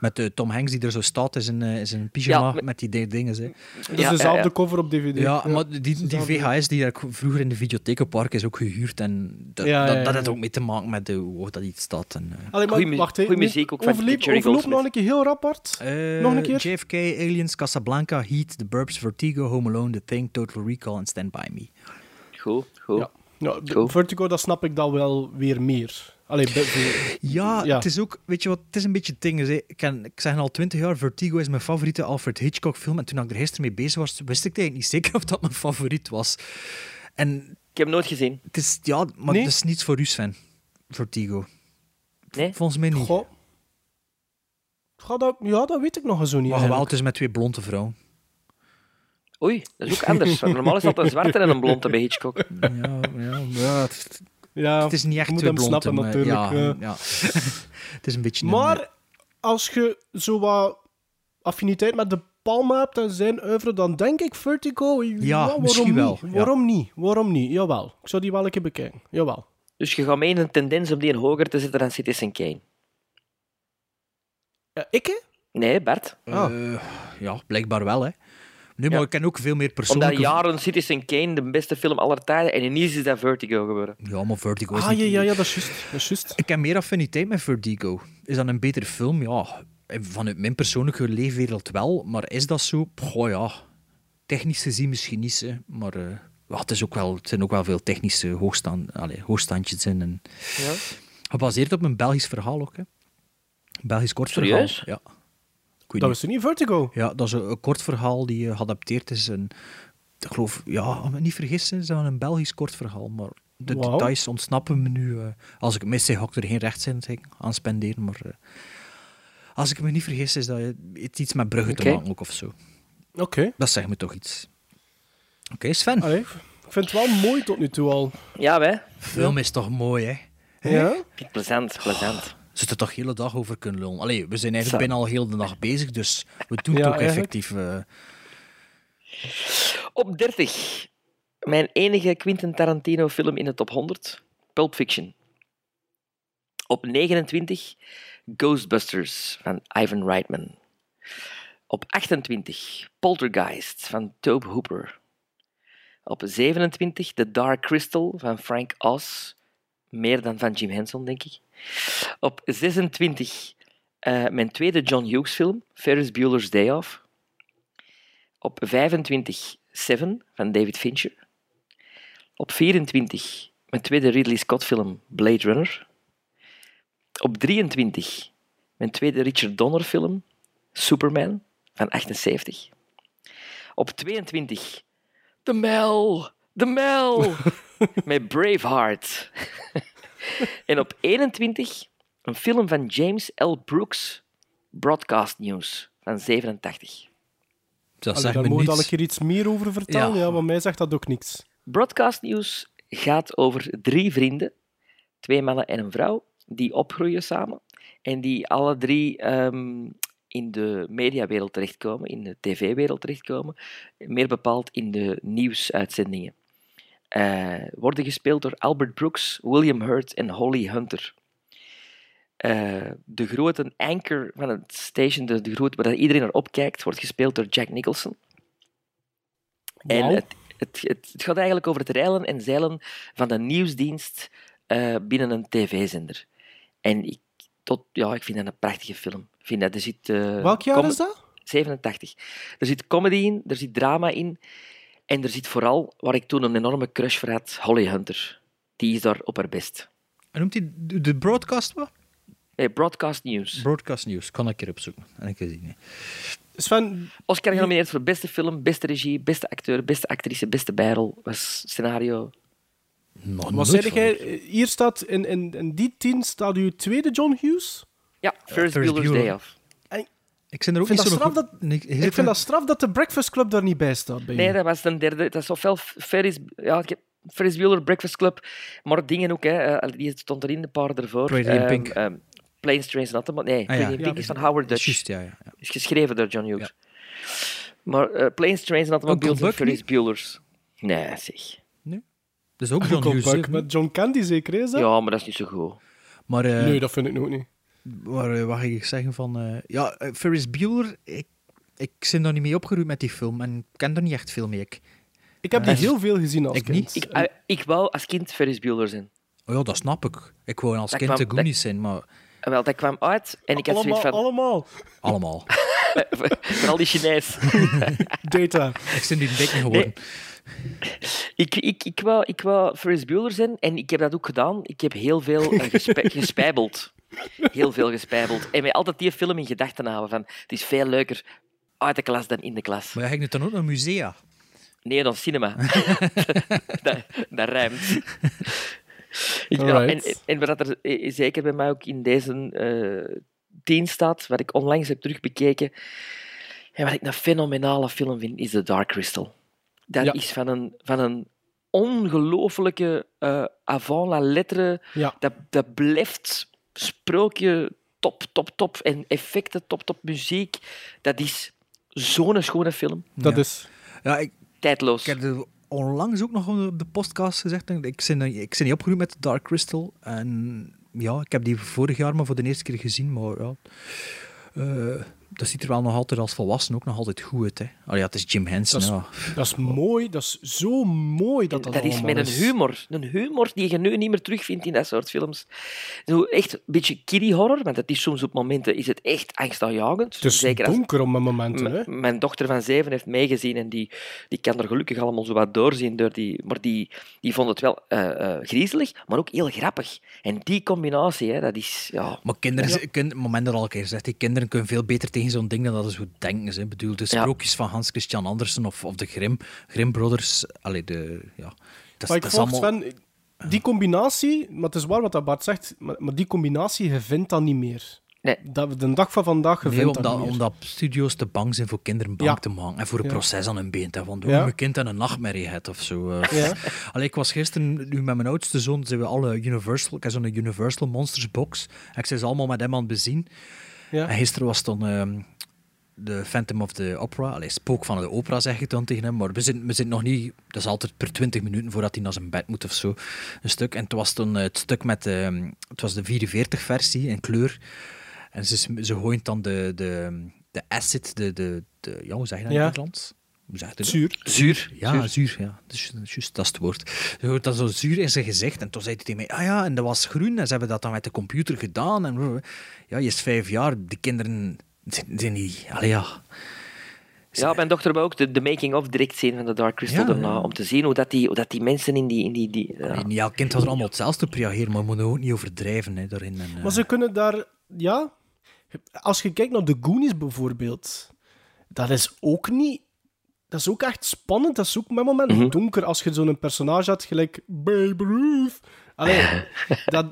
Speaker 5: Met eh, Tom Hanks die er zo staat in zijn, eh, in zijn pyjama,
Speaker 6: Ja, met-
Speaker 5: met die de- dingen. Hè.
Speaker 4: Dat is
Speaker 6: Ja,
Speaker 4: dezelfde
Speaker 6: ja, ja.
Speaker 4: cover op DVD.
Speaker 5: Ja, maar die, die VHS die ik vroeger in de videotheekpark is ook gehuurd. En dat,
Speaker 4: Ja, ja,
Speaker 5: dat,
Speaker 4: ja,
Speaker 5: dat
Speaker 4: ja.
Speaker 5: had ook mee te maken met de, hoe dat iets staat. En, eh.
Speaker 4: Allee, maar
Speaker 6: Goeie mu-
Speaker 4: wacht, hè.
Speaker 6: goeie
Speaker 4: Nu-
Speaker 6: muziek ook van
Speaker 4: overleep-
Speaker 6: Jerry
Speaker 4: overloop
Speaker 6: Goldsmith.
Speaker 4: nog een keer heel rap, Bart.
Speaker 5: Eh,
Speaker 4: nog een keer.
Speaker 5: JFK, Aliens, Casablanca, Heat, The Burbs, Vertigo, Home Alone, The Thing, Total Recall en Stand By Me.
Speaker 6: Goed, goed.
Speaker 4: Ja. Ja, de-
Speaker 6: Cool.
Speaker 4: Vertigo, dat snap ik dan wel weer meer. Allee, be- be-
Speaker 5: Ja,
Speaker 4: Ja.
Speaker 5: het is ook, weet je wat, het is een beetje het ding. is, hè. Ik, ken, ik zeg al twintig jaar, Vertigo is mijn favoriete Alfred Hitchcock film. En toen ik er gisteren mee bezig was, wist ik eigenlijk niet zeker of dat mijn favoriet was. En
Speaker 6: Ik heb hem nooit gezien.
Speaker 5: het is, ja, maar
Speaker 4: Nee?
Speaker 5: het is niets voor u, Sven. Vertigo.
Speaker 6: Nee?
Speaker 5: Volgens mij niet.
Speaker 4: Goh. Goh, dat, ja, dat weet ik nog eens zo niet.
Speaker 5: maar wel,
Speaker 4: eigenlijk.
Speaker 5: het is met twee blonde vrouwen.
Speaker 6: Oei, dat is ook anders. want normaal is dat een zwarte en een blonde bij Hitchcock.
Speaker 5: Ja, ja, ja, het,
Speaker 4: ja,
Speaker 5: het is niet echt
Speaker 4: moet
Speaker 5: twee
Speaker 4: hem
Speaker 5: blonten,
Speaker 4: snappen,
Speaker 5: maar
Speaker 4: natuurlijk, eh.
Speaker 5: Ja,
Speaker 4: ja.
Speaker 5: ja. het is een beetje... een-
Speaker 4: Maar als je zo wat affiniteit met de Palma hebt en zijn oeuvre, dan denk ik Vertigo. Ja, waarom
Speaker 5: misschien
Speaker 4: niet?
Speaker 5: wel, ja.
Speaker 4: Waarom niet? Waarom niet? Jawel. Ik zou die wel een keer bekijken. Jawel.
Speaker 6: Dus je gaat mee in een tendens om die een hoger te zetten dan Citizen Kane.
Speaker 4: Eh, ik, hè? Ah,
Speaker 6: Nee, Bert.
Speaker 5: Eh, ja, blijkbaar wel, hè. Nu, maar ik ken ook veel meer
Speaker 6: Omdat
Speaker 5: persoonlijke...
Speaker 6: jaren Citizen Kane de beste film aller tijden en ineens is dat Vertigo geworden.
Speaker 5: Ja, maar Vertigo is
Speaker 4: Ah,
Speaker 5: niet...
Speaker 4: ja, ja, ja, dat is juist. Dat is juist.
Speaker 5: Ik heb meer affiniteit met Vertigo. Is dat een betere film? Ja, vanuit mijn persoonlijke leefwereld wel. Maar is dat zo? Goh, ja. Technisch gezien misschien niet, hè. maar... eh, ja, het, is ook wel, het zijn ook wel veel technische hoogstand, allez, hoogstandjes in. En,
Speaker 6: Ja.
Speaker 5: Gebaseerd op een Belgisch verhaal ook. Hè. Een Belgisch kort verhaal.
Speaker 6: Serieus?
Speaker 5: Ja. Ik weet
Speaker 4: Dat
Speaker 5: niet.
Speaker 4: is toch niet Vertigo?
Speaker 5: Ja, dat is een, een kort verhaal die eh, geadapteerd is. En, ik geloof, ja, om me niet vergissen, is dat een Belgisch kort verhaal. Maar de
Speaker 4: Wauw.
Speaker 5: details ontsnappen me nu. eh, als ik het mis, zeg, ga ik er geen rechtszin aan spenderen. Maar eh, als ik me niet vergis, is dat eh, het iets met bruggen
Speaker 6: Oké.
Speaker 5: te maken ook of zo.
Speaker 4: Oké.
Speaker 5: Dat zegt me toch iets. Oké, Sven.
Speaker 4: Allee, Ik vind het wel mooi tot nu toe al.
Speaker 6: Ja, wij.
Speaker 5: film is toch mooi, hè?
Speaker 4: Ja?
Speaker 6: Plezant, plezant.
Speaker 5: Ze er toch de hele dag over kunnen lullen. Allee, we zijn eigenlijk
Speaker 6: Zo.
Speaker 5: bijna al heel de dag bezig, dus we doen
Speaker 4: Ja,
Speaker 5: het ook
Speaker 4: eigenlijk.
Speaker 5: effectief. eh.
Speaker 6: Op 30. Mijn enige Quentin Tarantino film in de top 100. Pulp Fiction. Op 29. Ghostbusters van Ivan Reitman. Op 28. Poltergeist van Tobe Hooper. Op 27. The Dark Crystal van Frank Oz. Meer dan van Jim Henson, denk ik. Op 26. eh, mijn tweede John Hughes film, Ferris Bueller's Day Off. Op 25 Seven van David Fincher. Op 24 mijn tweede Ridley Scott film Blade Runner. Op 23 mijn tweede Richard Donner film Superman van 78. Op 22 De Mel, De Mel met Braveheart. en op 21 een film van James L. Brooks, Broadcast News van 87.
Speaker 5: dat
Speaker 4: Allee,
Speaker 5: zegt
Speaker 4: daar
Speaker 5: me
Speaker 4: moet je al een
Speaker 5: niets.
Speaker 4: keer iets meer over vertellen. Ja.
Speaker 5: Ja.
Speaker 4: want mij zegt dat ook niks.
Speaker 6: Broadcast News gaat over drie vrienden, twee mannen en een vrouw, die opgroeien samen en die alle drie ehm, in de mediawereld terechtkomen, in de tv-wereld terechtkomen, meer bepaald in de nieuwsuitzendingen. Eh, worden gespeeld door Albert Brooks, William Hurt en Holly Hunter. Eh, de grote anchor van het station, de, de grote waar iedereen naar opkijkt, wordt gespeeld door Jack Nicholson. En
Speaker 4: Wauw.
Speaker 6: het, het, het, het gaat eigenlijk over het reilen en zeilen van de nieuwsdienst eh, binnen een tv-zender. En ik, tot, ja, ik vind dat een prachtige film. Ik vind dat, er zit, eh,
Speaker 4: Welk jaar
Speaker 6: com-
Speaker 4: is dat?
Speaker 6: 87. Er zit comedy in, er zit drama in. En er zit vooral, waar ik toen een enorme crush voor had, Holly Hunter. Die is daar op haar best.
Speaker 5: En noemt hij de- de broadcast wat?
Speaker 6: Hey, broadcast News.
Speaker 5: Broadcast News, kan ik erop zoeken. En ik zie niet.
Speaker 4: Sven,
Speaker 6: Oscar genomineerd voor beste film, beste regie, beste acteur, beste actrice, beste bijrol, was scenario.
Speaker 5: Nog
Speaker 4: wat
Speaker 5: nooit
Speaker 4: zei
Speaker 5: van
Speaker 4: jij? Hier staat, in, in, in die tien staat uw tweede John Hughes.
Speaker 6: Ja, First
Speaker 5: Eh, Ferris
Speaker 6: Bueller's
Speaker 5: Bueller.
Speaker 6: Day Off.
Speaker 5: Ik vind er ook
Speaker 4: Ik vind
Speaker 5: niet
Speaker 4: dat
Speaker 5: zo
Speaker 4: straf
Speaker 5: goed...
Speaker 4: dat-
Speaker 5: Nee, je
Speaker 4: Ik
Speaker 5: zit
Speaker 4: vind
Speaker 5: er-
Speaker 4: dat straf dat de Breakfast Club daar niet bij staat. Bij
Speaker 6: Nee,
Speaker 4: je.
Speaker 6: dat was de derde. Dat is ofwel Ferris... Ja, ik heb Ferris Bueller, Breakfast Club, maar dingen ook. Hè, eh, die stond erin, de paar ervoor.
Speaker 5: Pretty in
Speaker 6: Ehm,
Speaker 5: Pink. Ah,
Speaker 6: ehm, Planes, Trains, Nothing. Maar nee,
Speaker 5: ja.
Speaker 6: Pretty in
Speaker 5: Ja,
Speaker 6: Pink is van Howard Dutch.
Speaker 5: Juist, ja, ja. ja.
Speaker 6: is geschreven door John Hughes. Maar eh Planes, Trains en Automobiles
Speaker 5: Uncle
Speaker 6: en
Speaker 5: Buck
Speaker 6: Ferris
Speaker 5: niet?
Speaker 6: Bueller's. Nee, zeg.
Speaker 5: Dus ook John
Speaker 4: Uncle
Speaker 5: Hughes.
Speaker 4: Buck
Speaker 5: hè.
Speaker 4: met John Candy zeker, is dat?
Speaker 6: Ja, maar dat is niet zo goed.
Speaker 5: Maar eh,
Speaker 4: Nee, dat vind ik nu ook niet.
Speaker 5: waar, eh, wat ga ik zeggen van... eh, ja, eh, Ferris Bueller, ik, ik zit daar niet mee opgeroeid met die film. En ik ken er niet echt veel mee. Ik,
Speaker 4: Ik heb die heel veel gezien als
Speaker 5: eh, Ik
Speaker 4: kind.
Speaker 6: Ik,
Speaker 5: niet.
Speaker 6: eh, ik wou als kind Ferris Bueller zijn.
Speaker 5: oh ja, dat snap ik. Ik wou als
Speaker 6: Dat
Speaker 5: kind
Speaker 6: kwam-
Speaker 5: de Goonies zijn, maar
Speaker 6: En wel, dat kwam uit en ik had zoiets
Speaker 4: allemaal,
Speaker 6: van...
Speaker 4: allemaal.
Speaker 5: allemaal.
Speaker 6: Vooral die Chinees.
Speaker 4: Data.
Speaker 5: ik zit nu dik geworden.
Speaker 6: Ik, ik, ik, wou, ik wou Ferris Bueller zijn en ik heb dat ook gedaan. Ik heb heel veel eh, gespe- gespijbeld. Heel veel gespijbeld. En mij altijd die film in gedachten houden van... Het is veel leuker uit de klas dan in de klas.
Speaker 5: Maar jij ging het dan ook naar musea.
Speaker 6: Nee, dan cinema. dat, dat rijmt. Ik- ja, en,
Speaker 4: Alright.
Speaker 6: en wat er eh, zeker bij mij ook in deze eh tien staat, wat ik onlangs heb terugbekeken, En wat ik een fenomenale film vind, is The Dark Crystal. Dat
Speaker 4: Ja.
Speaker 6: is van een, van een ongelofelijke eh, avant la lettre.
Speaker 4: Ja.
Speaker 6: Dat, dat blijft sprookje top, top, top. En effecten top, top. Muziek. Dat is zo'n schone film.
Speaker 4: Dat is...
Speaker 5: Ja, ik,
Speaker 6: Tijdloos.
Speaker 5: ik heb het onlangs ook nog op de podcast gezegd. Ik- Ik ben, ik ben niet opgegroeid met Dark Crystal. En ja, ik heb die vorig jaar maar voor de eerste keer gezien. Maar ja, eh, dat ziet er wel nog altijd als volwassen ook nog altijd goed uit. Hè. Allee, ja, het is Jim Henson.
Speaker 4: Dat is,
Speaker 5: ja.
Speaker 4: dat is mooi, dat is zo mooi dat dat,
Speaker 6: Dat is
Speaker 4: allemaal
Speaker 6: met een humor. Een humor die je nu niet meer terugvindt in dat soort films. Zo echt een beetje kiddie horror, want dat is soms op momenten is het echt angstaanjagend.
Speaker 4: Het is
Speaker 6: Zeker als
Speaker 4: donker op mijn momenten, hè.
Speaker 6: M- Mijn dochter van zeven heeft meegezien en die, die kan er gelukkig allemaal zo wat doorzien. Door die, maar die, die vond het wel eh, eh, griezelig, maar ook heel grappig. En die combinatie, hè, dat is... Ja,
Speaker 5: Maar kinderen, ja. moment al een keer gezegd, die kinderen kunnen veel beter tegen zo'n ding dan dat ze goed denken. Ze. Ik bedoel, de
Speaker 6: Ja.
Speaker 5: sprookjes van Hans Christian Andersen of, of de Grimm, Grimm Brothers. Allee, de, ja,
Speaker 4: Maar
Speaker 5: dat, is-
Speaker 4: ik
Speaker 5: dat is
Speaker 4: volg
Speaker 5: allemaal...
Speaker 4: Sven, die combinatie, maar het is waar wat dat Bart zegt, maar, maar die combinatie, je vindt dat niet meer.
Speaker 6: nee,
Speaker 4: Dat, de dag van vandaag, je
Speaker 5: Nee,
Speaker 4: vindt dat
Speaker 5: omdat,
Speaker 4: niet meer.
Speaker 5: omdat studio's te bang zijn voor kinderen bang
Speaker 4: Ja.
Speaker 5: te maken en voor een
Speaker 4: Ja.
Speaker 5: proces aan hun been te hebben. Want
Speaker 4: Ja.
Speaker 5: hoe mijn kind aan een nachtmerrie had of zo. eh.
Speaker 4: Ja.
Speaker 5: Allee, ik was gisteren, nu met mijn oudste zoon, zijn we alle Universal, ik heb zo'n Universal Monsters box. En ik zei ze allemaal met hem aan het bezien.
Speaker 4: Ja.
Speaker 5: En gisteren was dan ehm, de Phantom of the Opera, allee, spook van de opera zeg ik dan tegen hem, maar we zitten, we zitten nog niet, dat is altijd per 20 minuten voordat hij naar zijn bed moet of zo, een stuk. En het was dan eh, het stuk met, ehm, het was de 44 versie in kleur. En ze, sm- ze gooien dan de, de, de acid, de, de, de, ja, hoe zeg je dat in
Speaker 4: Ja.
Speaker 5: Nederland? Hoe zeg je dat?
Speaker 4: Zuur.
Speaker 5: Zuur, ja, zuur. ja. Dat is, dat is juist, dat is het woord. Ze hoort dan zo zuur in zijn gezicht. En toen zei hij tegen mij, ah ja, en dat was groen. En ze hebben dat dan met de computer gedaan. En ja, je is vijf jaar, de kinderen zijn, zijn niet... Allee, ja.
Speaker 6: Ja, mijn dochter wou ook de, de making-of direct zien van de Dark Crystal
Speaker 5: Ja,
Speaker 6: daarna,
Speaker 5: ja.
Speaker 6: om te zien hoe, dat die, hoe dat die mensen in die... In die, die ja.
Speaker 5: Niet elk kind had er allemaal hetzelfde op reageren, maar we moeten ook niet overdrijven hè, daarin. En, eh,
Speaker 4: Maar ze kunnen daar, ja, als je kijkt naar de Goonies bijvoorbeeld, dat is ook niet, dat is ook echt spannend, dat is ook met moment donker als je zo'n personage had, gelijk Babe Ruth. Allee, dat,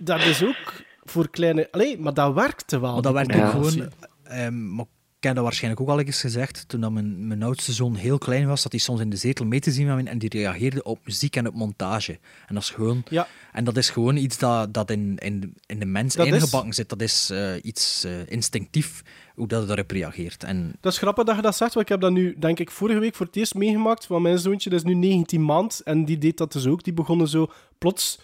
Speaker 4: dat is ook voor kleine, allee, maar dat werkte wel.
Speaker 5: Maar dat
Speaker 4: die
Speaker 5: werd ook
Speaker 4: combinatie.
Speaker 5: gewoon... ehm, maar ik heb dat waarschijnlijk ook al eens gezegd, toen dat mijn, mijn oudste zoon heel klein was, dat hij soms in de zetel mee te zien was en die reageerde op muziek en op montage. En dat is gewoon...
Speaker 4: Ja.
Speaker 5: En dat is gewoon iets dat, dat in, in, in de mens
Speaker 4: Dat is-
Speaker 5: ingebakken zit. Dat is eh, iets eh, instinctief, hoe dat het daarop reageert. En
Speaker 4: Dat is grappig dat je dat zegt, want ik heb dat nu, denk ik, vorige week voor het eerst meegemaakt. Want mijn zoontje dat is nu 19 maand en die deed dat dus ook. Die begonnen zo plots.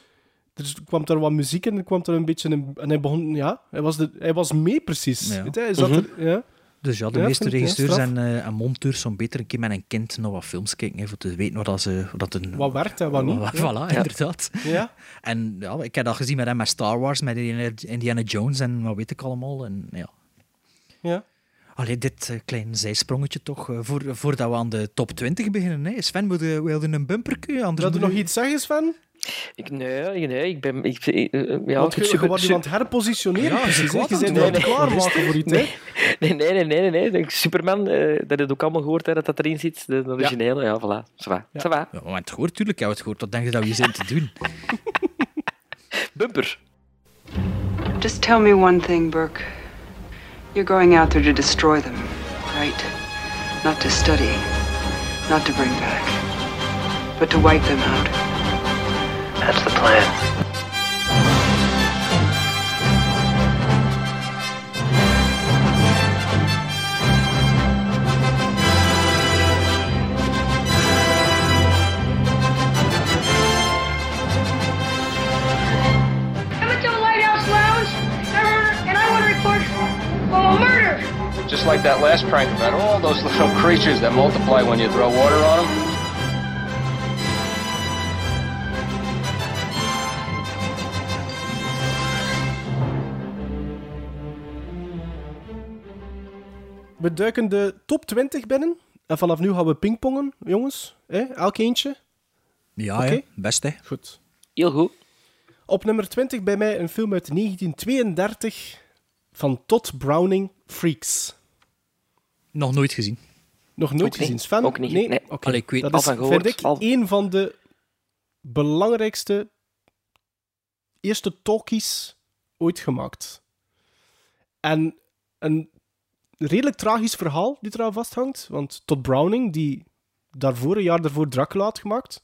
Speaker 4: Er kwam er wat muziek in, er kwam er een beetje een, en hij begon, ja, hij was, de, hij was mee precies.
Speaker 5: Ja.
Speaker 4: Weet je, hij zat er, ja.
Speaker 5: Dus ja, de
Speaker 4: Ja,
Speaker 5: meeste
Speaker 4: vind ik heel
Speaker 5: regisseurs
Speaker 4: straf.
Speaker 5: en, eh, en monteurs om beter een keer met een kind naar wat films kijken, hè, voor te weten wat dat ze... Wat, dat een,
Speaker 4: Wat werkt en wat niet.
Speaker 5: Voilà,
Speaker 4: Ja.
Speaker 5: inderdaad.
Speaker 4: Ja.
Speaker 5: En ja, ik heb dat gezien met hem met Star Wars, met Indiana- Indiana Jones en wat weet ik allemaal. En, ja.
Speaker 4: Ja.
Speaker 5: Allee, dit eh, klein zijsprongetje toch, eh, voor, voordat we aan de top 20 beginnen. Hè. Sven, wilde, wilde een bumperke? Anders
Speaker 4: Wil je
Speaker 5: moet
Speaker 4: nog iets zeggen, Sven?
Speaker 6: Ik, nee, nee, ik ben... Ik, eh, eh, ja,
Speaker 4: Want
Speaker 6: ik
Speaker 4: je, je
Speaker 6: zoek-
Speaker 4: wordt hier
Speaker 6: zoek-
Speaker 4: aan het herpositioneren.
Speaker 5: Ja,
Speaker 4: precies,
Speaker 5: ik
Speaker 4: hè.
Speaker 5: wou
Speaker 4: je
Speaker 5: dat
Speaker 4: bent
Speaker 5: doen.
Speaker 4: aan het klaarmaken voor iets. hè.
Speaker 6: Nee, nee, nee, nee, nee, nee. Superman, eh, dat heb ik ook allemaal gehoord, hè, dat dat erin zit. De de originele, ja, voilà. Ça va. Ça va.
Speaker 5: Ja, we hebben het gehoord, tuurlijk hebben we het gehoord. Wat denk je dat we hier zijn te doen?
Speaker 6: Bumper.
Speaker 12: Just tell me one thing, Burke. You're going out there to destroy them, right? Not to study, not to bring back, but to wipe them out. That's the plan.
Speaker 13: I'm at the Lighthouse Lounge, and I want to report a murder.
Speaker 11: Just like that last prank about all those little creatures that multiply when you throw water on them.
Speaker 4: We duiken de top 20 binnen. En vanaf nu gaan we pingpongen, jongens. hè, Elk eentje.
Speaker 5: Ja,
Speaker 4: Oké.
Speaker 5: hè, best hè.
Speaker 4: Goed.
Speaker 6: Heel goed.
Speaker 4: Op nummer 20 bij mij een film uit 1932 van Todd Browning, Freaks.
Speaker 5: Nog nooit gezien.
Speaker 4: Nog nooit
Speaker 6: Ook niet.
Speaker 4: gezien, Sven?
Speaker 6: Ook niet, nee.
Speaker 4: Oké.
Speaker 5: Allee, ik weet-
Speaker 4: dat
Speaker 6: al
Speaker 4: is,
Speaker 6: van gehoord,
Speaker 4: vind ik,
Speaker 6: al-
Speaker 4: een van de belangrijkste eerste talkies ooit gemaakt. En een redelijk tragisch verhaal die eraan vasthangt. Want Todd Browning, die daarvoor, een jaar daarvoor Dracula had gemaakt,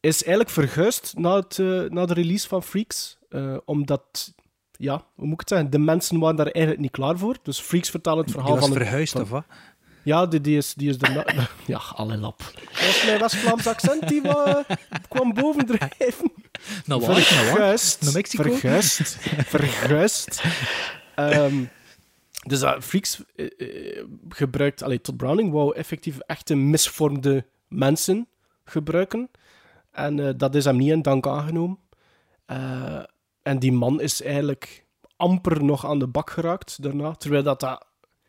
Speaker 4: is eigenlijk verguisd na, het, eh, na de release van Freaks. eh, omdat, ja, hoe moet ik het zeggen, de mensen waren daar eigenlijk niet klaar voor. Dus Freaks vertalen het
Speaker 5: Die
Speaker 4: verhaal
Speaker 5: was
Speaker 4: van... een-
Speaker 5: verhuisd,
Speaker 4: van-
Speaker 5: of wat?
Speaker 4: Ja, die, die is, die is de... ja, alle lap. Dat was mijn West-Vlaams accent die wa- kwam bovendrijven.
Speaker 5: Nou, waar?
Speaker 4: Verguisd.
Speaker 5: Nou, waar? Naar Mexico?
Speaker 4: Verguisd. Verguisd. Ehm, dus dat Freaks eh, eh, gebruikt... Allee, Todd Browning wou effectief echte misvormde mensen gebruiken. En eh, dat is hem niet in dank aangenomen. Eh, en die man is eigenlijk amper nog aan de bak geraakt daarna. Terwijl dat, dat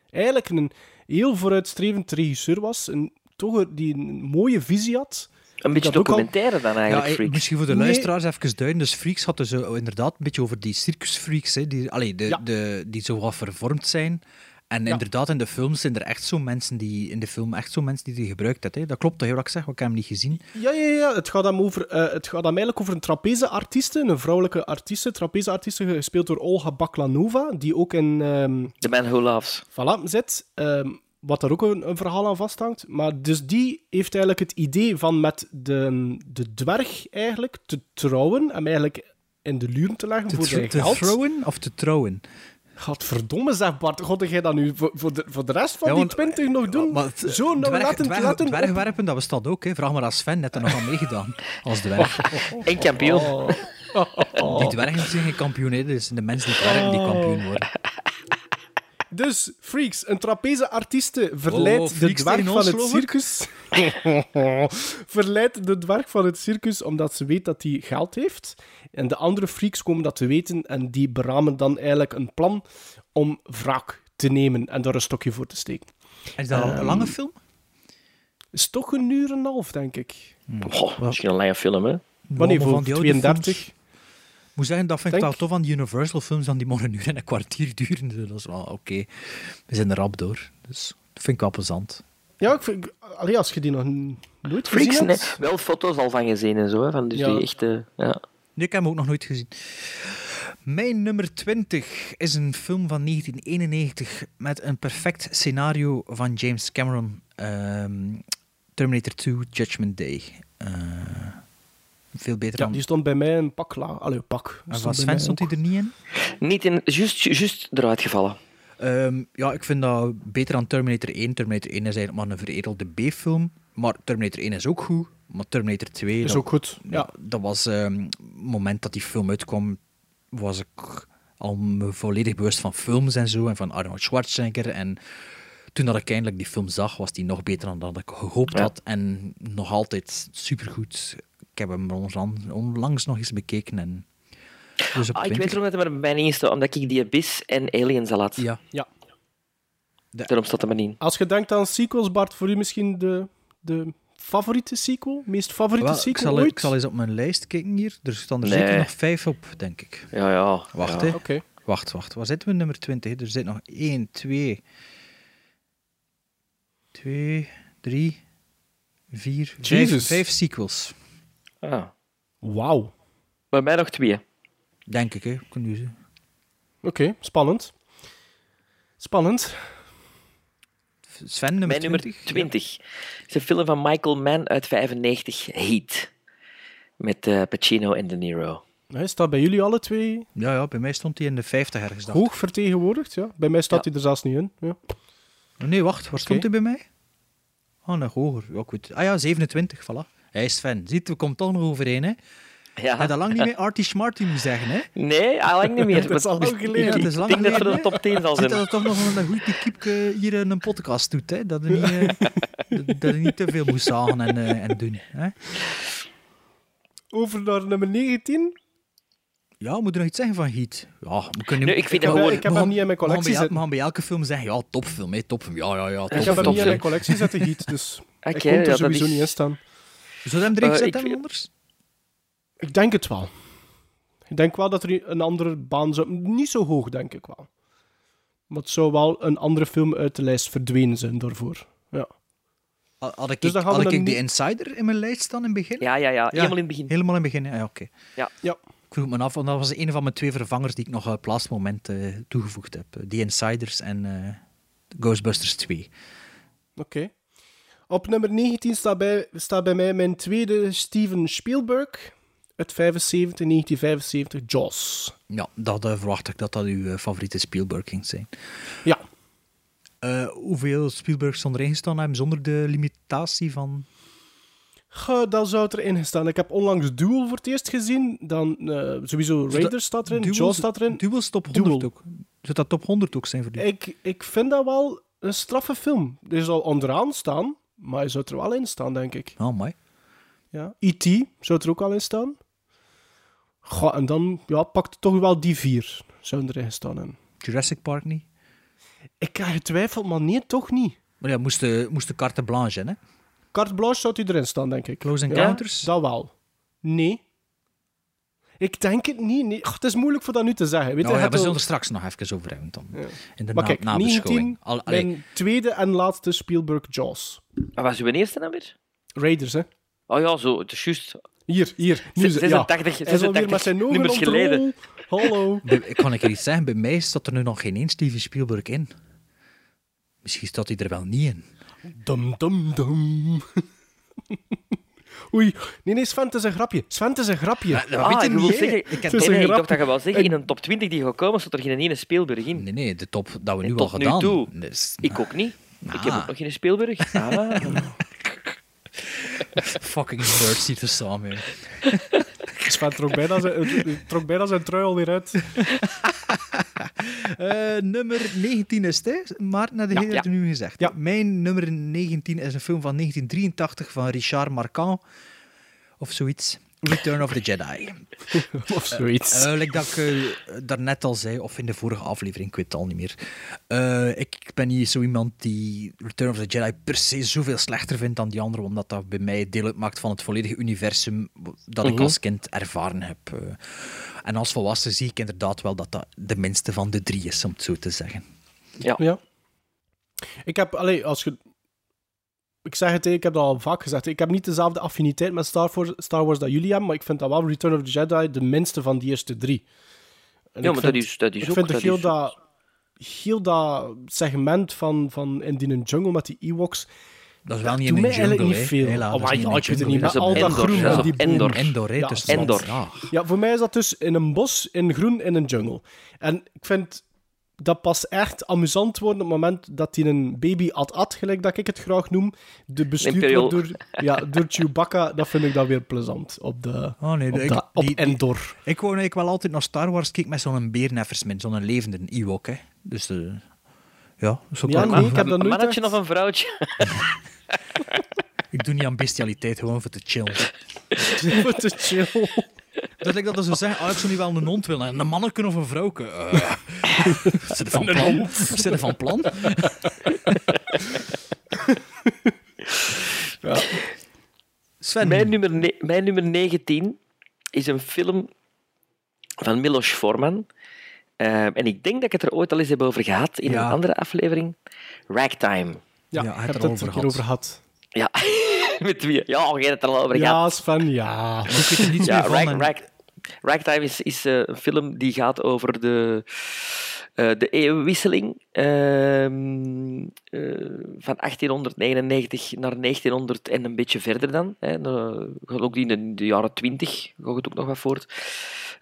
Speaker 4: eigenlijk een heel vooruitstrevend regisseur was. En toch een- die een mooie visie had.
Speaker 6: Een beetje
Speaker 4: Dat ook al-
Speaker 6: documentaire dan eigenlijk,
Speaker 4: Ja,
Speaker 6: Freaks.
Speaker 5: Misschien voor de
Speaker 4: Nee.
Speaker 5: luisteraars even duiden. Dus Freaks had dus eh, inderdaad een beetje over die circusfreaks, hè, die, allee, de, de, die zo wat vervormd zijn. En inderdaad, in de films zijn er echt zo mensen die, in de film echt zo mensen die die gebruikt hebben. hè. Dat klopt, dat heel wat ik zeg, want ik heb hem niet gezien.
Speaker 4: Ja, ja, ja. Het gaat hem, over, eh, het gaat hem eigenlijk over een trapeze-artieste. Een vrouwelijke artieste. Trapeze-artieste gespeeld door Olga Baklanova. Die ook in... ehm,
Speaker 6: The Man Who Loves.
Speaker 4: Voilà, zit. Ehm, wat daar ook een, een verhaal aan vasthangt. Maar dus die heeft eigenlijk het idee van met de, de dwerg eigenlijk te trouwen. Hem eigenlijk in de luren te leggen
Speaker 5: Te,
Speaker 4: voor
Speaker 5: tr-
Speaker 4: zijn
Speaker 5: te
Speaker 4: geld.
Speaker 5: throwen of te trouwen?
Speaker 4: Godverdomme, zeg Bart. God, jij dat nu voor, voor, de, voor de rest van
Speaker 5: Ja,
Speaker 4: die
Speaker 5: want- eh,
Speaker 4: twintig nog doen? Zo, nou,
Speaker 5: dwerg,
Speaker 4: laten,
Speaker 5: dwerg,
Speaker 4: laten
Speaker 5: dwergwerpen, dat bestaat ook. Hè. Vraag maar aan Sven, net er nog aan meegedaan. Als dwerg.
Speaker 6: En kampioen.
Speaker 4: Oh.
Speaker 5: Die dwergen zijn geen kampioen, hè. Dus de mensen die dwergen, die kampioen worden.
Speaker 4: Dus, Freaks, een trapeze-artieste verleidt
Speaker 5: Oh,
Speaker 4: de
Speaker 5: Freaks
Speaker 4: dwerg
Speaker 5: tegen
Speaker 4: van
Speaker 5: ons,
Speaker 4: het
Speaker 5: geloof ik?
Speaker 4: circus... verleidt de dwerg van het circus omdat ze weet dat hij geld heeft. En de andere Freaks komen dat te weten en die beramen dan eigenlijk een plan om wraak te nemen en daar een stokje voor te steken.
Speaker 5: Is dat een
Speaker 4: Ehm,
Speaker 5: lange film?
Speaker 4: Is toch een uur en een half, denk ik.
Speaker 6: Goh, misschien een lange film, hè?
Speaker 4: Wanneer
Speaker 5: Van
Speaker 4: voor
Speaker 5: die oude films.
Speaker 4: 32?
Speaker 5: Ik moet zeggen, dat vind ik
Speaker 4: Denk-
Speaker 5: wel tof aan die Universal films, dan die mogen een uur en een kwartier duren. Dus dat is wel oké. We zijn er rap door. Dus dat vind ik wel plezant.
Speaker 4: Ja, ik vind, allee, als je die nog n- nooit
Speaker 6: Freaks,
Speaker 4: gezien
Speaker 6: nee.
Speaker 4: hebt...
Speaker 6: Wel foto's al van gezien en zo, hè, van dus
Speaker 4: Ja.
Speaker 6: die echte... Ja.
Speaker 5: Nee, ik heb hem ook nog nooit gezien. Mijn nummer 20 is een film van 1991 met een perfect scenario van James Cameron. Ehm, Terminator 2, Judgment Day. Eh, veel beter
Speaker 4: Ja,
Speaker 5: dan...
Speaker 4: die stond bij mij een pak laag. Allee, pak.
Speaker 5: En van
Speaker 4: Stond bij
Speaker 5: Sven
Speaker 4: mij
Speaker 5: stond
Speaker 4: ook.
Speaker 5: hij er niet in?
Speaker 6: Niet in... Juist, juist eruit gevallen.
Speaker 5: Ehm, ja, ik vind dat beter dan Terminator 1. Terminator 1 is eigenlijk maar een veredelde B-film. Maar Terminator 1 is ook goed. Maar Terminator 2...
Speaker 4: Is
Speaker 5: dat-
Speaker 4: ook goed, ja.
Speaker 5: Dat, dat was... ehm, het moment dat die film uitkwam, was ik al me volledig bewust van films en zo. En van Arnold Schwarzenegger. En toen dat ik eindelijk die film zag, was die nog beter dan dat ik gehoopt
Speaker 6: Ja.
Speaker 5: had. En nog altijd supergoed. Ik heb hem onlan- onlangs nog eens bekeken. En dus op
Speaker 6: Ah, ik
Speaker 5: 20.
Speaker 6: weet erom dat hij er bij mij niet in staat, omdat ik die Abyss en Aliens al had.
Speaker 5: Ja.
Speaker 4: Ja.
Speaker 6: Daarom staat hij maar niet in.
Speaker 4: Als je denkt aan sequels, Bart, voor u misschien de, de favoriete sequel? Meest favoriete
Speaker 5: Wel, ik,
Speaker 4: sequel
Speaker 5: zal, e-
Speaker 4: ooit?
Speaker 5: ik zal eens op mijn lijst kijken hier. Er staan er
Speaker 6: Nee.
Speaker 5: zeker nog vijf op, denk ik.
Speaker 6: Ja, ja.
Speaker 5: Wacht,
Speaker 6: ja.
Speaker 5: hè.
Speaker 4: Oké.
Speaker 5: Wacht, wacht. Waar zitten we? Nummer 20. Er zit nog 1, 2, 2, 3, 4, 5,
Speaker 4: Jesus.
Speaker 5: sequels.
Speaker 6: Ah.
Speaker 4: Wauw.
Speaker 6: Bij mij nog twee.
Speaker 5: Denk ik, hè. Ik kan nu zien.
Speaker 4: Oké, spannend. Spannend.
Speaker 5: Sven, nummer
Speaker 6: Mijn
Speaker 5: 20.
Speaker 6: nummer 20 is een film van Michael Mann uit 95, Heat. Met eh, Pacino en De Niro.
Speaker 4: Hij staat bij jullie alle twee
Speaker 5: Ja, ja, bij mij stond hij in de 50 ergens. dacht
Speaker 4: hoog vertegenwoordigd. Ja. Bij mij staat hij er zelfs niet in. Ja.
Speaker 5: ik. Nee, wacht. Waar stond hij bij mij? Oh, nog hoger. Ja, ik weet- Ah ja, 27, voilà. Hij is Sven. Ziet, we komen toch nog overeen, hè.
Speaker 6: Ja.
Speaker 5: Hij had dat lang niet meer Artie Smarty moeten zeggen, hè.
Speaker 6: Nee, al lang niet meer.
Speaker 4: Dat is al
Speaker 6: Maar-
Speaker 4: lang geleden.
Speaker 5: Ja, het is lang
Speaker 6: ik denk dat er
Speaker 5: geleden,
Speaker 6: de top 10 zal
Speaker 5: Ziet
Speaker 6: zijn.
Speaker 5: dat er toch nog een goed kiepje hier in een podcast doet, hè? Dat er niet, eh, dat- dat er niet te veel moest zagen en, eh, en doen. Hè?
Speaker 4: Over naar nummer 19.
Speaker 5: Ja, moet er nog iets zeggen van Heat? Ja, we kunnen...
Speaker 6: Nee, ik
Speaker 4: Ik
Speaker 6: vind dat
Speaker 4: heb-
Speaker 6: gewoon...
Speaker 4: ik heb hem niet in mijn collectie
Speaker 5: We gaan
Speaker 4: zitten.
Speaker 5: bij, we gaan bij elke film zeggen, ja, topfilm, hè, topfilm. Ja, ja, ja,
Speaker 4: Ik heb hem
Speaker 5: topfilm.
Speaker 4: niet in
Speaker 6: Topfilm.
Speaker 4: mijn collectie zitten, Heat. Dus ik
Speaker 6: Oké,
Speaker 4: kom er
Speaker 6: ja, dat
Speaker 4: sowieso
Speaker 6: is-
Speaker 4: niet in staan.
Speaker 5: Zullen we hem erin
Speaker 6: Eh,
Speaker 5: zetten,
Speaker 6: ik-
Speaker 5: anders?
Speaker 4: Ik denk het wel. Ik denk wel dat er een andere baan zou... Niet zo hoog, denk ik wel. Maar het zou wel een andere film uit de lijst verdwenen zijn daarvoor. Ja.
Speaker 5: Had had ik,
Speaker 4: Dus dan gaan we
Speaker 5: had ik,
Speaker 4: hem
Speaker 5: de
Speaker 4: niet-
Speaker 5: Insider in mijn lijst staan in het begin?
Speaker 6: Ja, ja, ja. Helemaal in het begin.
Speaker 5: Helemaal in het begin, ja, ja, oké.
Speaker 4: ja.
Speaker 5: Ik vroeg me af, want dat was een van mijn twee vervangers die ik nog op het laatste moment eh, toegevoegd heb. Die Insiders Eh, en eh, Ghostbusters 2.
Speaker 4: Oké. Op nummer 19 staat bij, staat bij mij mijn tweede Steven Spielberg. Uit 75, 1975, Jaws.
Speaker 5: Ja, dat eh, verwacht ik dat dat uw eh, favoriete Spielberg ging zijn.
Speaker 4: Ja.
Speaker 5: Eh, hoeveel Spielbergs stond erin gestaan hebben zonder de limitatie van...
Speaker 4: Goh, dat zou erin gestaan. Ik heb onlangs Duel voor het eerst gezien. Dan eh, sowieso Raiders staat erin,
Speaker 5: Dus Duel-
Speaker 4: Jaws staat erin.
Speaker 5: Duel top 100 ook. Zou dat top 100 ook zijn voor die?
Speaker 4: Ik, ik vind dat wel een straffe film. Die zal onderaan staan, maar hij zou er wel in staan, denk ik.
Speaker 5: Oh, mooi.
Speaker 4: Ja. E.T. zou er ook al in staan. Goh, en dan ja, pakt toch wel die vier. Zouden erin staan. hebben.
Speaker 5: Jurassic Park niet?
Speaker 4: Ik heb getwijfeld, maar nee, toch niet.
Speaker 5: Maar ja, moest de, moest de carte blanche in, hè? Nou,
Speaker 4: Carte Blanche zou hij erin staan, denk ik.
Speaker 5: Close
Speaker 4: Ja,
Speaker 5: Encounters?
Speaker 4: dat wel. Nee. Ik denk het niet. nee. Ach, het is moeilijk voor dat nu te zeggen. Weet
Speaker 5: Nou
Speaker 4: je,
Speaker 5: ja,
Speaker 4: het
Speaker 5: we
Speaker 4: al-
Speaker 5: zullen er straks nog even over hebben, dan. In
Speaker 4: Maar
Speaker 5: de na-
Speaker 4: kijk,
Speaker 5: nabeschouwing.
Speaker 4: 19,
Speaker 5: Al- allee,
Speaker 4: mijn tweede en laatste Spielberg Jaws.
Speaker 6: Wat Ah, was uw eerste dan weer?
Speaker 4: Raiders, hè?
Speaker 6: Oh ja, zo, het is juist.
Speaker 4: Hier, hier. Nu,
Speaker 6: Zes-
Speaker 4: ze- ja.
Speaker 6: 86,
Speaker 4: Hij is alweer met zijn
Speaker 6: 86
Speaker 4: ogen
Speaker 6: nummers
Speaker 4: rond de
Speaker 6: geleden.
Speaker 4: rol. Hallo.
Speaker 5: bij- ik kan ik er iets zeggen, bij mij staat er nu nog geen één Steven Spielberg in. Misschien staat hij er wel niet in.
Speaker 4: Dum, dum, dum. Oei. Nee, nee, Sven, het is een grapje. Sven, het is een grapje.
Speaker 5: Ah, dat
Speaker 6: Ah,
Speaker 5: weet
Speaker 6: ik
Speaker 5: ik
Speaker 6: wil
Speaker 5: niet, hè.
Speaker 6: zeggen,
Speaker 5: Ik heb-
Speaker 6: ik,
Speaker 5: Het is een
Speaker 6: ik dacht
Speaker 5: grap.
Speaker 6: dat je wel zeggen,
Speaker 5: Ik-
Speaker 6: in een top 20 die gaat komen, zat er geen ene Spielberg in.
Speaker 5: Nee, nee, de top dat we nu al
Speaker 6: tot nu
Speaker 5: gedaan.
Speaker 6: toe.
Speaker 5: Dus,
Speaker 6: Ik ook niet. Ik heb
Speaker 5: Ah.
Speaker 6: ook nog geen Spielberg. Ah.
Speaker 5: fucking nerd ziet er samen. joh.
Speaker 4: Sven trok bijna zijn, eh, trok bijna zijn trui alweer uit.
Speaker 5: Eh, nummer 19 is het, hè? maar naar de
Speaker 4: Ja,
Speaker 5: hele
Speaker 4: ja.
Speaker 5: het nu gezegd. Mijn nummer 19 is een film van 1983 van Richard Marquand of zoiets. Return of the Jedi.
Speaker 4: of zoiets.
Speaker 5: Eh, like dat ik eh, daarnet al zei, of in de vorige aflevering, ik weet het al niet meer. Eh, ik, ik ben niet zo iemand die Return of the Jedi per se zoveel slechter vindt dan die andere, omdat dat bij mij deel uitmaakt van het volledige universum dat ik
Speaker 6: Mhm.
Speaker 5: als kind ervaren heb. Eh, en als volwassen zie ik inderdaad wel dat dat de minste van de drie is, om het zo te zeggen.
Speaker 6: Ja.
Speaker 4: Ik heb, allee, als je. Ik zeg het, ik heb dat al vaak gezegd. Ik heb niet dezelfde affiniteit met Star Wars, Star Wars dat jullie hebben, maar ik vind dat wel Return of the Jedi de minste van die eerste drie. En
Speaker 6: Ja,
Speaker 4: ik
Speaker 6: maar
Speaker 4: vind-
Speaker 6: dat is- dat is
Speaker 4: ik
Speaker 6: ook-
Speaker 4: vind
Speaker 6: dat
Speaker 4: heel
Speaker 6: is
Speaker 4: dat, heel dat segment van, van Indian Jungle met die Ewoks.
Speaker 5: Dat is wel niet
Speaker 4: doet
Speaker 5: in
Speaker 4: mij
Speaker 5: een jungle,
Speaker 4: eigenlijk niet
Speaker 5: hè.
Speaker 4: veel.
Speaker 5: Hela,
Speaker 4: oh,
Speaker 5: dat is
Speaker 4: maar
Speaker 5: niet in
Speaker 4: ja,
Speaker 5: een
Speaker 4: ik weet het
Speaker 5: jungle,
Speaker 4: niet, met
Speaker 5: dat is op
Speaker 4: al dat
Speaker 5: Endor,
Speaker 4: groen
Speaker 5: ja.
Speaker 4: en
Speaker 5: Dat is
Speaker 4: die
Speaker 5: op Endor.
Speaker 4: bomen.
Speaker 5: Endor, hè,
Speaker 4: Ja,
Speaker 5: het is land. Ja.
Speaker 4: Ja, voor mij is dat dus in een bos, in groen, in een jungle. En ik vind dat pas echt amusant worden op het moment dat hij een baby at-at, gelijk dat ik het graag noem, de bestuurd
Speaker 6: Imperial.
Speaker 4: wordt door, ja, door Chewbacca. Dat vind ik dan weer plezant op de...
Speaker 5: Oh nee,
Speaker 4: op
Speaker 5: ik,
Speaker 4: dat- op
Speaker 5: die- die-
Speaker 4: Endor.
Speaker 5: Ik wou eigenlijk wel altijd naar Star Wars kijken met zo'n beerneffersmin, zo'n levende Ewok. Hè. Dus eh, ja, zo
Speaker 4: Ja,
Speaker 5: kan
Speaker 4: nee, ik heb dat
Speaker 6: Een
Speaker 4: nooit
Speaker 6: mannetje
Speaker 4: echt-
Speaker 6: of een vrouwtje?
Speaker 5: Ik doe niet aan bestialiteit, gewoon voor te chillen.
Speaker 4: Wat te chill.
Speaker 5: Dat ik dat dan zo zeg, ah, ik zou nu wel een hond willen. Een manneke of een vrouwke? Eh, Zit er van plan? Zit er van plan? Sven,
Speaker 6: Mijn nummer, ne- mijn nummer 19 is een film van Milos Forman. Ehm, en ik denk dat ik het er ooit al eens heb over gehad in
Speaker 5: Ja.
Speaker 6: een andere aflevering. Ragtime.
Speaker 4: Ja,
Speaker 5: Ja, hij
Speaker 4: ik heb
Speaker 5: had
Speaker 4: het
Speaker 5: er
Speaker 4: een
Speaker 5: over
Speaker 4: keer
Speaker 5: gehad.
Speaker 4: over gehad.
Speaker 6: Ja, met wie? Ja, oh, jij hebt het er al over gehad.
Speaker 4: Ja, Sven, ja.
Speaker 5: ik weet er niets
Speaker 6: Ja,
Speaker 5: meer van.
Speaker 6: Rag,
Speaker 5: en-
Speaker 6: Rag- Ragtime is, is eh, een film die gaat over de, eh, de eeuwwisseling ehm, eh, van 1899 naar 1900 en een beetje verder dan. Hè, Nou, gaat ook in de, de jaren 20 gaat het ook nog wat voort.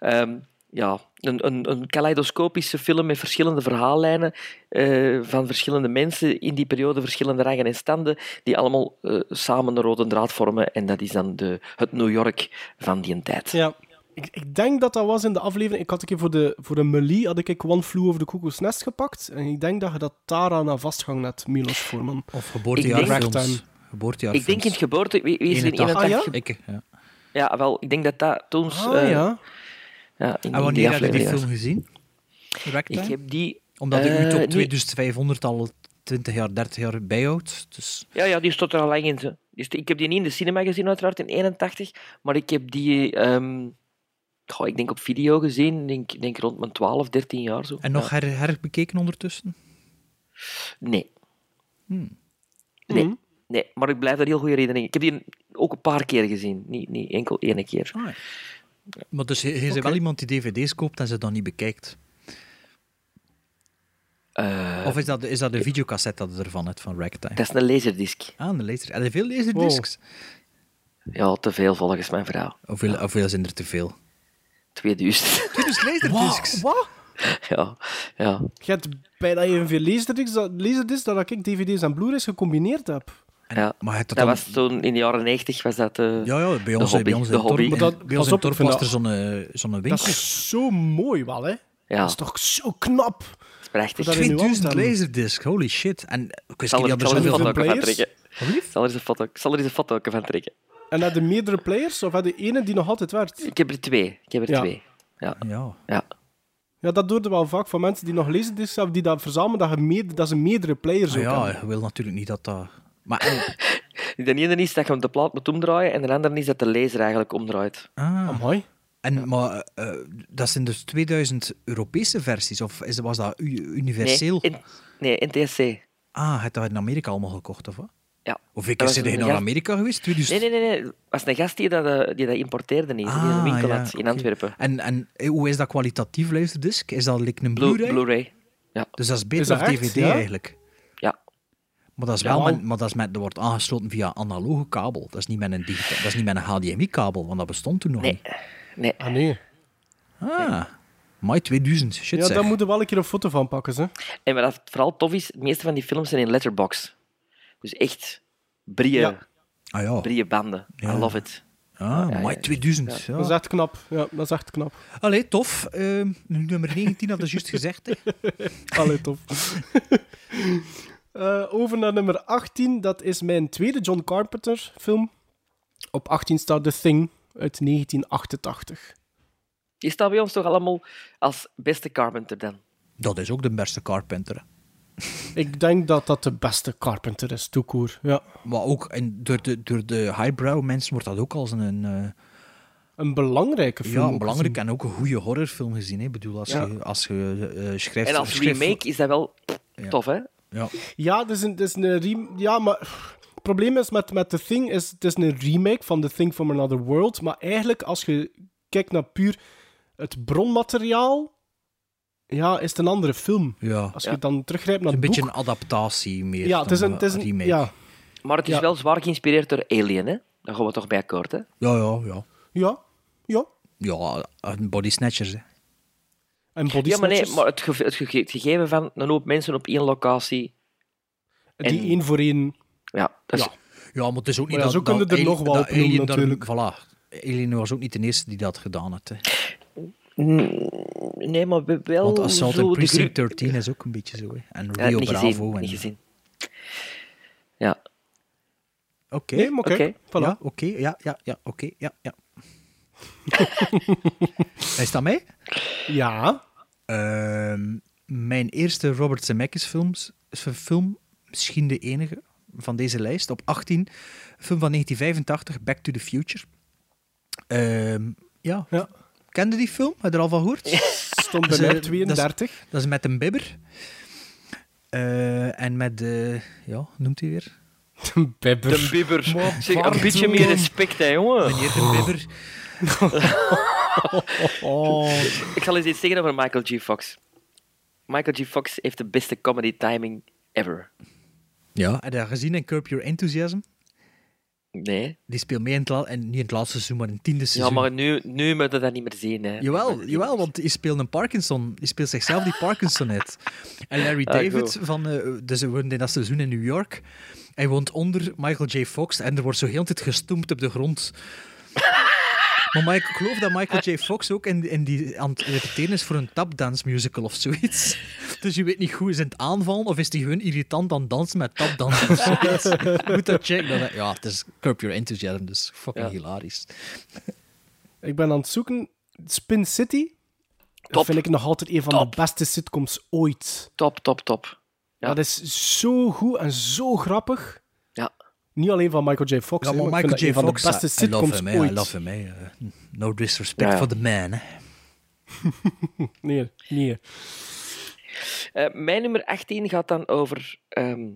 Speaker 6: Ehm, ja, een, een, een kaleidoscopische film met verschillende verhaallijnen eh, van verschillende mensen in die periode, verschillende rangen en standen, die allemaal eh, samen een rode draad vormen. En dat is dan de, het New York van die tijd.
Speaker 4: Ja. Ik, ik denk dat dat was in de aflevering. Ik had een keer voor de, voor de Melie had ik een One Flew over de Cuckoo's Nest gepakt. En ik denk dat je dat daaraan aan vastgang net Milos Forman. Ik
Speaker 5: Of
Speaker 4: denk-
Speaker 5: geboortejaarfilms. Geboortejaarfilms.
Speaker 6: Ik denk in het geboorte... Wie, wie is er in 81?
Speaker 4: Ah, ja?
Speaker 5: Ik, ja.
Speaker 6: Ja, wel, ik denk dat dat toen...
Speaker 4: Ah
Speaker 6: eh,
Speaker 4: ja.
Speaker 6: ja, in,
Speaker 5: En
Speaker 6: in die
Speaker 5: wanneer heb je die
Speaker 6: aflevering
Speaker 5: film gezien?
Speaker 6: was. Ik
Speaker 5: Ragtime?
Speaker 6: heb die...
Speaker 5: Omdat de
Speaker 6: eh,
Speaker 5: u
Speaker 6: nee.
Speaker 5: top 2500 dus al 20 jaar, 30 jaar bijhoudt. Dus
Speaker 6: Ja, ja, die stond er al lang in. ze. Die st- Ik heb die niet in de cinema gezien, uiteraard, in 81. Maar ik heb die... ehm, goh, ik denk op video gezien. Ik denk, denk rond mijn 12, 13 jaar zo.
Speaker 5: En nog
Speaker 6: Ja.
Speaker 5: her, herbekeken ondertussen?
Speaker 6: Nee.
Speaker 5: Hmm.
Speaker 6: Nee. Nee, maar ik blijf daar heel goede redening. Ik heb die ook een paar keer gezien, niet, niet enkel ene keer.
Speaker 5: Ah, ja. Maar dus je, je bent wel iemand die dvd's koopt en ze dan niet bekijkt.
Speaker 6: Eh,
Speaker 5: Of is dat, is dat de videocassette dat je ervan hebt van Ragtime?
Speaker 6: Dat is een laserdisc.
Speaker 5: Ah, een laser. Heb je veel laserdiscs?
Speaker 6: Ja, te veel volgens mijn verhaal.
Speaker 5: Hoeveel, hoeveel zijn er te veel?
Speaker 6: 2000.
Speaker 5: Typisch
Speaker 4: laserdiscs. Wat?
Speaker 6: ja, ja.
Speaker 4: Je hebt bijna evenveel laserdiscs dat, laserdiscs dat ik dvd's en blu-rays gecombineerd heb.
Speaker 6: ja.
Speaker 5: Maar
Speaker 6: dat
Speaker 5: dan-
Speaker 6: was toen in de jaren 90 was dat eh
Speaker 5: Ja, ja bij
Speaker 6: de
Speaker 5: ons,
Speaker 6: hobby.
Speaker 5: bij ons
Speaker 6: de
Speaker 5: in
Speaker 6: hobby.
Speaker 5: Torp,
Speaker 4: Maar dat-
Speaker 5: bij
Speaker 4: pas
Speaker 5: ons in
Speaker 4: op,
Speaker 5: Torpen was
Speaker 4: dat-
Speaker 5: er zo'n eh, zo'n
Speaker 4: Dat
Speaker 5: winkel.
Speaker 4: is zo mooi wel, hè?
Speaker 6: Ja.
Speaker 4: Dat is toch zo knap?
Speaker 6: Dat is prachtig.
Speaker 4: dat in uw
Speaker 5: 2000
Speaker 4: afstand.
Speaker 5: laserdiscs, holy shit. En ik
Speaker 6: Ik
Speaker 5: wist
Speaker 6: zal
Speaker 5: niet
Speaker 6: er,
Speaker 5: dat
Speaker 6: ik
Speaker 5: er
Speaker 6: zal er een
Speaker 5: zoveel
Speaker 6: foto
Speaker 5: van
Speaker 6: van
Speaker 5: players-
Speaker 6: trekken. Ik zal er eens een foto, ik zal er eens een foto van trekken.
Speaker 4: En had de meerdere players of had de ene die nog altijd werkt?
Speaker 6: Ik heb er twee. Ik heb er
Speaker 4: Ja.
Speaker 6: twee. Ja.
Speaker 5: Ja.
Speaker 6: ja.
Speaker 4: Ja, dat hoorde wel vaak van mensen die nog laserdiscs hebben, die dat verzamelen, dat, je meerd- dat ze meerdere players
Speaker 5: Maar
Speaker 4: ook
Speaker 5: Ah ja,
Speaker 4: hebben.
Speaker 5: je wil natuurlijk niet dat dat... Maar, eh, en-
Speaker 6: De ene is dat je hem de plaat moet omdraaien en de andere is dat de laser eigenlijk omdraait.
Speaker 5: ah,
Speaker 4: Mooi.
Speaker 5: en, maar eh, dat zijn dus 2000 Europese versies? Of is, was dat u- universeel?
Speaker 6: Nee, in- nee, NTSC.
Speaker 5: Ah, heb je dat in Amerika allemaal gekocht, of wat?
Speaker 6: Ja.
Speaker 5: Of ik
Speaker 6: Dat
Speaker 5: is
Speaker 6: was
Speaker 5: er
Speaker 6: een
Speaker 5: naar
Speaker 6: gast-
Speaker 5: Amerika geweest?
Speaker 6: Nee,
Speaker 5: 2000...
Speaker 6: nee, nee. nee. Dat was een gast die dat, eh, die dat importeerde niet. die een
Speaker 5: Ah,
Speaker 6: winkel
Speaker 5: ja,
Speaker 6: had in
Speaker 5: oké.
Speaker 6: Antwerpen.
Speaker 5: En, en eh, hoe is dat kwalitatief, luisterdisc? Is dat like een
Speaker 6: Blu-
Speaker 5: Blu-ray?
Speaker 6: Blu-ray. ja.
Speaker 5: dus dat is
Speaker 4: Is
Speaker 5: beter
Speaker 4: dat
Speaker 5: dan
Speaker 4: echt?
Speaker 5: DVD
Speaker 4: Ja?
Speaker 5: eigenlijk.
Speaker 6: Ja.
Speaker 5: Maar dat is
Speaker 4: Ja,
Speaker 5: wel,
Speaker 4: maar-
Speaker 5: met, maar dat is met, dat wordt aangesloten via analoge kabel. Dat is niet met een digita- dat is niet met een HDMI-kabel, want dat bestond toen nog
Speaker 6: Nee.
Speaker 5: niet.
Speaker 6: Nee.
Speaker 4: Ah, nee.
Speaker 5: Ah, mei 2000, shit
Speaker 4: Ja,
Speaker 5: zeg.
Speaker 4: daar moeten we wel een keer een foto van pakken, hè?
Speaker 6: En wat dat vooral tof is, de meeste van die films zijn in letterbox. Dus echt brie,
Speaker 4: Ja.
Speaker 5: Ah ja,
Speaker 6: brie banden. I love it.
Speaker 5: ah,
Speaker 6: ja,
Speaker 5: mei
Speaker 6: ja.
Speaker 5: 2000. Ja.
Speaker 4: Dat is echt knap. Ja, dat is echt knap.
Speaker 5: Allee, tof. Ehm, nu nummer 19 had dat juist gezegd. hè.
Speaker 4: Allee, tof. Eh, over naar nummer 18. Dat is mijn tweede John Carpenter film. Op 18 staat The Thing uit 1988.
Speaker 6: Die staat bij ons toch allemaal als beste Carpenter dan?
Speaker 5: Dat is ook de beste Carpenter. hè.
Speaker 4: Ik denk dat dat de beste Carpenter is, toekoer. Ja.
Speaker 5: Maar ook en door, de, door de highbrow mensen wordt dat ook als een... eh,
Speaker 4: Een belangrijke film.
Speaker 5: Ja,
Speaker 4: ook
Speaker 5: belangrijk
Speaker 4: gezien.
Speaker 5: en ook een goede horrorfilm gezien. Hè. Ik bedoel, als
Speaker 4: Ja.
Speaker 5: je, als je eh, schrijft...
Speaker 6: En als
Speaker 5: schrijft-
Speaker 6: remake is dat wel
Speaker 5: Ja.
Speaker 6: tof, hè?
Speaker 5: Ja.
Speaker 4: Ja, het is een, het is een rem- Ja, maar... Het probleem is met, met The Thing, is, het is een remake van The Thing from Another World. Maar eigenlijk, als je kijkt naar puur het bronmateriaal, ja, is het een andere film.
Speaker 5: ja.
Speaker 4: Als
Speaker 6: Ja.
Speaker 4: je dan teruggrijpt naar
Speaker 5: Een
Speaker 4: het
Speaker 5: beetje
Speaker 4: boek-
Speaker 5: een adaptatie meer
Speaker 4: Ja, het is
Speaker 5: dan
Speaker 4: een, het is een
Speaker 5: remake.
Speaker 4: Ja,
Speaker 6: Maar het is
Speaker 4: Ja.
Speaker 6: wel zwaar geïnspireerd door Alien, hè? Daar gaan we toch bij akkoord, hè?
Speaker 5: ja, ja, ja.
Speaker 4: ja, ja.
Speaker 5: Ja, een body snatchers. Hè.
Speaker 4: En body
Speaker 6: ja, maar nee,
Speaker 4: snatchers,
Speaker 6: maar het, geve- het, gege- het gegeven van een hoop mensen op één locatie,
Speaker 4: die
Speaker 6: en-
Speaker 4: één voor één.
Speaker 6: ja, dat is,
Speaker 5: Ja. Ja, maar het is ook niet
Speaker 4: Maar ja,
Speaker 5: dat...
Speaker 4: zo kunnen
Speaker 5: dat
Speaker 4: er nog
Speaker 5: Ali-
Speaker 4: wel
Speaker 5: dat
Speaker 4: opnoemen,
Speaker 5: Alien daar-
Speaker 4: natuurlijk.
Speaker 5: Voilà. Alien was ook niet de eerste die dat gedaan had. Hè.
Speaker 6: Oh, Mm, Nee, maar we- wel
Speaker 5: Want Assault
Speaker 6: zo
Speaker 5: in
Speaker 6: de
Speaker 5: Precinct
Speaker 6: gru-
Speaker 5: 13 is ook een beetje zo. Hè. En
Speaker 6: Ja,
Speaker 5: Rio
Speaker 6: niet
Speaker 5: Bravo.
Speaker 6: gezien,
Speaker 5: en...
Speaker 6: niet gezien. Ja,
Speaker 5: Oké.
Speaker 4: Nee, maar oké.
Speaker 6: Oké.
Speaker 4: Voilà.
Speaker 5: Ja, oké. Ja, ja, ja. Oké, ja, ja. is dat mij?
Speaker 4: Ja.
Speaker 5: Ehm, mijn eerste Robert Zemeckis films, film, misschien de enige van deze lijst, op 18, film van 1985, Back to the Future. Ehm, ja.
Speaker 4: Ja.
Speaker 5: Kende die film? Heb je er al van gehoord?
Speaker 4: Stond bij
Speaker 5: Dus,
Speaker 4: mij
Speaker 5: eh,
Speaker 4: op 32.
Speaker 5: Dat is met een bibber. Eh, en met, eh, ja, noemt hij weer?
Speaker 6: de
Speaker 4: Bibber.
Speaker 6: bibber.
Speaker 4: Maar
Speaker 6: Zeg, een
Speaker 4: pardon.
Speaker 6: beetje meer respect, hè, jongen.
Speaker 5: Meneer de bibber.
Speaker 4: Oh,
Speaker 6: Ik zal eens iets zeggen over Michael G. Fox. Michael G. Fox heeft de beste comedy timing ever.
Speaker 5: Ja, heb je dat gezien in Curb Your Enthusiasm?
Speaker 6: Nee.
Speaker 5: Die speelt mee in het, la- en niet in het laatste seizoen, maar in het tiende
Speaker 6: Ja,
Speaker 5: seizoen.
Speaker 6: maar nu, nu moet je dat niet meer zien, hè.
Speaker 5: Jawel, jawel, want hij speelt een Parkinson. Hij speelt zichzelf die Parkinson uit. En Larry
Speaker 6: Ah,
Speaker 5: David,
Speaker 6: goed.
Speaker 5: van, eh, dus hij woont in dat seizoen in New York. Hij woont onder Michael J. Fox en er wordt zo heel de tijd gestoemd op de grond. Maar Mike, ik geloof dat Michael J. Fox ook in, in die, aan het repeteren is voor een tapdance musical of zoiets. Dus je weet niet goed, is het aanvallen of is hij gewoon irritant aan het dansen met tapdansen of zoiets. Je Moet dat checken. Dat- Ja, het is Curb Your Enthusiasm, dus fucking
Speaker 6: Ja.
Speaker 5: hilarisch.
Speaker 4: ik ben aan het zoeken. Spin City.
Speaker 6: Top.
Speaker 4: Dat vind ik nog altijd een van
Speaker 6: Top.
Speaker 4: de beste sitcoms ooit.
Speaker 6: Top, top, top. Ja.
Speaker 4: Dat is zo goed en zo grappig.
Speaker 6: Ja.
Speaker 4: Niet alleen van Michael J. Fox.
Speaker 5: Ja,
Speaker 4: hè,
Speaker 5: maar
Speaker 4: maar ik
Speaker 5: Michael J.
Speaker 4: vind dat een
Speaker 5: Fox,
Speaker 4: van de beste
Speaker 5: I
Speaker 4: sitcoms
Speaker 5: love him, eh,
Speaker 4: ooit.
Speaker 5: I love him, eh. Uh, No disrespect
Speaker 6: Ja, ja.
Speaker 5: for the man. eh.
Speaker 4: Nee, nee.
Speaker 6: Eh, mijn nummer 18 gaat dan over ehm,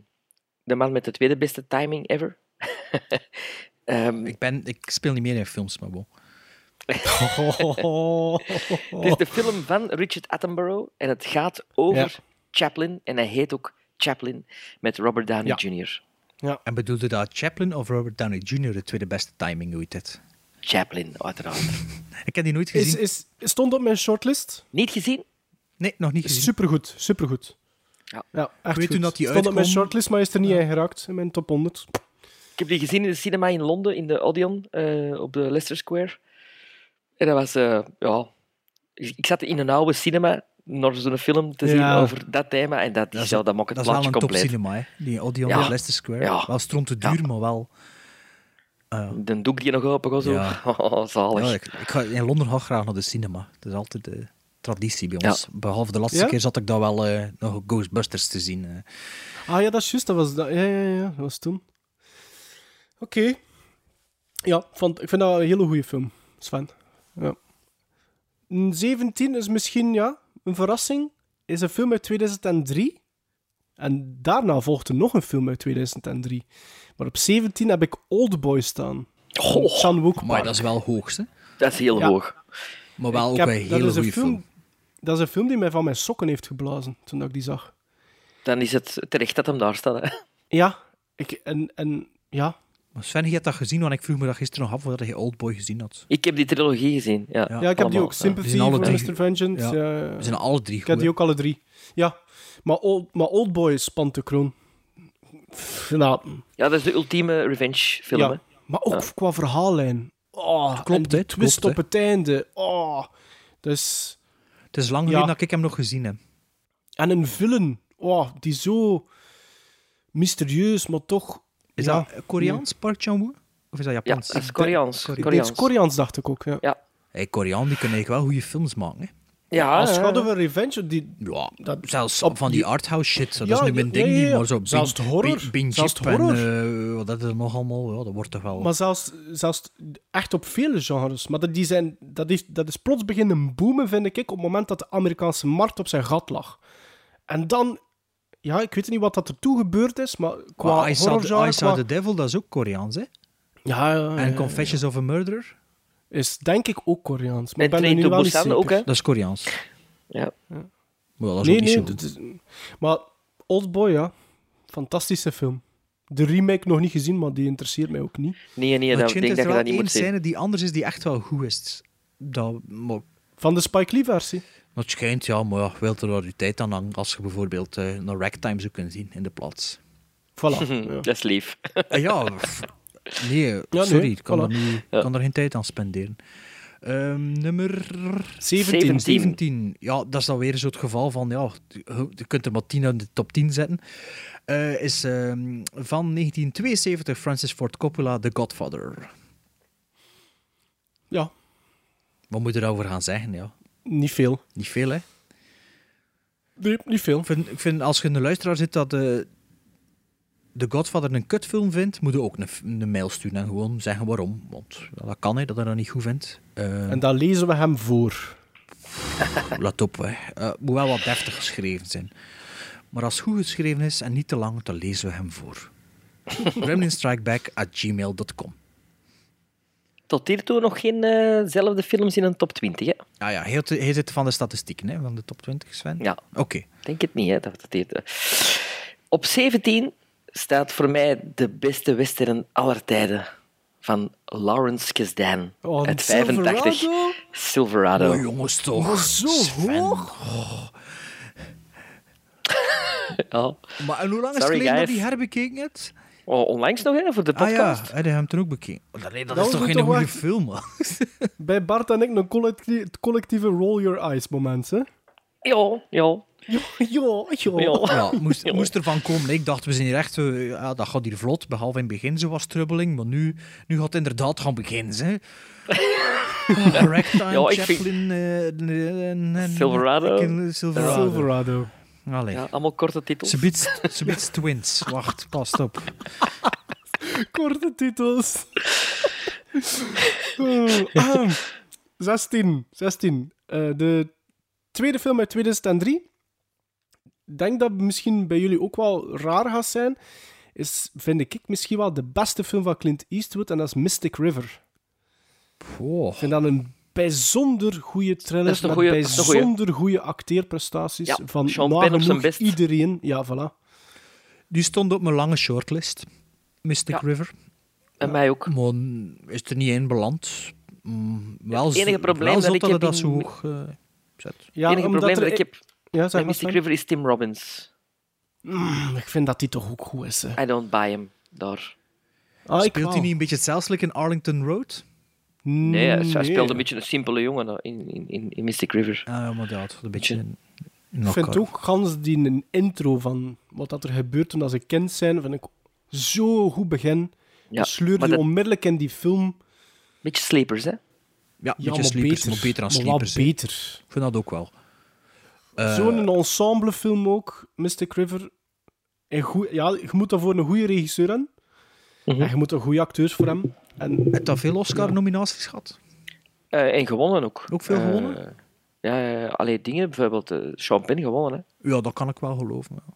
Speaker 6: de man met de tweede beste timing ever. Ehm,
Speaker 5: Ik, ben, ik speel niet meer in films, maar bon. Oh.
Speaker 6: Het is de film van Richard Attenborough en het gaat over Chaplin en hij heet ook Chaplin met Robert Downey
Speaker 5: Ja.
Speaker 6: Jr.
Speaker 5: En bedoelde dat Chaplin of Robert Downey Jr. de tweede beste timing ooit had?
Speaker 6: Chaplin, uiteraard.
Speaker 5: Ik heb die nooit
Speaker 4: Is,
Speaker 5: gezien.
Speaker 4: is, stond op mijn shortlist.
Speaker 6: Niet gezien?
Speaker 5: Nee, nog niet
Speaker 4: gezien. Supergoed, supergoed.
Speaker 6: Ja,
Speaker 4: ja
Speaker 5: Ik
Speaker 4: echt
Speaker 5: weet
Speaker 4: goed.
Speaker 5: toen dat die
Speaker 4: Stond op mijn
Speaker 5: uitkwam.
Speaker 4: shortlist, maar is er niet in geraakt in mijn top 100.
Speaker 6: Ik heb die gezien in de cinema in Londen, in de Odeon, eh, op de Leicester Square. En dat was, eh, ja... Ik ik zat in een oude cinema naar zo'n film te zien
Speaker 5: Ja.
Speaker 6: over dat thema. En dat, is, ja, dat maakt het
Speaker 5: Dat is wel
Speaker 6: plaatje
Speaker 5: een
Speaker 6: compleet.
Speaker 5: topcinema, hè? Die Odeon
Speaker 6: Ja.
Speaker 5: op Leicester Square.
Speaker 6: Ja.
Speaker 5: Wel stront te duur, maar wel...
Speaker 6: Dan doe ik die nog open, gewoon zo.
Speaker 5: Ja.
Speaker 6: Oh, zalig.
Speaker 5: Ja, ik, ik ga in Londen ga ik graag naar de cinema. Dat is altijd de traditie bij
Speaker 6: Ja.
Speaker 5: ons. Behalve de laatste
Speaker 4: Ja?
Speaker 5: keer zat ik daar wel eh, nog Ghostbusters te zien. eh.
Speaker 4: Ah ja, dat is juist. Dat was, dat. Ja, ja, ja, dat was toen. Oké. Ja, vond, ik vind dat een hele goede film, Sven. Ja. Een 17 is misschien ja, een verrassing. Is een film uit 2003. En daarna volgde nog een film uit 2003. Maar op 17 heb ik Oldboy staan.
Speaker 6: Goh,
Speaker 4: Chan Wook
Speaker 5: Oh, Maar dat is wel hoogst, hè?
Speaker 6: Dat is heel
Speaker 4: Ja.
Speaker 6: hoog.
Speaker 5: Maar wel ook
Speaker 4: Ik heb-
Speaker 5: een
Speaker 4: dat
Speaker 5: hele
Speaker 4: is
Speaker 5: goede film.
Speaker 4: Dat is een film die mij van mijn sokken heeft geblazen toen dat ik die zag.
Speaker 6: Dan is het terecht dat hem daar staat. Hè.
Speaker 4: Ja, ik, en, en ja.
Speaker 5: Maar Sven, je hebt dat gezien, want ik vroeg me dat gisteren nog af voordat je Oldboy gezien had.
Speaker 6: Ik heb die trilogie gezien. Ja,
Speaker 4: Ja, ik heb die
Speaker 6: allemaal,
Speaker 4: ook. Sympathy
Speaker 5: Die zijn alle
Speaker 4: voor
Speaker 5: drie-
Speaker 4: Mr. Vengeance.
Speaker 5: Ja.
Speaker 4: ja, ja.
Speaker 5: We zijn alle drie
Speaker 4: Ik heb
Speaker 5: goed.
Speaker 4: die ook alle drie. Ja, maar, old, maar Oldboy spant de kroon. Pff, Nou,
Speaker 6: Ja. ja, dat is de ultieme revenge film.
Speaker 4: ja.
Speaker 6: hè.
Speaker 4: Maar ook qua verhaallijn. Oh,
Speaker 5: klopt,
Speaker 4: en die
Speaker 5: hè, het
Speaker 4: twist
Speaker 5: klopt,
Speaker 4: op het einde. Oh, dus...
Speaker 5: Het is lang
Speaker 4: Ja.
Speaker 5: geleden dat ik hem nog gezien heb.
Speaker 4: En een villain. Oh, die zo mysterieus, maar toch...
Speaker 5: Is
Speaker 4: ja,
Speaker 5: dat Koreaans, Park Chan-wook? Of is dat
Speaker 6: Ja,
Speaker 5: Japans?
Speaker 6: dat is Koreaans.
Speaker 4: nee.
Speaker 6: Koreaans.
Speaker 4: Het is Koreaans, dacht ik ook, ja.
Speaker 6: Ja.
Speaker 5: Hey, Koreaan, die kunnen eigenlijk wel goede films maken, hè?
Speaker 6: Ja,
Speaker 4: Als het
Speaker 6: ja,
Speaker 4: gaat
Speaker 6: ja.
Speaker 4: over revenge, die...
Speaker 5: Ja,
Speaker 4: dat,
Speaker 5: zelfs op van die arthouse shit, dat
Speaker 4: Ja,
Speaker 5: is nu
Speaker 4: ja,
Speaker 5: mijn ding
Speaker 4: ja, ja,
Speaker 5: niet,
Speaker 4: ja.
Speaker 5: maar zo
Speaker 4: Zelfs
Speaker 5: Bin-
Speaker 4: het horror.
Speaker 5: Bin- Bin
Speaker 4: Zelfs het
Speaker 5: Jeep en,
Speaker 4: horror.
Speaker 5: eh, wat is er nog allemaal? Ja, dat wordt toch wel...
Speaker 4: Maar zelfs, zelfs echt op vele genres. Maar dat, die zijn, dat, is, dat is plots beginnen boomen, vind ik, op het moment dat de Amerikaanse markt op zijn gat lag. En dan... Ja, ik weet niet wat dat er toe gebeurd is, maar qua
Speaker 5: I Saw, the,
Speaker 4: horrorgenre...
Speaker 5: I Saw
Speaker 4: qua-
Speaker 5: the Devil, dat is ook Koreaans, hè?
Speaker 4: Ja, ja, ja,
Speaker 5: en
Speaker 4: ja.
Speaker 5: Confessions of a Murderer?
Speaker 4: Is denk ik ook Koreaans. Maar
Speaker 6: En
Speaker 4: ik ben er
Speaker 6: Train
Speaker 4: nu
Speaker 6: to
Speaker 4: wel niet
Speaker 6: Busan
Speaker 4: zeker.
Speaker 6: ook, hè?
Speaker 5: Dat is Koreaans.
Speaker 6: Ja.
Speaker 5: Maar dat is
Speaker 4: nee,
Speaker 5: ook niet
Speaker 4: nee.
Speaker 5: zo.
Speaker 4: dat is- maar Oldboy, ja. Fantastische film. De remake nog niet gezien, maar die interesseert mij ook niet.
Speaker 6: Nee, nee,
Speaker 5: Maar
Speaker 6: dat,
Speaker 5: het
Speaker 6: ik
Speaker 5: schijnt
Speaker 6: denk dat
Speaker 5: er
Speaker 6: je
Speaker 5: wel
Speaker 6: dat niet
Speaker 5: één
Speaker 6: moet zien.
Speaker 5: scène die anders is, die echt wel goed is. Dat, maar,
Speaker 4: Van de Spike Lee-versie.
Speaker 5: maar het schijnt, ja, maar ja, je wilt er wel je tijd aan hangen als je bijvoorbeeld eh, naar ragtime zou kunnen zien in de plaats.
Speaker 4: Voilà. ja.
Speaker 6: Dat is lief.
Speaker 5: Eh, ja, pff, nee,
Speaker 4: nee,
Speaker 5: sorry, ik kan,
Speaker 4: voilà.
Speaker 5: er niet, ik kan er geen tijd aan spenderen. Ehm, nummer
Speaker 4: 17.
Speaker 5: 17. Ja, dat is dan weer zo het geval van, ja, je kunt er maar 10 uit de top 10 zetten. Eh, is ehm, van 1972 Francis Ford Coppola, The Godfather.
Speaker 4: Ja,
Speaker 5: Wat moet je daarover gaan zeggen, ja?
Speaker 4: niet veel.
Speaker 5: Niet veel, hè?
Speaker 4: Nee, niet veel.
Speaker 5: Ik vind, ik vind als je een luisteraar zit dat eh The Godfather een kutfilm vindt, moet je ook een, f- een mail sturen en gewoon zeggen waarom. Want ja, dat kan, hè, dat hij dat niet goed vindt. Eh,
Speaker 4: En daar lezen we hem voor.
Speaker 5: Laat op, hè. Eh, moet wel wat deftig geschreven zijn. Maar als het goed geschreven is en niet te lang, dan lezen we hem voor. gremlinstrikeback at gmail.com
Speaker 6: Tot hiertoe nog geen eh, zelfde films in een top 20, hè?
Speaker 5: Ah ja, heel, te- heel zit van de statistieken, hè, van de top 20, Sven.
Speaker 6: Ja,
Speaker 5: Oké.
Speaker 6: ik denk het niet, hè, dat het hiertoe... Op 17 staat voor mij de beste western aller tijden van Lawrence Kasdan
Speaker 4: Oh,
Speaker 6: uit
Speaker 4: Silverado?
Speaker 6: 85. Silverado.
Speaker 5: Oh, jongens, toch.
Speaker 4: Zo hoog?
Speaker 6: Ja.
Speaker 5: Maar en hoe lang is het
Speaker 6: Sorry,
Speaker 5: geleden dat
Speaker 6: guys.
Speaker 5: die herbekeken hebt?
Speaker 6: Oh, onlangs nog, hè, voor de
Speaker 5: Ah ja,
Speaker 6: podcast.
Speaker 5: hij heeft hem toen ook bekeken. Oh, dat, nee, dat
Speaker 4: Dat
Speaker 5: is
Speaker 4: was
Speaker 5: toch
Speaker 4: het
Speaker 5: geen
Speaker 4: toch
Speaker 5: goede
Speaker 4: wel-
Speaker 5: film, man.
Speaker 4: Bij Bart en ik een collecti- het collectieve roll your eyes moment, hè?
Speaker 6: Ja, ja.
Speaker 4: Jo, jo, jo.
Speaker 6: Ja.
Speaker 5: Ja, moest, moest ervan komen. Ik dacht, we zijn hier echt... eh, ja, dat gaat hier vlot, behalve in het begin zo was trubbeling. Maar nu, nu gaat het inderdaad gaan beginnen, hè. Oh, Ragtime,
Speaker 6: Ja, ik vind-
Speaker 5: Chaplin... eh, en- en-
Speaker 6: Silverado.
Speaker 5: en- Silverado.
Speaker 4: Silverado.
Speaker 5: Allee.
Speaker 6: ja, allemaal korte titels.
Speaker 5: Ze biedt- ze biedt twins. Wacht, past op.
Speaker 4: Korte titels. Oh, ah. 16. 16. Eh, de tweede film uit 2003. Ik denk dat misschien bij jullie ook wel raar gaat zijn. Is, vind ik, misschien wel de beste film van Clint Eastwood. En dat is Mystic River.
Speaker 5: Oh,
Speaker 4: Ik vind dat een bijzonder goede
Speaker 6: Dat
Speaker 4: thriller
Speaker 6: is een
Speaker 4: met
Speaker 6: goeie- dat is een goeie.
Speaker 4: bijzonder goede acteerprestaties
Speaker 6: Ja,
Speaker 4: van
Speaker 6: Sean Penn op
Speaker 4: nagenoeg
Speaker 6: zijn best.
Speaker 4: iedereen. Ja, voilà.
Speaker 5: Die stond op mijn lange shortlist. Mystic River.
Speaker 6: En mij ook.
Speaker 5: Maar is er niet één beland. Mm, wel,
Speaker 6: Het enige
Speaker 5: zo-
Speaker 6: probleem
Speaker 5: wel
Speaker 6: dat
Speaker 5: zot
Speaker 6: ik
Speaker 5: dat
Speaker 6: heb
Speaker 5: het dat
Speaker 6: in-
Speaker 5: zo hoog eh, zet.
Speaker 4: Ja,
Speaker 6: het enige
Speaker 4: omdat
Speaker 6: probleem
Speaker 4: er- e-
Speaker 6: dat ik heb
Speaker 4: Ja, zeg
Speaker 6: met
Speaker 4: maar,
Speaker 6: Mystic
Speaker 4: Sven.
Speaker 6: River is Tim Robbins.
Speaker 4: Mm, ik vind dat die toch ook goed is. Hè.
Speaker 6: I don't buy him daar.
Speaker 4: Ah, ik
Speaker 5: Speelt
Speaker 4: wel.
Speaker 5: hij niet een beetje hetzelfde like in Arlington Road?
Speaker 6: Nee, hij hij speelde een beetje een simpele jongen eh, in, in, in, in Mystic River.
Speaker 5: Ah, ja, maar dat een beetje... in- in
Speaker 4: Ik vind
Speaker 5: elkaar.
Speaker 4: ook gans die een intro van wat dat er gebeurt toen dat ze kind zijn, vind ik zo goed begin.
Speaker 6: Ja,
Speaker 4: Ja, sleur
Speaker 6: maar
Speaker 4: die
Speaker 6: dat-
Speaker 4: onmiddellijk in die film.
Speaker 6: Beetje sleepers, hè?
Speaker 5: Ja, een
Speaker 4: Ja,
Speaker 5: beetje
Speaker 4: maar
Speaker 5: sleepers,
Speaker 4: beter.
Speaker 5: maar beter dan
Speaker 4: Maar wat
Speaker 5: sleepers. hè.
Speaker 4: beter.
Speaker 5: Ik vind dat ook wel. Eh,
Speaker 4: Zo'n ensemblefilm ook, Mystic River. En goed, ja, je moet daarvoor een goede regisseur hebben. En je moet een goede acteurs voor hem. En
Speaker 5: Heeft dat veel Oscar-nominaties gehad?
Speaker 6: Eh, en gewonnen ook.
Speaker 5: Ook veel
Speaker 6: Eh,
Speaker 5: gewonnen?
Speaker 6: ja, ja, ja. Allee, dingen, bijvoorbeeld eh, Sean Penn gewonnen, hè?
Speaker 5: Ja, dat kan ik wel geloven. ja.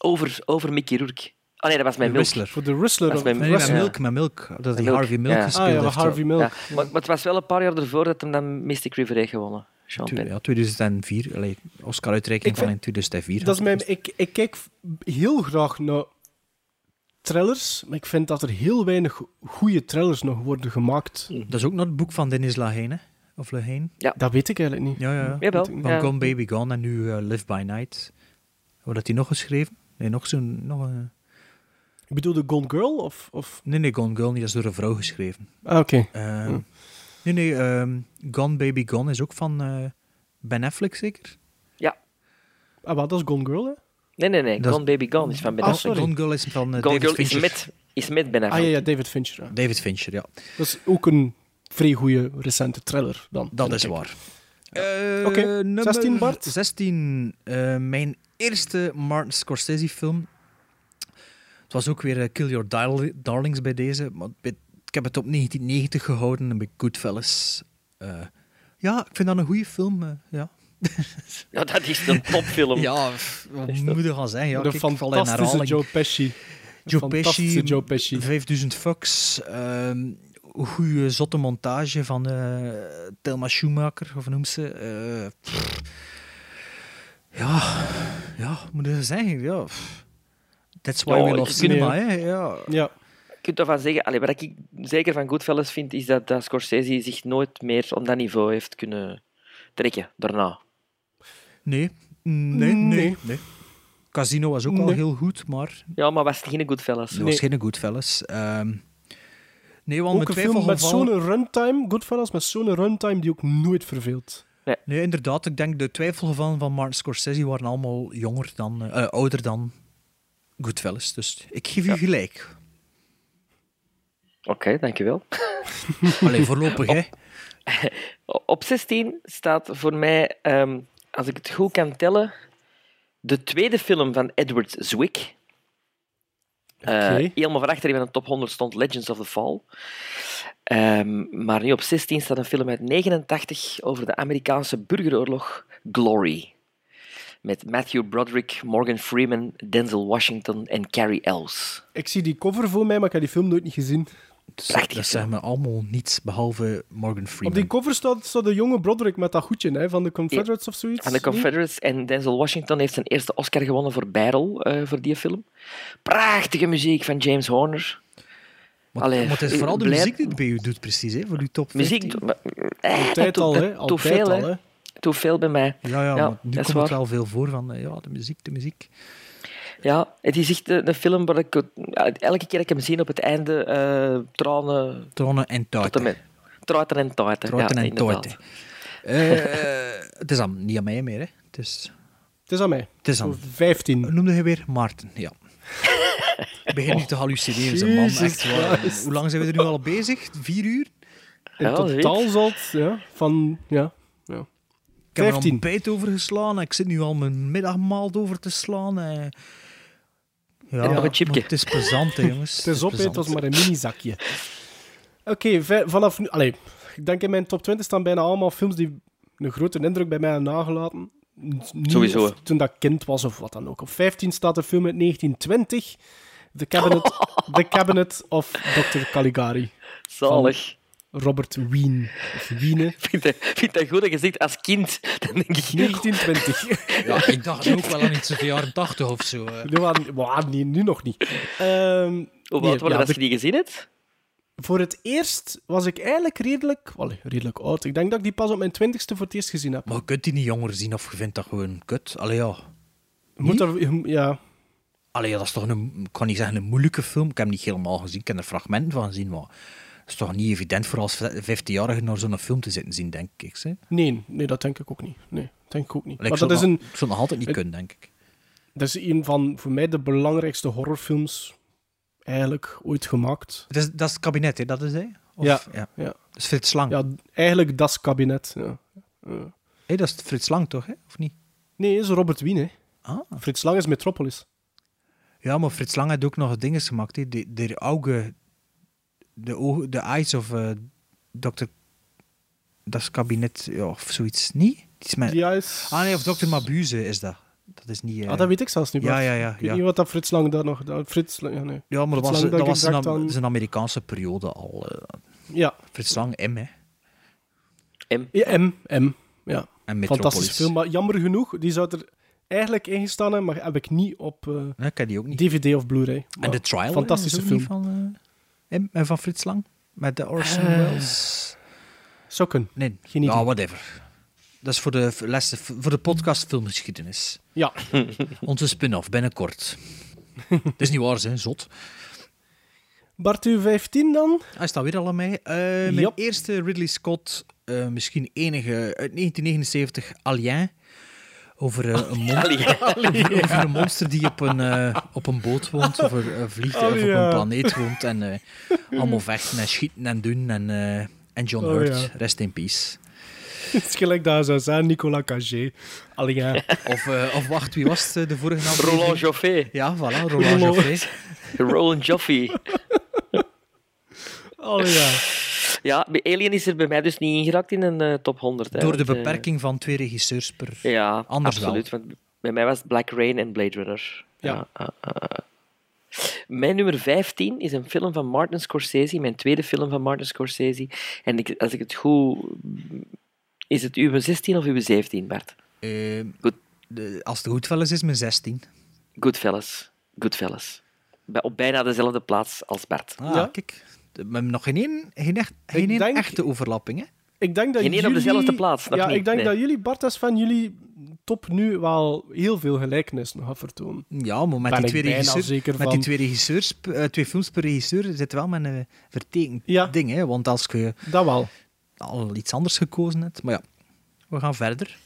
Speaker 6: Over, over Mickey Rourke. Ah nee, dat was mijn
Speaker 5: De
Speaker 6: Milk.
Speaker 5: Whistler.
Speaker 4: voor de Ah, Rustler.
Speaker 6: Dat is
Speaker 4: of-
Speaker 6: mijn
Speaker 5: Nee,
Speaker 6: Milk,
Speaker 5: met
Speaker 6: ja.
Speaker 5: Milk, met Milk. Dat die
Speaker 6: Milk,
Speaker 5: Harvey Milk
Speaker 6: ja.
Speaker 5: gespeeld
Speaker 4: Ah ja,
Speaker 5: heeft. eh,
Speaker 4: Harvey Milk.
Speaker 6: Ja, maar, maar het was wel een paar jaar ervoor dat hem dan Mystic River heeft gewonnen. Sean Penn.
Speaker 5: Ja, 2004. Allee, Oscar-uitreiking
Speaker 4: Ik
Speaker 5: van in
Speaker 4: vind-
Speaker 5: 2004.
Speaker 4: Dat is mijn, ik, ik kijk f- heel graag naar thrillers, maar ik vind dat er heel weinig goede thrillers nog worden gemaakt.
Speaker 5: Dat is ook nog het boek van Dennis Lehane. hè? Of Lehane.
Speaker 4: Dat weet ik eigenlijk niet.
Speaker 5: Ja, ja, ja.
Speaker 6: Jawel.
Speaker 5: Van
Speaker 6: ja.
Speaker 5: Gone Baby Gone en nu eh, Live By Night. Wat had hij nog geschreven? Nee, nog zo'n... Nog een...
Speaker 4: Ik bedoel de Gone Girl? Of, of...
Speaker 5: Nee, nee, Gone Girl niet. Dat is door een vrouw geschreven.
Speaker 4: Ah, oké.
Speaker 5: Ehm,
Speaker 6: Hm.
Speaker 5: Nee, nee. ehm, Gone Baby Gone is ook van eh, Ben Affleck, zeker?
Speaker 4: Ah, wat, dat is Gone Girl, hè?
Speaker 6: Nee, nee, nee.
Speaker 5: Dat-
Speaker 6: Gone Baby Gone is van Ben
Speaker 4: Ah,
Speaker 6: Affleck.
Speaker 4: sorry.
Speaker 5: Gone Girl is van eh,
Speaker 6: Gone
Speaker 5: David
Speaker 6: Girl is
Speaker 5: Fincher.
Speaker 6: met, is met Ben
Speaker 4: Ah
Speaker 6: Affleck.
Speaker 4: ja, ja David Fincher. ja.
Speaker 5: David Fincher, ja.
Speaker 4: Dat is ook een vrij goede recente thriller dan.
Speaker 5: Dat
Speaker 4: vind
Speaker 5: is
Speaker 4: ik.
Speaker 5: waar.
Speaker 4: Oké,
Speaker 5: Eh, nummer
Speaker 4: 16, Bart?
Speaker 5: 16. eh, mijn eerste Martin Scorsese film. Het was ook weer eh, Kill Your Darl- Darlings bij deze. Maar bij- ik heb het op 1990 gehouden en bij Goodfellas. Eh, ja, ik vind dat een goede film. eh, ja.
Speaker 6: Ja, dat is een topfilm.
Speaker 5: ja, pff, wat moet er gaan zijn? Ja,
Speaker 4: de
Speaker 5: kijk, ik val in herhaling.
Speaker 4: fantastische Joe Pesci. De
Speaker 5: Joe
Speaker 4: fantastische
Speaker 5: Pesci,
Speaker 4: Joe Pesci.
Speaker 5: 5000 fucks. ehm goede zotte montage van eh Thelma Schumacher, of noem ze. eh, pff. ja, ja, moet ik zeggen. Ja. pff. That's why
Speaker 6: Ja,
Speaker 5: we
Speaker 6: ik
Speaker 5: love
Speaker 6: vind-
Speaker 5: cinema. Hè? Ja.
Speaker 4: Ja.
Speaker 6: Je kunt daarvan zeggen, allee, wat ik zeker van Goodfellas vind, is dat, dat Scorsese zich nooit meer op dat niveau heeft kunnen trekken daarna.
Speaker 5: Nee. Mm, Nee, nee, nee,
Speaker 4: Mm. Nee.
Speaker 5: Casino was ook al
Speaker 4: Nee.
Speaker 5: heel goed, maar
Speaker 6: Ja, maar was het geen Goodfellas.
Speaker 5: dat was geen Goodfellas. Ehm nee, want
Speaker 4: Ook
Speaker 5: met
Speaker 4: een film met
Speaker 5: twijfelgevallen-
Speaker 4: zo'n runtime, Goodfellas, met zo'n runtime die ook nooit verveelt.
Speaker 5: Nee, inderdaad. Ik denk de twijfelgevallen van Martin Scorsese waren allemaal jonger dan, eh, eh, ouder dan Goodfellas. Dus ik geef u gelijk.
Speaker 6: Oké, dankjewel.
Speaker 5: Alleen voorlopig, hè?
Speaker 6: O- Op 16 staat voor mij, ehm, als ik het goed kan tellen, de tweede film van Edward Zwick. Eh,
Speaker 4: Oké.
Speaker 6: helemaal van achterin in de top 100 stond Legends of the Fall. Ehm, maar nu op 16 staat een film uit 89 over de Amerikaanse burgeroorlog Glory. Met Matthew Broderick, Morgan Freeman, Denzel Washington en Carrie Ells.
Speaker 4: Ik zie die cover voor mij, maar ik heb die film nooit niet gezien.
Speaker 5: Dus
Speaker 6: Prachtig,
Speaker 5: dat zijn me allemaal niets behalve Morgan
Speaker 4: Op
Speaker 5: Freeman.
Speaker 4: die cover staat, staat de jonge Broderick met dat goedje hè, van de Confederates of zoiets.
Speaker 6: Aan de Confederates en Denzel Washington heeft zijn eerste Oscar gewonnen voor Battle, eh, voor die film. Prachtige muziek van James Horner.
Speaker 5: maar,
Speaker 6: Allee,
Speaker 5: maar het is vooral de
Speaker 6: blij-
Speaker 5: muziek die het bij u doet, precies, hè? Voor uw top 15.
Speaker 6: Muziek... maar, eh, dat
Speaker 4: Altijd
Speaker 6: doet-
Speaker 4: al,
Speaker 6: dat
Speaker 4: hè?
Speaker 6: doet
Speaker 4: Altijd
Speaker 6: veel,
Speaker 4: al,
Speaker 6: hè.
Speaker 4: hè?
Speaker 6: Doet veel bij mij.
Speaker 5: Ja, ja, maar nu
Speaker 6: dat is
Speaker 5: komt
Speaker 6: waar.
Speaker 5: het wel veel voor van eh, ja, de muziek, de muziek.
Speaker 6: Ja, het is echt een, een film waar ik... het- Elke keer dat ik hem zie op het einde, eh, tranen...
Speaker 5: Tronnen en
Speaker 6: Tot en
Speaker 5: tuiten.
Speaker 6: met... Truiten en tuiten.
Speaker 5: Trotten
Speaker 6: ja,
Speaker 5: en
Speaker 6: inderdaad.
Speaker 5: tuiten. Eh, eh, het is aan, niet aan mij meer, hè? Het is,
Speaker 4: Het is aan mij.
Speaker 5: het is aan.
Speaker 4: Voor 15.
Speaker 5: Noemde hij weer Maarten, ja. Ik begin nu te hallucineren, ze man.
Speaker 4: Jezus
Speaker 5: Echt waar.
Speaker 4: Christ.
Speaker 5: Hoe lang zijn we er nu al op bezig? Vier uur?
Speaker 4: In
Speaker 6: Ja,
Speaker 4: totaal
Speaker 6: zoiets.
Speaker 4: zat ja, van... Ja. ja.
Speaker 5: Ik heb er al
Speaker 4: 15.
Speaker 5: een bijt over geslaan. en Ik zit nu al mijn middagmaal over te slaan. eh. Ja,
Speaker 6: nog een chipje.
Speaker 5: maar Het is plezant, hè, jongens.
Speaker 4: Het is op, hè, het was
Speaker 5: plezant.
Speaker 4: maar een minizakje. Oké, ver- vanaf nu... Allee, ik denk in mijn top 20 staan bijna allemaal films die een grote indruk bij mij hebben nagelaten. N- niet
Speaker 6: Sowieso,
Speaker 4: of
Speaker 6: hè.
Speaker 4: Toen dat ik kind was of wat dan ook. Op 15 staat een film uit 1920. The Cabinet, The Cabinet of Dr. Caligari.
Speaker 6: Zalig.
Speaker 4: Robert Wien. Of Wiene.
Speaker 6: Vind je vind dat goed dat je zegt als kind? Dan denk ik...
Speaker 4: 1920.
Speaker 14: Ja, ik dacht ook wel aan iets uit de jaren 80 of zo.
Speaker 5: eh.
Speaker 14: hè.
Speaker 4: Nu, waren- waren die nu nog niet. Ehm
Speaker 6: Hoe
Speaker 4: nee,
Speaker 6: oud was
Speaker 4: ja,
Speaker 6: dat
Speaker 4: de-
Speaker 6: je die gezien hebt?
Speaker 4: Voor het eerst was ik eigenlijk redelijk, welle, redelijk oud. Ik denk dat ik die pas op mijn twintigste voor het eerst gezien heb.
Speaker 5: Maar je kunt die niet jonger zien of je vindt dat gewoon kut. Allee ja.
Speaker 4: Moet er, je- ja.
Speaker 5: Allee, ja, dat is toch een, ik kan niet zeggen een moeilijke film. Ik heb hem niet helemaal gezien, ik heb er fragmenten van gezien, maar het is toch niet evident voor als 15-jarige naar zo'n film te zitten zien, denk ik. Ze.
Speaker 4: Nee, nee, dat denk ik ook niet. Nee, denk ik ook niet.
Speaker 5: Allee,
Speaker 4: maar
Speaker 5: ik
Speaker 4: dat is
Speaker 5: nog,
Speaker 4: een,
Speaker 5: ik zou nog altijd niet
Speaker 4: het-
Speaker 5: kunnen, denk ik.
Speaker 4: dat is een van voor mij de belangrijkste horrorfilms eigenlijk ooit gemaakt.
Speaker 5: Dat is, dat is het kabinet, hè? Dat is hij? Of-
Speaker 4: ja,
Speaker 5: ja.
Speaker 4: ja.
Speaker 5: Dat is Frits Lang.
Speaker 4: Ja, eigenlijk das kabinet. Ja. Ja.
Speaker 5: Hé, dat is Frits Lang toch, hè? Of niet?
Speaker 4: Nee, dat is Robert Wien. Hè.
Speaker 5: Ah.
Speaker 4: Frits Lang is Metropolis.
Speaker 5: Ja, maar Frits Lang had ook nog dingen gemaakt. hè. De, de ogen, de, ogen, de eyes of eh Dr. Dat is kabinet ja, of zoiets. Niet? Het is met...
Speaker 4: Ja, is...
Speaker 5: Ah nee, of Dr. Mabuse is dat. Dat is niet... eh,
Speaker 4: Ah, dat weet ik zelfs niet.
Speaker 5: Ja,
Speaker 4: maar
Speaker 5: ja, ja,
Speaker 4: Ik weet
Speaker 5: ja.
Speaker 4: niet wat dat Frits Lang daar nog... Dat Frits Lang, ja, nee.
Speaker 5: Ja, maar dat
Speaker 4: Frits
Speaker 5: was,
Speaker 4: Lang
Speaker 5: dat
Speaker 4: ik
Speaker 5: was een,
Speaker 4: dacht
Speaker 5: Am-
Speaker 4: aan-
Speaker 5: zijn Amerikaanse periode al. eh.
Speaker 4: Ja.
Speaker 5: Frits Lang, M, hè.
Speaker 6: M.
Speaker 4: Ja, M. M. Ja.
Speaker 5: En Metropolis.
Speaker 4: Fantastische film, maar jammer genoeg, die zou er eigenlijk in gestaan hebben, maar heb ik niet op eh,
Speaker 5: Nee, ik ken die ook niet.
Speaker 4: DVD of Blu-ray.
Speaker 5: en
Speaker 4: Maar
Speaker 5: The Trial. hè,
Speaker 4: Fantastische
Speaker 5: is ook niet
Speaker 4: film.
Speaker 5: Van, eh, M en van Frits Lang. Met de Orson
Speaker 4: Eh,
Speaker 5: Welles.
Speaker 4: Zou kunnen.
Speaker 5: Nee,
Speaker 4: Geen idee.
Speaker 5: ja, whatever. Dat is voor de, f- les, voor de podcast filmgeschiedenis.
Speaker 4: Ja.
Speaker 5: Onze spin-off, binnenkort. Dat is niet waar, zijn zot.
Speaker 4: Bart, uw 15 dan?
Speaker 5: Hij staat weer al aan mij. Eh, mijn
Speaker 4: Yep.
Speaker 5: eerste Ridley Scott, eh, misschien enige, uit 1979, Alien. Over, eh, een mon-
Speaker 6: Alien.
Speaker 5: over, over een monster die op een, eh, op een boot woont, of er, eh, vliegt, eh, of op
Speaker 4: Alien.
Speaker 5: een planeet woont. En eh, allemaal vechten en schieten en doen. En, eh, en John
Speaker 4: Oh,
Speaker 5: Hurt,
Speaker 4: ja.
Speaker 5: rest in peace.
Speaker 4: Het is gelijk dat zou zijn, Nicolas Cagé. Allee, ja.
Speaker 5: Of, eh, of wacht, wie was het eh, de vorige aflevering?
Speaker 6: Roland Joffé.
Speaker 5: Ja, voilà, Roland
Speaker 4: Roland.
Speaker 5: Joffé.
Speaker 6: Roland Joffé.
Speaker 4: Allee, ja.
Speaker 6: Ja, bij Alien is er bij mij dus niet ingeraakt in een eh, top 100. Hè,
Speaker 5: Door de
Speaker 6: want, eh,
Speaker 5: beperking van twee regisseurs per...
Speaker 6: ja,
Speaker 5: Anders
Speaker 6: absoluut. Want bij mij was het Black Rain en Blade Runner.
Speaker 4: Ja.
Speaker 6: eh, eh, eh. Mijn nummer 15 is een film van Martin Scorsese, mijn tweede film van Martin Scorsese. En ik, als ik het goed... Is het uw 16 of uw 17, Bart?
Speaker 5: Eh,
Speaker 6: Goed.
Speaker 5: de- als het goed wel is, is mijn 16.
Speaker 6: Goodfellas. Goodfellas. Bij, op bijna dezelfde plaats als Bart.
Speaker 5: Ah,
Speaker 4: Ja.
Speaker 5: kijk. De- We hebben nog geen, één- geen, echt, geen één
Speaker 4: denk-
Speaker 5: echte overlapping, hè?
Speaker 4: Ik denk dat
Speaker 6: Geen één op
Speaker 4: jullie...
Speaker 6: dezelfde plaats, nog
Speaker 4: Ja,
Speaker 6: niet,
Speaker 4: ik denk
Speaker 6: nee.
Speaker 4: dat jullie, Bart, als van jullie top nu wel heel veel gelijkenissen gaan vertonen.
Speaker 5: Ja, maar
Speaker 4: Ben
Speaker 5: met, die
Speaker 4: ik
Speaker 5: twee,
Speaker 4: bijna
Speaker 5: regisseurs,
Speaker 4: zeker
Speaker 5: met die
Speaker 4: van.
Speaker 5: twee regisseurs, p- eh, twee films per regisseur, zit wel met een vertekend
Speaker 4: Ja.
Speaker 5: ding, hè? Want als je
Speaker 4: Dat wel.
Speaker 5: al iets anders gekozen hebt... Maar ja, we gaan verder.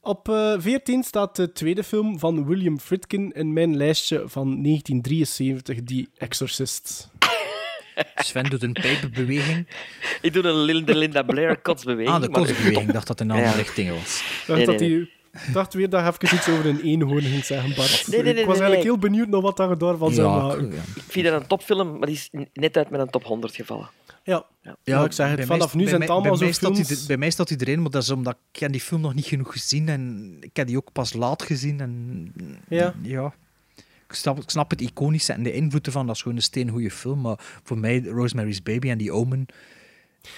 Speaker 4: Op eh, 14 staat de tweede film van William Friedkin in mijn lijstje van 1973, The Exorcist.
Speaker 5: Sven doet een pijpenbeweging.
Speaker 6: Ik doe een Lin- de Linda Blair kotsbeweging.
Speaker 5: Ah, de
Speaker 6: maar-
Speaker 5: koolsbeweging. Ik dacht dat het een
Speaker 6: Ja.
Speaker 5: andere richting was.
Speaker 4: Ik dacht,
Speaker 6: Nee,
Speaker 4: dat
Speaker 6: nee,
Speaker 4: die- ik dacht weer dat je even iets over een eenhoorn ging zeggen, Bart.
Speaker 6: Nee, nee, nee,
Speaker 4: ik was
Speaker 6: nee,
Speaker 4: eigenlijk
Speaker 6: nee.
Speaker 4: heel benieuwd naar wat daar daarvan zou
Speaker 5: Ja,
Speaker 4: maken.
Speaker 5: ik- ja.
Speaker 6: Ik vind dat een topfilm, maar die is n- net uit met een top 100 gevallen.
Speaker 4: Ja. ja. ik zeg het,
Speaker 5: bij
Speaker 4: vanaf
Speaker 5: mij-
Speaker 4: nu
Speaker 5: bij
Speaker 4: zijn
Speaker 5: mij-
Speaker 4: het allemaal
Speaker 5: bij
Speaker 4: zo
Speaker 5: mij staat
Speaker 4: films...
Speaker 5: die er- bij mij staat hij erin, maar dat is omdat ik heb die film nog niet genoeg gezien en ik heb die ook pas laat gezien. En,
Speaker 4: Ja.
Speaker 5: Ik, snap, ik snap het iconische en de invloed ervan, dat is gewoon een steengoede film. Maar voor mij, Rosemary's Baby en die Omen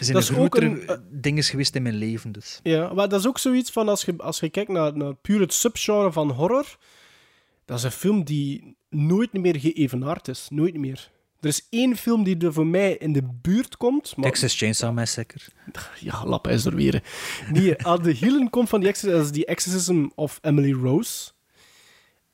Speaker 5: zijn
Speaker 4: Dat is
Speaker 5: de
Speaker 4: ook
Speaker 5: grotere
Speaker 4: een, eh,
Speaker 5: dingen geweest in mijn leven. Dus.
Speaker 4: Ja, maar dat is ook zoiets van, als je, als je kijkt naar, naar puur het subgenre van horror, dat is een film die nooit meer geëvenaard is. Nooit meer. Er is één film die er voor mij in de buurt komt, maar
Speaker 5: Texas Chainsaw Massacre.
Speaker 4: Ja, lap is er weer. hè. Die aan de hielen komt van die exorcism, dat is die exorcism of Emily Rose.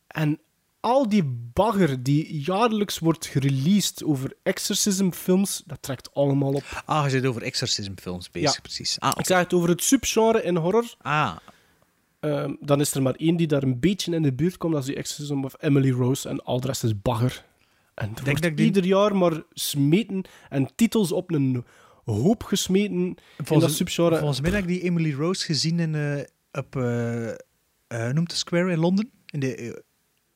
Speaker 4: En al die bagger die jaarlijks wordt gereleased over exorcismfilms, dat trekt allemaal op.
Speaker 5: Ah, je zit over exorcismfilms bezig,
Speaker 4: Ja.
Speaker 5: precies. Ah,
Speaker 4: Ik
Speaker 5: oké.
Speaker 4: zeg het over het subgenre in horror.
Speaker 5: ah,
Speaker 4: Ehm, dan is er maar één die daar een beetje in de buurt komt, dat is die exorcism of Emily Rose. En al de rest is bagger. En er wordt
Speaker 5: dat ik die-
Speaker 4: ieder jaar maar smeten en titels op een hoop gesmeten in dat subgenre.
Speaker 5: volgens mij heb ik die Emily Rose gezien in, eh, op eh, eh, hoe noemt de Square in Londen. In de, eh,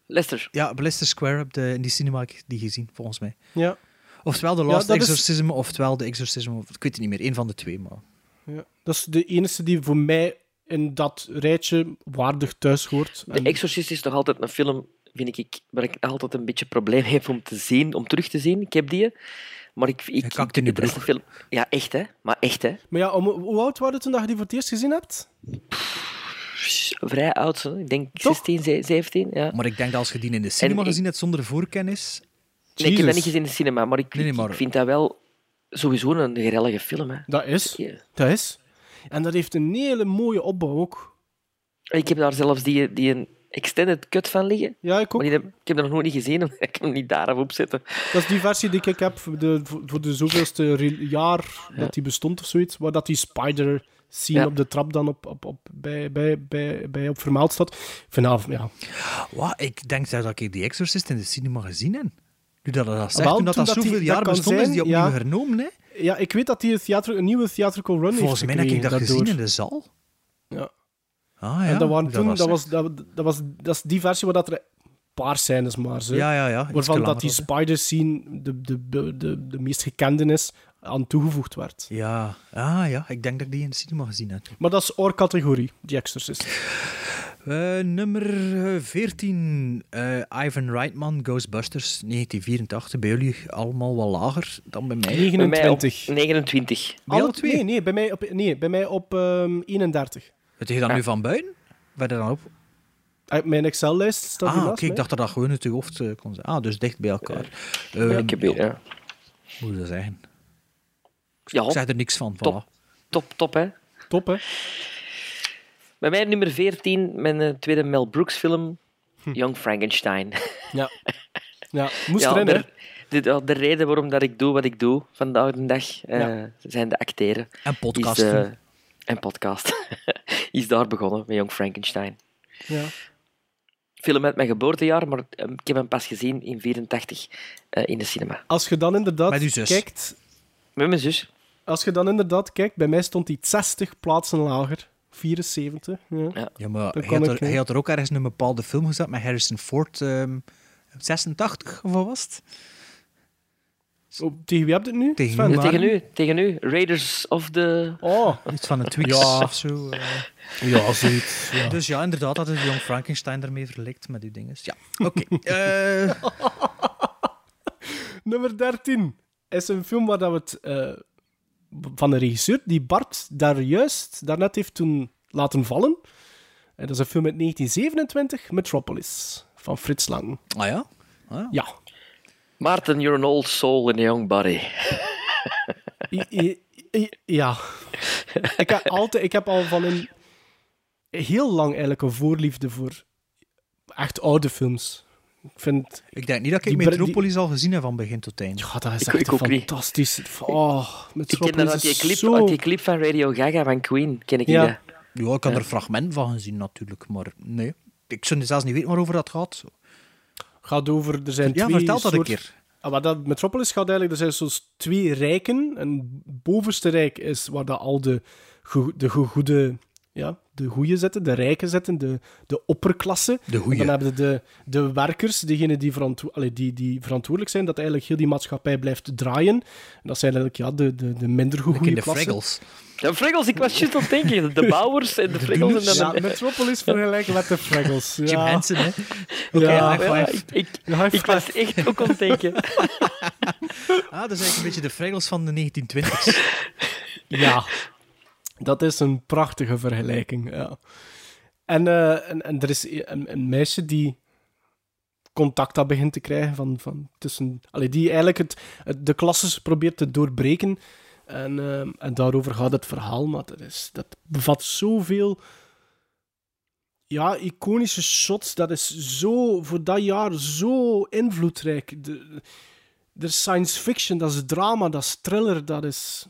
Speaker 6: Lester.
Speaker 5: ja, op Leicester Square op de, in die cinema heb ik die gezien, volgens mij.
Speaker 4: Ja.
Speaker 5: Oftewel The Last
Speaker 4: dat is-
Speaker 5: Exorcism, oftewel The Exorcism, of, ik weet het niet meer, één van de twee. Maar...
Speaker 4: Ja. Dat is de enige die voor mij in dat rijtje waardig thuis hoort.
Speaker 6: De
Speaker 4: En-
Speaker 6: Exorcist is nog altijd een film vind ik, waar ik altijd een beetje probleem heb om te zien, om terug te zien. Ik heb die, maar ik... ik
Speaker 5: kakt in
Speaker 6: de beste film. Ja, echt hè. Maar echt hè.
Speaker 4: Maar ja, om, hoe oud waren het toen dat je die voor het eerst gezien hebt?
Speaker 6: Dus Vrij oud, zo. ik denk 16, ze- 17. Ja.
Speaker 5: Maar ik denk dat als je die in de cinema
Speaker 6: ik-
Speaker 5: gezien hebt zonder voorkennis...
Speaker 6: Nee, ik heb
Speaker 5: Jesus.
Speaker 6: dat niet gezien in de cinema, maar ik, ik- ik vind dat wel sowieso een grellige film. Hè.
Speaker 4: Dat is. Dat is. En dat heeft een hele mooie opbouw ook.
Speaker 6: Ik heb daar zelfs die, die een extended cut van liggen.
Speaker 4: Ja, ik ook.
Speaker 6: Maar die heb, ik heb dat nog nooit niet gezien, omdat ik hem niet daarop opzetten.
Speaker 4: Dat is die versie die ik heb voor de, voor voor de zoveelste re- jaar dat die bestond of zoiets. Waar dat die spider-scene
Speaker 6: Ja.
Speaker 4: op de trap dan op, op, op, bij, bij, bij, bij op vermeld staat. Vanavond, ja.
Speaker 5: Wat? Ah, Ik denk zelfs dat ik The Exorcist in de cinema gezien heb. Nu dat dat zegt,
Speaker 4: Wel,
Speaker 5: omdat
Speaker 4: toen
Speaker 5: dat
Speaker 4: die-
Speaker 5: zoveel jaar
Speaker 4: kan
Speaker 5: bestond, is
Speaker 4: zijn,
Speaker 5: die opnieuw hernomen. Hè?
Speaker 4: Ja, ik weet dat die een, theater, een nieuwe theatrical run
Speaker 5: Volgens
Speaker 4: heeft
Speaker 5: mij heb ik dat
Speaker 4: gekregen
Speaker 5: gezien
Speaker 4: daardoor.
Speaker 5: in de zaal.
Speaker 4: Ja.
Speaker 5: Ah ja,
Speaker 4: en dat, waren
Speaker 5: dat
Speaker 4: toen,
Speaker 5: was
Speaker 4: dat, was, dat, dat, was, dat is die versie waar dat er een paar scènes maar zo.
Speaker 5: Ja, ja, ja, iets
Speaker 4: Waarvan
Speaker 5: langer
Speaker 4: dat die
Speaker 5: was, hè.
Speaker 4: spider-scene de, de, de, de, de meest gekende is, aan toegevoegd werd.
Speaker 5: Ja, ah ja, ik denk dat ik die in de cinema gezien heb.
Speaker 4: Maar dat is oor categorie, The Exorcist.
Speaker 5: Eh, nummer eh, 14, eh, Ivan Reitman, Ghostbusters, 1984. Bij jullie allemaal wat lager dan bij mij.
Speaker 6: Bij mij op 29.
Speaker 5: Alle
Speaker 4: Alle
Speaker 5: twee?
Speaker 4: Nee, nee, bij mij op, nee, bij mij op ehm 31.
Speaker 5: Wat je dan nu van buiten? Waar dan op?
Speaker 4: Uit mijn Excel-lijst staat
Speaker 5: ah,
Speaker 4: die
Speaker 5: oké,
Speaker 4: naast
Speaker 5: ik
Speaker 4: mij.
Speaker 5: dacht dat dat gewoon uit je hoofd eh, kon zijn. Ah, dus dicht bij elkaar.
Speaker 6: ja,
Speaker 5: Ehm,
Speaker 6: ik heb heel- ja.
Speaker 5: Moet je dat zeggen?
Speaker 6: Ja,
Speaker 5: Ik zeg er niks van,
Speaker 6: Top.
Speaker 5: voilà.
Speaker 6: Top, top, hè?
Speaker 4: Top, hè?
Speaker 6: Bij mij nummer 14, mijn eh, tweede Mel Brooks film,
Speaker 4: Hm.
Speaker 6: Young Frankenstein.
Speaker 4: Ja. Ja, moest
Speaker 6: Ja,
Speaker 4: erin, hè?
Speaker 6: de, de, ja, de reden waarom dat ik doe wat ik doe vandaag de dag eh,
Speaker 4: Ja.
Speaker 6: zijn de acteren.
Speaker 5: En podcast.
Speaker 6: Is, eh, en podcast. is daar begonnen met Young Frankenstein.
Speaker 4: Ja.
Speaker 6: Film uit mijn geboortejaar, maar eh, ik heb hem pas gezien in 84 eh, in de cinema.
Speaker 4: Als je dan inderdaad
Speaker 6: Met uw zus.
Speaker 4: kijkt...
Speaker 6: Met mijn zus.
Speaker 4: Als je dan inderdaad kijkt, bij mij stond die 60 plaatsen lager. 74. Ja.
Speaker 5: Ja, maar
Speaker 4: Dan
Speaker 5: hij
Speaker 4: kon
Speaker 5: had,
Speaker 4: ik,
Speaker 5: er,
Speaker 4: eh,
Speaker 5: hij had er ook ergens een bepaalde film gezet met Harrison Ford. ehm 86, of wat was het?
Speaker 4: Oh, tegen wie heb je het nu?
Speaker 5: Tegen
Speaker 4: Sven?
Speaker 5: u.
Speaker 6: Tegen u, tegen u. Raiders of the...
Speaker 4: Oh.
Speaker 5: Iets van een Twix
Speaker 4: Ja.
Speaker 5: of zo. eh.
Speaker 4: Ja, zoiets. Ja.
Speaker 5: Dus ja, inderdaad, dat is Jong Frankenstein daarmee verlikt met die dinges. Ja, oké. Eh,
Speaker 4: Nummer 13 is een film waar dat we het... eh, van een regisseur die Bart daar juist, daarnet heeft toen laten vallen. En dat is een film uit 1927, Metropolis, van Frits Lang.
Speaker 5: ah ja? Ah ja.
Speaker 4: Ja.
Speaker 6: Maarten, you're an old soul in a young body.
Speaker 4: I- I- I- ja. ik, heb altijd, ik heb al van een heel lang eigenlijk een voorliefde voor echt oude films. Ik vind...
Speaker 5: Ik denk niet dat
Speaker 4: Die
Speaker 5: ik
Speaker 4: bre-
Speaker 5: Metropolis al gezien heb van begin tot eind.
Speaker 4: Ja, dat is
Speaker 6: Ik-
Speaker 4: echt
Speaker 6: ik ook niet.
Speaker 4: fantastisch. Oh,
Speaker 6: Ik ken dat
Speaker 4: Metropolis
Speaker 6: uit die,
Speaker 4: is
Speaker 6: clip,
Speaker 4: zo...
Speaker 6: uit die clip van Radio Gaga van Queen. Ken ik
Speaker 4: Ja.
Speaker 6: dat?
Speaker 5: Ja, ik had er fragmenten van gezien natuurlijk, maar nee. Ik zou zelfs niet weten waarover dat gaat.
Speaker 4: gaat over... Er zijn
Speaker 5: Ja,
Speaker 4: twee
Speaker 5: vertel dat een
Speaker 4: soort-
Speaker 5: keer.
Speaker 4: Ah, maar dat Metropolis gaat eigenlijk... Er zijn zoals twee rijken. Een bovenste rijk is waar dat al de, go- de go- goede... Ja, de goeie zitten, de rijken zitten, de, de opperklasse.
Speaker 5: De goeie.
Speaker 4: En Dan hebben de, de werkers, diegenen die, verantwo- allee, die, die verantwoordelijk zijn, dat eigenlijk heel die maatschappij blijft draaien. En dat zijn eigenlijk ja, de, de, de minder goede
Speaker 5: Like in de
Speaker 4: klassen.
Speaker 5: Fraggles.
Speaker 6: De Friggles, ik was juist aan het denken. De bouwers en de Friggles. En
Speaker 4: Ja,
Speaker 6: dan...
Speaker 4: Metropolis vergelijken met de Fraggles. Ja.
Speaker 5: Jim Henson, hè.
Speaker 4: Ja.
Speaker 5: high
Speaker 6: Ja,
Speaker 5: five.
Speaker 6: ik, ik,
Speaker 4: Ja, high
Speaker 6: ik was echt ook aan het denken.
Speaker 5: Ah, dat is eigenlijk een beetje de Fraggles van de 1920s.
Speaker 4: Ja, dat is een prachtige vergelijking. Ja. En, eh, en, en er is een, een meisje die contact dat begint te krijgen van, van tussen... Allee, die eigenlijk het, het- de klasses probeert te doorbreken. En, ehm, en daarover gaat het verhaal, maar dat, is, dat bevat zoveel... Ja, iconische shots, dat is zo, voor dat jaar zo invloedrijk. De, de science fiction, dat is drama, dat is thriller, dat is...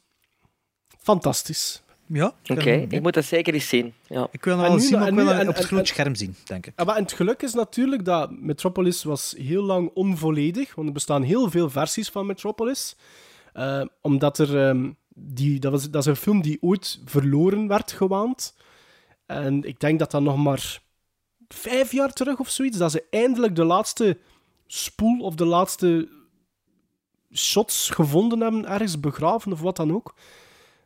Speaker 4: Fantastisch.
Speaker 5: Ja. ik
Speaker 6: Oké,
Speaker 5: ben-
Speaker 6: ik moet dat zeker eens zien. Ja.
Speaker 5: Ik wil hem
Speaker 4: En
Speaker 5: wel
Speaker 4: nu
Speaker 5: zien,
Speaker 4: dan-
Speaker 5: maar ik
Speaker 4: en nu-
Speaker 5: wil hem
Speaker 4: en-
Speaker 5: op het
Speaker 4: en-
Speaker 5: groot
Speaker 4: en-
Speaker 5: scherm zien, denk ik.
Speaker 4: Ja, Ah, maar en het geluk is natuurlijk dat Metropolis was heel lang onvolledig, want er bestaan heel veel versies van Metropolis. Eh, omdat er... ehm, die, dat, was, dat is een film die ooit verloren werd gewaand. En ik denk dat dat nog maar vijf jaar terug of zoiets, dat ze eindelijk de laatste spoel of de laatste shots gevonden hebben, ergens begraven of wat dan ook.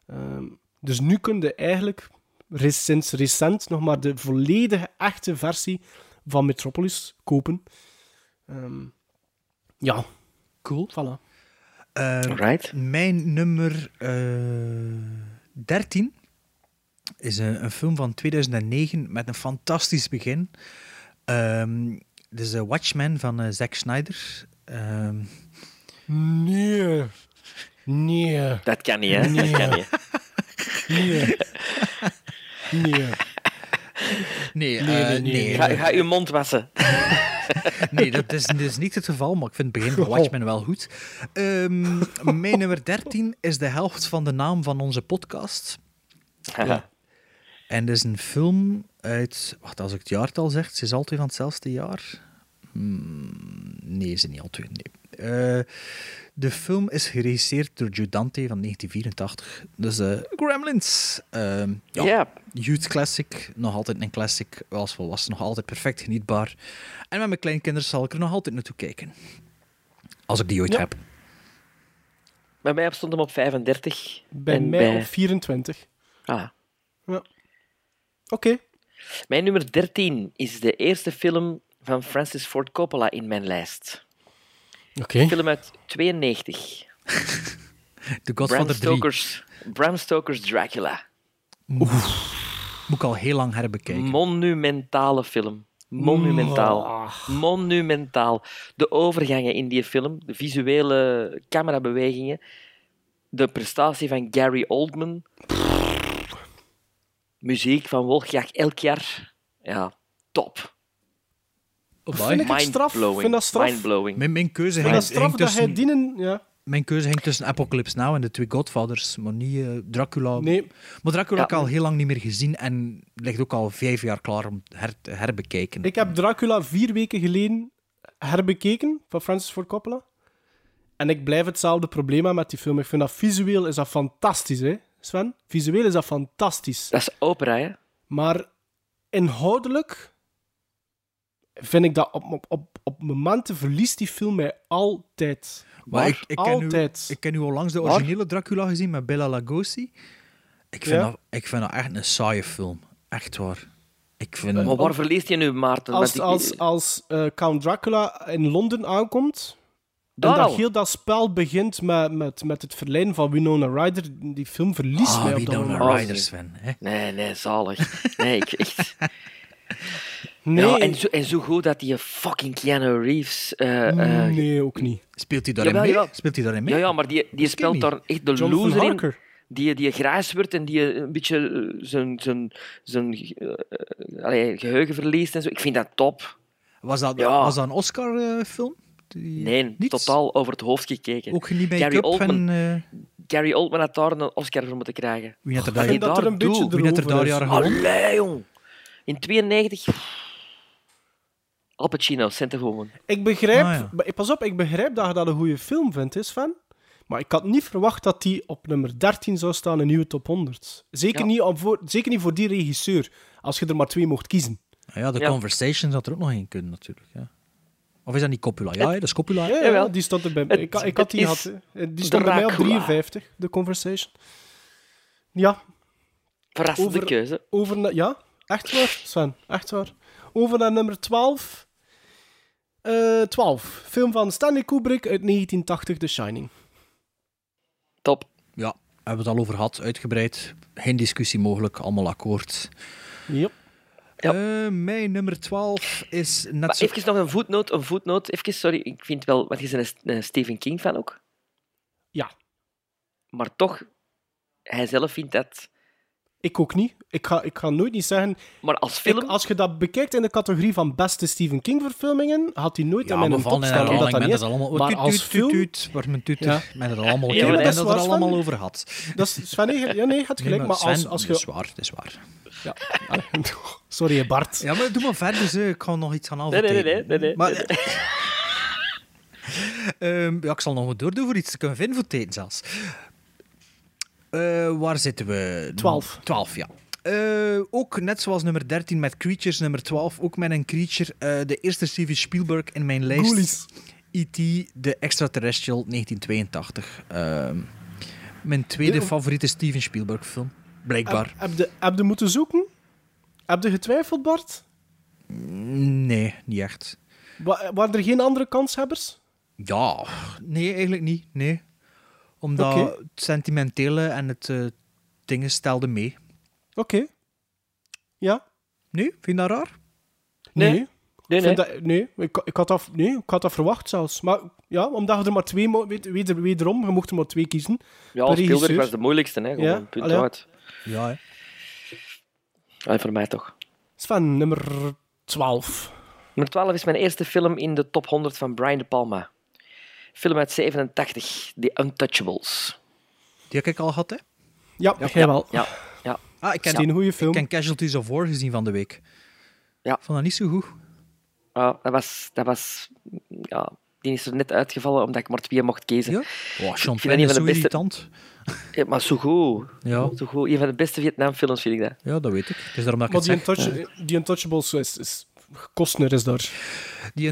Speaker 4: Ehm, dus nu kun je eigenlijk re- sinds recent nog maar de volledige echte versie van Metropolis kopen. Ehm, ja.
Speaker 5: Cool.
Speaker 4: Voilà.
Speaker 5: Eh,
Speaker 6: Alright.
Speaker 5: Mijn nummer eh, 13 is een, een film van 2009 met een fantastisch begin. Ehm het is eh, Watchmen van eh, Zack Snyder. Ehm,
Speaker 4: Nee. Nee.
Speaker 6: Dat kan niet, hè? Dat kan niet.
Speaker 4: Nee. Nee.
Speaker 5: Nee, eh,
Speaker 6: nee,
Speaker 5: nee,
Speaker 6: Ga, ga uw mond wassen.
Speaker 5: nee, dat is, dat is niet het geval, maar ik vind het begin van Watchmen wel goed. Ehm, mijn nummer 13 is de helft van de naam van onze podcast.
Speaker 6: Ja.
Speaker 5: En dat is een film uit, wacht, als ik het jaartal zeg, ze is altijd van hetzelfde jaar. Hmm, nee, ze is niet altijd. Nee. Eh, de film is geregisseerd door Joe Dante van 1984. Dus eh, Gremlins. Ehm, ja,
Speaker 6: Ja.
Speaker 5: Youth Classic, nog altijd een classic. Wel als volwassen, nog altijd perfect genietbaar. En met mijn kleinkinderen zal ik er nog altijd naartoe kijken. Als ik die ooit heb.
Speaker 6: Bij mij stond hem op 35.
Speaker 4: Bij
Speaker 6: en
Speaker 4: mij op 24.
Speaker 6: Ah.
Speaker 4: Oké.
Speaker 6: Mijn nummer 13 is de eerste film van Francis Ford Coppola in mijn lijst.
Speaker 4: Oké.
Speaker 6: Film uit 92.
Speaker 5: The
Speaker 6: Bram
Speaker 5: Godfather 3
Speaker 6: Stoker's, Bram Stoker's Dracula.
Speaker 5: moet ik al heel lang herbekijken.
Speaker 6: Monumentale film. Monumentaal.
Speaker 4: Oh.
Speaker 6: Monumentaal. De overgangen in die film, de visuele camerabewegingen, de prestatie van Gary Oldman, muziek van Wolfgang Elkjar. Ja, top.
Speaker 5: Amai.
Speaker 4: Vind ik het straf?
Speaker 6: Mindblowing.
Speaker 4: Vind dat straf?
Speaker 6: Mindblowing.
Speaker 5: Mijn, mijn keuze
Speaker 4: Vind dat
Speaker 5: ging,
Speaker 4: straf
Speaker 5: ging
Speaker 4: dat hij
Speaker 5: tussen,
Speaker 4: dienen... Ja.
Speaker 5: mijn keuze ging tussen Apocalypse Now en de twee Godfathers, maar niet eh, Dracula.
Speaker 4: Nee.
Speaker 5: Maar Dracula
Speaker 4: Ja.
Speaker 5: heb ik al heel lang niet meer gezien en ligt ook al vijf jaar klaar om her, te herbekijken.
Speaker 4: Ik heb Dracula vier weken geleden herbekeken van Francis Ford Coppola. En ik blijf hetzelfde probleem hebben met die film. Ik vind dat visueel is dat fantastisch, hè, Sven? Visueel is dat fantastisch.
Speaker 6: Dat is opera, hè?
Speaker 4: Maar inhoudelijk vind ik dat op, op, op, op momenten verliest die film mij altijd.
Speaker 5: maar ik, ik, ken nu,
Speaker 4: altijd.
Speaker 5: ik ken nu al langs de
Speaker 4: Waar?
Speaker 5: originele Dracula gezien met Bella Lugosi. Ik vind,
Speaker 4: Ja.
Speaker 5: dat, ik vind dat echt een saaie film. Echt waar. Ik vind
Speaker 6: Maar waar verliest je nu, Maarten? Want
Speaker 4: Oh. Als, als,
Speaker 6: ik-
Speaker 4: als eh, Count Dracula in Londen aankomt.
Speaker 6: Daar
Speaker 4: En dat
Speaker 6: al.
Speaker 4: heel dat spel begint met, met, met het verleiden van Winona Ryder. Die film verliest
Speaker 5: Ah,
Speaker 4: mij op dat
Speaker 5: Winona
Speaker 4: moment.
Speaker 5: Ryder, Sven, hè?
Speaker 6: Nee, nee, zalig. Nee, ik echt.
Speaker 4: Nee.
Speaker 6: Ja, en, zo, en zo goed dat die fucking Keanu Reeves. eh, eh,
Speaker 4: Mm, nee, ook niet.
Speaker 5: Speelt hij daarin
Speaker 6: Jawel,
Speaker 5: mee?
Speaker 6: jawel.
Speaker 5: Speelt hij daarin mee?
Speaker 6: ja, ja, maar die, die speelt
Speaker 5: niet.
Speaker 6: daar echt de
Speaker 5: Jonathan
Speaker 6: loser in.
Speaker 5: Harker.
Speaker 6: Die, die grijs wordt en die een beetje eh, zijn, zijn, zijn eh, eh, allee, geheugen verliest en zo. Ik vind dat top.
Speaker 5: Was dat,
Speaker 6: Ja.
Speaker 5: was dat een eh, Oscar-film?
Speaker 6: Nee, totaal over het hoofd gekeken.
Speaker 5: Ook niet
Speaker 6: Gary
Speaker 5: make-up
Speaker 6: Oldman,
Speaker 5: en... eh,
Speaker 6: Gary Oldman had daar een Oscar voor moeten krijgen.
Speaker 5: Wie had er
Speaker 6: Wat
Speaker 5: daar-
Speaker 6: die
Speaker 5: dat er een
Speaker 6: doet.
Speaker 5: beetje Wie had er daar erover is. jaren gewonnen?
Speaker 6: Allee, jong. In 92... Al Pacino, Santa Woman.
Speaker 4: Ik begrijp,
Speaker 5: Ah, ja.
Speaker 4: maar- pas op, ik begrijp dat je dat een goede film vindt, is Sven. Maar ik had niet verwacht dat die op nummer 13 zou staan in nieuwe top 100. Zeker,
Speaker 6: Ja.
Speaker 4: niet om voor, zeker niet voor die regisseur, als je er maar twee mocht kiezen.
Speaker 5: Nou ja, de
Speaker 6: Ja.
Speaker 5: Conversations had er ook nog in kunnen, natuurlijk. Ja. Of is dat niet Coppola? Ja,
Speaker 6: Het-
Speaker 5: hè, dat is Coppola.
Speaker 4: Ja, ja,
Speaker 6: Jawel.
Speaker 4: die stond er bij
Speaker 6: Het-
Speaker 4: ik, had- ik
Speaker 6: het
Speaker 4: had die,
Speaker 6: is
Speaker 4: had, eh, die stond bij mij op
Speaker 6: Dracula.
Speaker 4: 53, de Conversation. Ja,
Speaker 6: Verrassende
Speaker 4: Over-
Speaker 6: keuze.
Speaker 4: over naar- ja, echt waar, Sven, echt waar. Over naar nummer 12. Eh 12, film van Stanley Kubrick uit 1980, The Shining.
Speaker 6: Top.
Speaker 5: Ja, hebben we het al over gehad, uitgebreid. Geen discussie mogelijk, allemaal akkoord.
Speaker 4: Yep.
Speaker 5: Eh, mijn nummer 12 is net
Speaker 6: Maar
Speaker 5: zo...
Speaker 6: even nog een voetnoot, een voetnoot. Even, sorry, ik vind wel... Want je bent een een Stephen King fan ook.
Speaker 4: Ja,
Speaker 6: Maar toch, hij zelf vindt dat...
Speaker 4: Ik ook niet. Ik ga, ik ga nooit niet zeggen.
Speaker 6: Maar als
Speaker 4: Ik-
Speaker 6: film...
Speaker 4: als je dat bekijkt in de categorie van beste Stephen King verfilmingen, had hij nooit
Speaker 5: Ja,
Speaker 4: in mijn
Speaker 5: we
Speaker 4: top
Speaker 5: vallen in
Speaker 4: staan. Omdat
Speaker 5: herhaling,
Speaker 4: dat
Speaker 5: men
Speaker 4: niet is.
Speaker 5: het allemaal...
Speaker 4: Maar
Speaker 5: Tuut,
Speaker 4: als
Speaker 5: tuut,
Speaker 4: film,
Speaker 5: tuut, tuut, wordt men tuut, tuut.
Speaker 4: Ja.
Speaker 5: Men het allemaal
Speaker 4: Ja,
Speaker 5: keer,
Speaker 4: maar
Speaker 5: men
Speaker 4: dat is
Speaker 5: het
Speaker 4: waar,
Speaker 5: er
Speaker 4: Sven.
Speaker 5: allemaal over gehad.
Speaker 4: dat is, Sven, je- ja, nee, je had
Speaker 5: Nee,
Speaker 4: gelijk. maar als,
Speaker 5: Sven,
Speaker 4: als
Speaker 5: Dat is
Speaker 4: je.
Speaker 5: waar, dat is waar.
Speaker 4: Ja. Allee. Sorry, hè, Bart.
Speaker 5: Ja, maar doe maar verder, ze. ik ga nog iets aan
Speaker 6: Nee, nee,
Speaker 5: aftekenen.
Speaker 6: nee, nee. nee, nee.
Speaker 5: Maar... Ehm, ja, ik zal nog wat doordoen voor iets te kunnen vinden voor teken zelfs. Eh, waar zitten we?
Speaker 4: Twaalf.
Speaker 5: 12, ja. Eh, ook net zoals nummer 13 met Creatures, nummer 12 ook met een Creature. eh, de eerste Steven Spielberg in mijn lijst.
Speaker 4: Ghoulies.
Speaker 5: E.T. de Extraterrestrial 1982. Ehm, mijn tweede
Speaker 4: Dit-
Speaker 5: favoriete Steven Spielberg film.
Speaker 4: Heb,
Speaker 5: Blijkbaar.
Speaker 4: heb, je, heb je
Speaker 6: Ah.
Speaker 4: moeten zoeken? Heb je getwijfeld, Bart?
Speaker 5: Nee, niet echt.
Speaker 4: Wa- waren er geen andere kanshebbers?
Speaker 5: Ja, nee, eigenlijk niet. Nee. Omdat
Speaker 4: Oké.
Speaker 5: het sentimentele en het eh, dingen stelde mee.
Speaker 4: Oké. Ja.
Speaker 5: Nee, vind je dat raar?
Speaker 4: Nee.
Speaker 5: Nee,
Speaker 4: Ik vind
Speaker 5: nee.
Speaker 4: dat- nee, ik, ik had dat, nee, ik had dat verwacht zelfs. Maar ja, omdat je er maar twee... mo- weet- weder- Wederom, je mocht er maar twee kiezen.
Speaker 6: Ja, als
Speaker 4: Per
Speaker 6: Spielberg
Speaker 4: regisseur.
Speaker 6: was de moeilijkste, hè. Gewoon,
Speaker 4: dus- Ja,
Speaker 6: punt
Speaker 4: allee, ja.
Speaker 6: uit.
Speaker 5: Ja, hè.
Speaker 6: Allee, voor mij toch.
Speaker 4: Sven, nummer 12.
Speaker 6: Nummer 12 is mijn eerste film in de top 100 van Brian De Palma. Film uit 87, The Untouchables.
Speaker 5: Die heb ik al gehad, hè?
Speaker 4: Ja, jij wel.
Speaker 6: Ja, ja.
Speaker 5: Ah, ik ken,
Speaker 6: Ja.
Speaker 5: Ik ken Casualties of War gezien van de week.
Speaker 6: Ja.
Speaker 5: Vond dat niet zo goed.
Speaker 6: Ja, dat was... Dat was ja, die is er net uitgevallen omdat ik maar twee mocht kiezen. Ja?
Speaker 5: Oh, Sean Penn is zo irritant.
Speaker 6: Ja, maar zo goed.
Speaker 5: Ja.
Speaker 6: Zo goed. Een van de beste Vietnamfilms vind ik dat.
Speaker 5: Ja, dat weet ik. Dus daarom dat ik
Speaker 4: Maar
Speaker 5: het
Speaker 4: die,
Speaker 5: zeg.
Speaker 4: untouch, die Untouchables is... is Kostner is daar.
Speaker 5: Die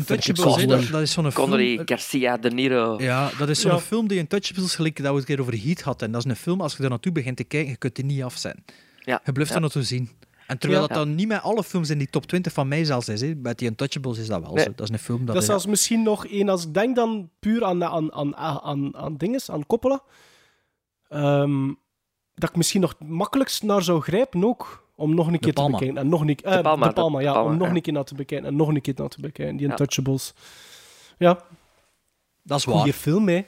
Speaker 4: Vind ik
Speaker 5: Untouchables, hè,
Speaker 4: zo
Speaker 5: dat,
Speaker 4: goed.
Speaker 5: dat is zo'n
Speaker 6: Connery,
Speaker 5: film...
Speaker 6: Garcia, De Niro.
Speaker 5: Ja, dat is zo'n
Speaker 6: Ja.
Speaker 5: film die Untouchables, gelijk dat we het keer over Heat hadden. En dat is een film, als je daar naartoe begint te kijken, je kunt die niet afzetten.
Speaker 6: Ja.
Speaker 5: Je blijft
Speaker 6: ja.
Speaker 5: er naartoe zien. En terwijl
Speaker 6: Ja.
Speaker 5: dat dan niet met alle films in die top 20 van mij zelfs is, hè. bij die Untouchables is dat wel
Speaker 4: Nee.
Speaker 5: zo. Dat is een film dat...
Speaker 4: Dat is zelfs misschien nog één, als ik denk dan puur aan, aan, aan, aan, aan dinges, aan Coppola, ehm, dat ik misschien nog het makkelijkst naar zou grijpen ook, om nog een keer te
Speaker 5: Palma.
Speaker 4: bekijken. En nog een, eh,
Speaker 6: De Palma,
Speaker 4: De Palma,
Speaker 6: de
Speaker 4: ja,
Speaker 6: Palma,
Speaker 4: om nog
Speaker 6: ja.
Speaker 4: een keer naar te bekijken en nog een keer naar te bekijken. Die
Speaker 6: Ja.
Speaker 4: Untouchables. Ja,
Speaker 5: dat is waar.
Speaker 4: goede film, hè.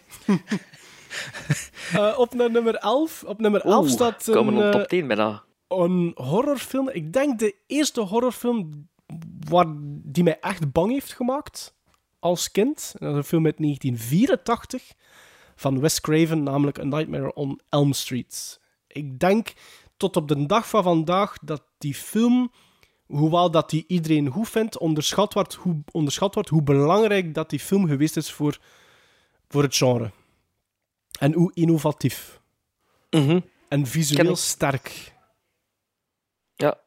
Speaker 4: Eh, op naar nummer 11. Op nummer 11
Speaker 6: Oeh,
Speaker 4: staat een,
Speaker 6: komen we op
Speaker 4: eh,
Speaker 6: top 10 bijna.
Speaker 4: een horrorfilm. Ik denk de eerste horrorfilm waar, die mij echt bang heeft gemaakt als kind. En Dat is een film uit 1984 van Wes Craven, namelijk A Nightmare on Elm Street. Ik denk tot op de dag van vandaag dat die film, hoewel dat die iedereen goed vindt, onderschat wordt hoe, onderschat wordt hoe belangrijk dat die film geweest is voor, voor het genre. En hoe innovatief. En
Speaker 6: Ken
Speaker 4: visueel
Speaker 6: ik.
Speaker 4: sterk.
Speaker 6: Ja.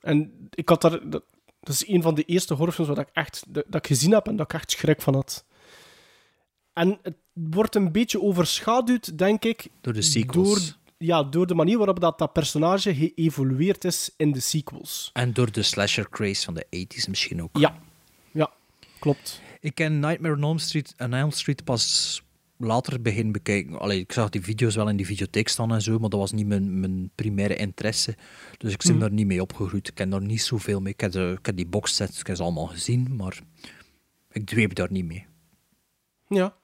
Speaker 4: En ik had daar... Dat, dat is een van de eerste horrorfilms dat ik echt dat, dat ik gezien heb en dat ik echt schrik van had. En het wordt een beetje overschaduwd, denk ik...
Speaker 5: Door de sequels.
Speaker 4: door- ja, door de manier waarop dat, dat personage geëvolueerd is in de sequels.
Speaker 5: En door de slasher craze van de 80s misschien ook.
Speaker 4: Ja. Ja, klopt.
Speaker 5: Ik ken Nightmare on Elm Street, on Elm Street pas later begin bekijken. Allee, ik zag die video's wel in die videotheek staan en zo, maar dat was niet mijn, mijn primaire interesse. Dus ik ben
Speaker 4: Mhm.
Speaker 5: daar niet mee opgegroeid. Ik ken daar niet zoveel mee. Ik heb, de, ik heb die boxsets, ik heb ze allemaal gezien, maar ik dweep daar niet mee.
Speaker 4: Ja.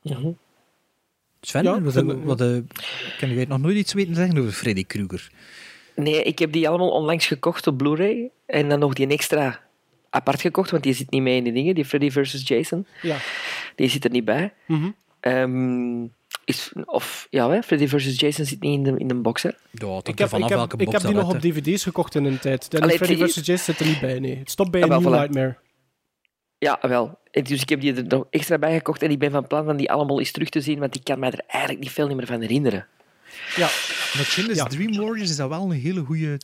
Speaker 5: Sven,
Speaker 4: Ja,
Speaker 5: wat,
Speaker 4: ik vind-
Speaker 5: wat, eh, kan jij nog nooit iets weten zeggen over Freddy Krueger?
Speaker 6: Nee, ik heb die allemaal onlangs gekocht op Blu-ray. En dan nog die extra apart gekocht, want die zit niet mee in die dingen. Die Freddy vs. Jason,
Speaker 4: Ja.
Speaker 6: die zit er niet bij.
Speaker 4: Mhm.
Speaker 6: Ehm, is, of, ja, hè, Freddy vs. Jason zit niet in de, in de box, hè.
Speaker 5: Ja, het
Speaker 4: Ik
Speaker 5: hangt
Speaker 4: heb,
Speaker 5: er
Speaker 4: ik
Speaker 5: vanaf
Speaker 4: heb,
Speaker 5: welke
Speaker 4: ik
Speaker 5: box
Speaker 4: heb die
Speaker 5: dat
Speaker 4: nog op
Speaker 5: uit,
Speaker 4: dvd's gekocht in een tijd. En
Speaker 6: Allee,
Speaker 4: Freddy
Speaker 6: die-
Speaker 4: vs. Jason zit er niet bij, nee. Het stopt bij
Speaker 6: Ah, wel,
Speaker 4: een New
Speaker 6: voilà.
Speaker 4: Nightmare.
Speaker 6: Ja, wel. En Dus ik heb die er nog extra bij gekocht en ik ben van plan om die allemaal eens terug te zien, want ik kan mij er eigenlijk niet veel meer van herinneren.
Speaker 4: Ja.
Speaker 5: hè. Maar Schindler's Dream Warriors is dat wel een hele goede...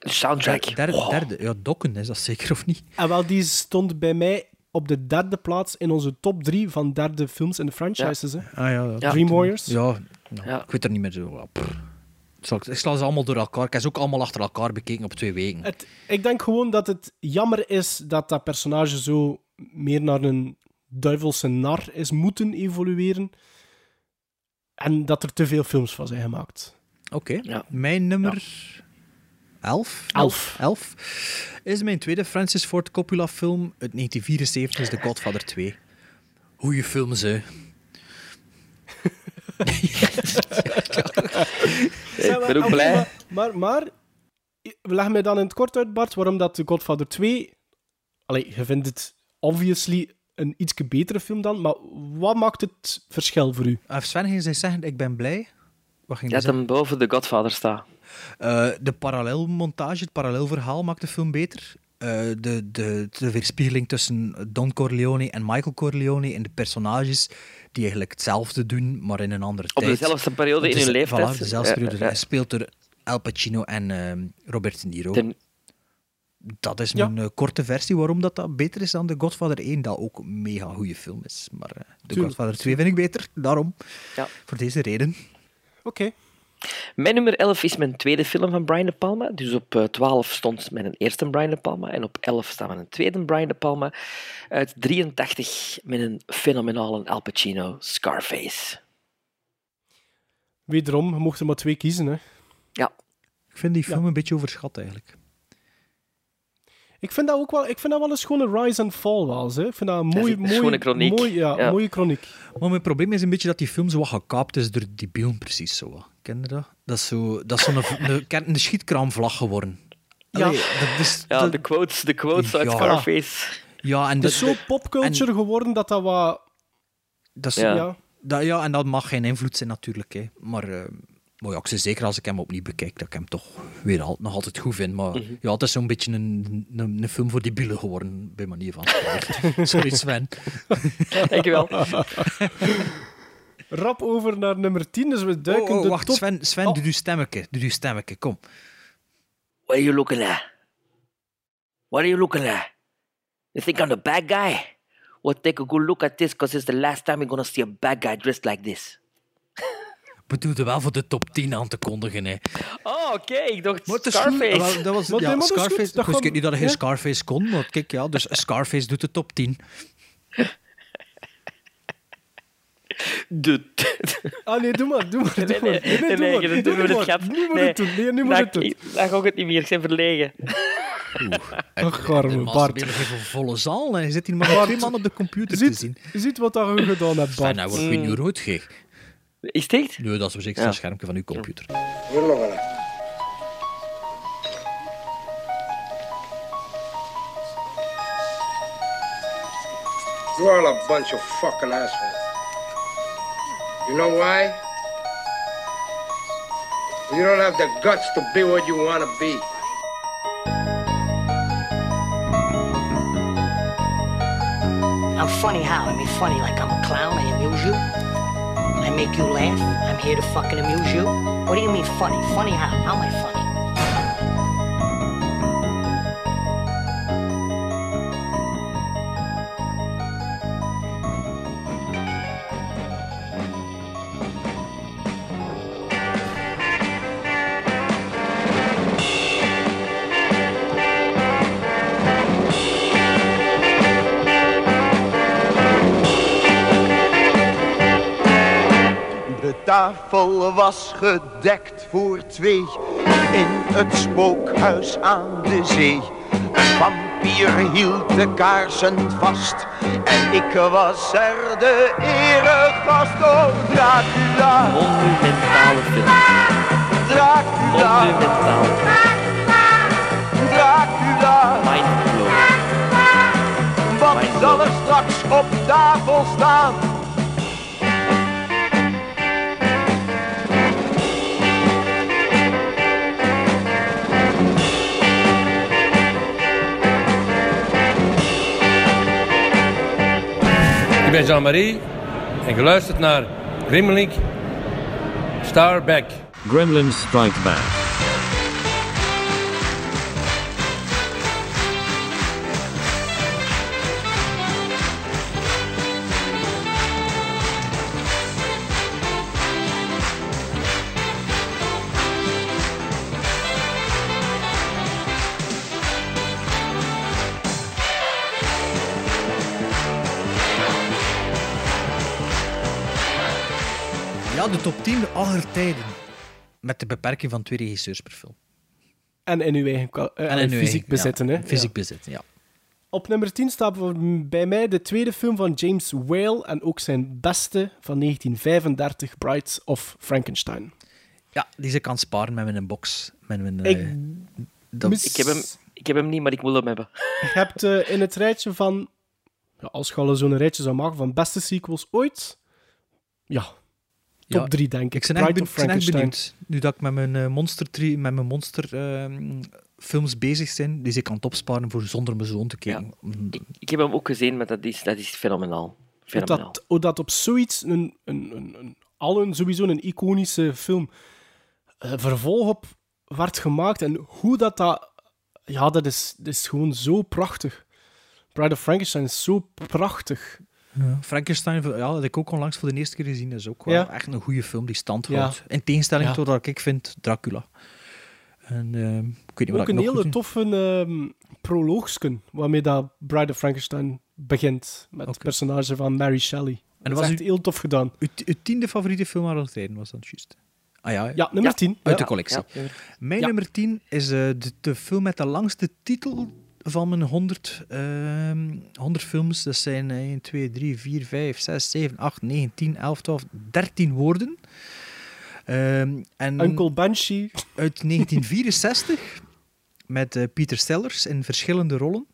Speaker 6: Soundtrack.
Speaker 5: Derde,
Speaker 6: Oh.
Speaker 5: derde, ja, dokken is dat zeker of niet?
Speaker 4: En wel, die stond bij mij op de derde plaats in onze top drie van derde films in de franchises. Hè.
Speaker 5: Ah, ja,
Speaker 4: Ja. Dream Warriors?
Speaker 5: Ja, nou,
Speaker 6: Ja.
Speaker 5: ik weet er niet meer zo. ja, pff. Zal ik, ik sla ze allemaal door elkaar. Ik heb ze ook allemaal achter elkaar bekeken op twee weken.
Speaker 4: Het, ik denk gewoon dat het jammer is dat dat personage zo meer naar een duivelse nar is moeten evolueren. En dat er te veel films van zijn gemaakt.
Speaker 5: Oké, mijn nummer 11
Speaker 4: Elf.
Speaker 5: is mijn tweede Francis Ford Coppola film uit 1974, is The Godfather 2. Goeie film, ze.
Speaker 4: Zijn we-
Speaker 6: ben ook
Speaker 4: oké,
Speaker 6: blij.
Speaker 4: Maar, maar, maar, we leggen mij dan in het kort uit, Bart, waarom dat The Godfather 2... Allee, je vindt het obviously een ietske betere film dan, maar wat maakt het verschil voor u?
Speaker 5: Eh, Sven ging zij zeggen, ik ben blij. Wat ging hij
Speaker 6: Dat hem boven de Godfather staat.
Speaker 5: Eh, de parallelmontage, het parallelverhaal maakt de film beter. Eh, de, de, de weerspiegeling tussen Don Corleone en Michael Corleone en de personages die eigenlijk hetzelfde doen, maar in een andere
Speaker 6: Op
Speaker 5: tijd.
Speaker 6: dezelfde periode
Speaker 5: Op
Speaker 6: in hun
Speaker 5: deze-
Speaker 6: leeftijd.
Speaker 5: Voilà, dezelfde
Speaker 6: Ja,
Speaker 5: periode.
Speaker 6: ja.
Speaker 5: Gespeeld door Al Pacino en ehm, Robert De Niro.
Speaker 6: De-
Speaker 5: Dat is
Speaker 4: Ja.
Speaker 5: mijn eh, korte versie waarom dat, dat beter is dan The Godfather 1, dat ook een mega goede film is. Maar eh The
Speaker 4: Tuurlijk.
Speaker 5: Godfather 2 vind ik beter, daarom.
Speaker 6: Ja.
Speaker 5: Voor deze reden.
Speaker 4: Oké.
Speaker 6: Mijn nummer 11 is mijn tweede film van Brian De Palma. Dus op eh, 12 stond mijn eerste Brian De Palma. En op 11 staat mijn tweede Brian De Palma. Uit 83 met een fenomenale Al Pacino, Scarface.
Speaker 4: Wederom, je mocht er maar twee kiezen, hè.
Speaker 6: Ja.
Speaker 5: Ik vind die film een beetje overschat eigenlijk.
Speaker 4: Ik vind dat ook wel, ik vind dat wel een schone rise and fall was. Hè. Ik vind dat een mooi,
Speaker 5: een
Speaker 4: mooi,
Speaker 5: schone kroniek.
Speaker 4: mooi- ja,
Speaker 5: Ja.
Speaker 4: mooie kroniek.
Speaker 5: Maar mijn probleem is een beetje dat die film zo wat gekaapt is door die beelden precies zo. wat. Ken je dat? Dat is zo- dat is zo'n een, een, een schietkraamvlag geworden.
Speaker 6: Ja,
Speaker 5: Allee, dat is,
Speaker 6: ja
Speaker 5: dat-
Speaker 6: de quotes, de quotes uit
Speaker 5: Ja.
Speaker 6: Scarface.
Speaker 5: ja, en
Speaker 4: Het
Speaker 5: dat,
Speaker 4: is zo popculture geworden dat dat wat...
Speaker 5: dat is,
Speaker 4: Ja.
Speaker 5: ja. Dat, ja, en dat mag geen invloed zijn natuurlijk. Hè. Maar, eh, maar ja, ik zeg zeker als ik hem opnieuw bekijk, dat ik hem toch weer al, nog altijd goed vind. Maar
Speaker 6: Mhm.
Speaker 5: ja, het is zo'n beetje een, een, een film voor die billen geworden, bij manier van spreken. Sorry Sven.
Speaker 6: Dankjewel.
Speaker 4: Rap over naar nummer 10, dus we duiken
Speaker 5: Oh, oh,
Speaker 4: de
Speaker 5: wacht,
Speaker 4: top...
Speaker 5: Sven, Sven doe je stemmetje. Doe je stemmetje, kom.
Speaker 6: What are you looking at? What are you looking at? You think I'm the bad guy? Well, take a good look at this, because it's the last time you're gonna see a bad guy dressed like this.
Speaker 5: Bedoelde wel voor de top 10 aan te kondigen, hè.
Speaker 6: Oh, oké, ik dacht
Speaker 5: Maar het is
Speaker 6: Scarface.
Speaker 5: goed. Ah, Wel, Dat was, ja, Scarface. ik wist niet dat hij
Speaker 6: Ja.
Speaker 5: Scarface kon, maar kijk, ja, dus Scarface doet de top 10.
Speaker 6: De...
Speaker 4: Ah nee, doe maar, doe maar, doe maar.
Speaker 6: Nee, nee,
Speaker 4: doe maar,
Speaker 6: nee, dat doen we
Speaker 4: doe
Speaker 6: het
Speaker 4: maar.
Speaker 6: gat.
Speaker 4: Nu moet het doen, nee, nu moet
Speaker 6: dan-
Speaker 4: het doen.
Speaker 6: Dan ga ik het niet meer, ik ben verlegen.
Speaker 4: Ach, arme Bart.
Speaker 5: Masturbeer even volle zaal en je zit hier maar met
Speaker 4: Bart,
Speaker 5: twee man op de computer te zien.
Speaker 4: Je ziet wat dat je gedaan hebt,
Speaker 5: Sven,
Speaker 4: Bart.
Speaker 5: nou wordt weer nu rood gek.
Speaker 6: Is het echt?
Speaker 5: Nee, dat is waarschijnlijk een schermpje van uw computer.
Speaker 15: You're looking at. You're all a bunch of fucking assholes. You know why? You don't have the guts to be what you want to be.
Speaker 16: I'm funny how? I mean, funny like I'm a clown, I amuse you. I make you laugh. I'm here to fucking amuse you. What do you mean funny? Funny how? How am I funny?
Speaker 17: De tafel was gedekt voor twee in het spookhuis aan de zee. Een vampier hield de kaarsen vast en ik was er de eregast. Oh, Dracula.
Speaker 6: Monumentale film.
Speaker 17: Dracula. Dracula. Wat zal er straks op tafel staan?
Speaker 18: Ik ben Jean-Marie en geluisterd naar Grimmelik Starback.
Speaker 19: Gremlin Strike Back.
Speaker 5: Ja, de top 10 aller tijden. Met de beperking van twee regisseurs per film.
Speaker 4: En in uw eigen, kwa- eh,
Speaker 5: in uw
Speaker 4: fysiek
Speaker 5: eigen-
Speaker 4: bezitten,
Speaker 5: ja,
Speaker 4: hè.
Speaker 5: Fysiek
Speaker 4: Ja.
Speaker 5: bezitten, ja.
Speaker 4: Op nummer 10 staat voor m- bij mij de tweede film van James Whale en ook zijn beste van 1935, Brides of Frankenstein.
Speaker 5: Ja, die ze kan sparen met mijn box. Met mijn,
Speaker 4: Ik-
Speaker 5: eh,
Speaker 4: mis-
Speaker 6: Ik, heb hem, ik heb hem niet, maar ik wil hem hebben.
Speaker 4: Je hebt eh, in het rijtje van, ja, als je al zo'n rijtje zou maken, van beste sequels ooit, ja, top
Speaker 5: Ja,
Speaker 4: 3 denk ik.
Speaker 5: Ik ben echt,
Speaker 4: Bride
Speaker 5: ben,
Speaker 4: of
Speaker 5: ik ben echt
Speaker 4: Frankenstein.
Speaker 5: benieuwd. Nu dat ik met mijn eh, monster, tri- met mijn monster ehm, films bezig ben, die ik kan het opsparen voor zonder mijn zoon te kijken. Mm.
Speaker 6: Ik, ik heb hem ook gezien, maar dat is, dat is fenomenaal.
Speaker 4: Hoe
Speaker 6: fenomenaal.
Speaker 4: dat, hoe dat op zoiets, een, een, een, een, allen sowieso een iconische film, eh, vervolg op werd gemaakt en hoe dat dat... Ja, dat is, dat is gewoon zo prachtig. Bride of Frankenstein is zo prachtig.
Speaker 5: Ja. Frankenstein, ja, dat heb ik ook onlangs voor de eerste keer gezien. Dat is ook wel
Speaker 4: Ja.
Speaker 5: echt een goede film die stand
Speaker 4: Ja.
Speaker 5: houdt. In tegenstelling
Speaker 4: Ja.
Speaker 5: tot wat ik vind Dracula. En, ehm, ik weet niet wat
Speaker 4: Ook
Speaker 5: ik
Speaker 4: een
Speaker 5: nog
Speaker 4: hele
Speaker 5: goed-
Speaker 4: toffe ehm proloogsken waarmee dat Bride of Frankenstein begint met het personage van Mary Shelley. En dat was
Speaker 5: was
Speaker 4: echt
Speaker 5: u-
Speaker 4: heel tof gedaan.
Speaker 5: Uw, uw tiende favoriete film aller tijden was dat juist. Ah ja,
Speaker 4: Ja, nummer 10.
Speaker 5: Uit
Speaker 4: Ja.
Speaker 5: de collectie.
Speaker 4: Ja, nummer-
Speaker 5: Mijn
Speaker 4: Ja.
Speaker 5: nummer 10 is eh, de, de film met de langste titel van mijn 100, ehm, 100 films. Dat zijn eh, 1, 2, 3, 4, 5, 6, 7, 8, 9, 10, 11, 12, 13 woorden. Ehm en
Speaker 4: Uncle Banshee.
Speaker 5: Uit 1964 met eh, Peter Sellers in verschillende rollen.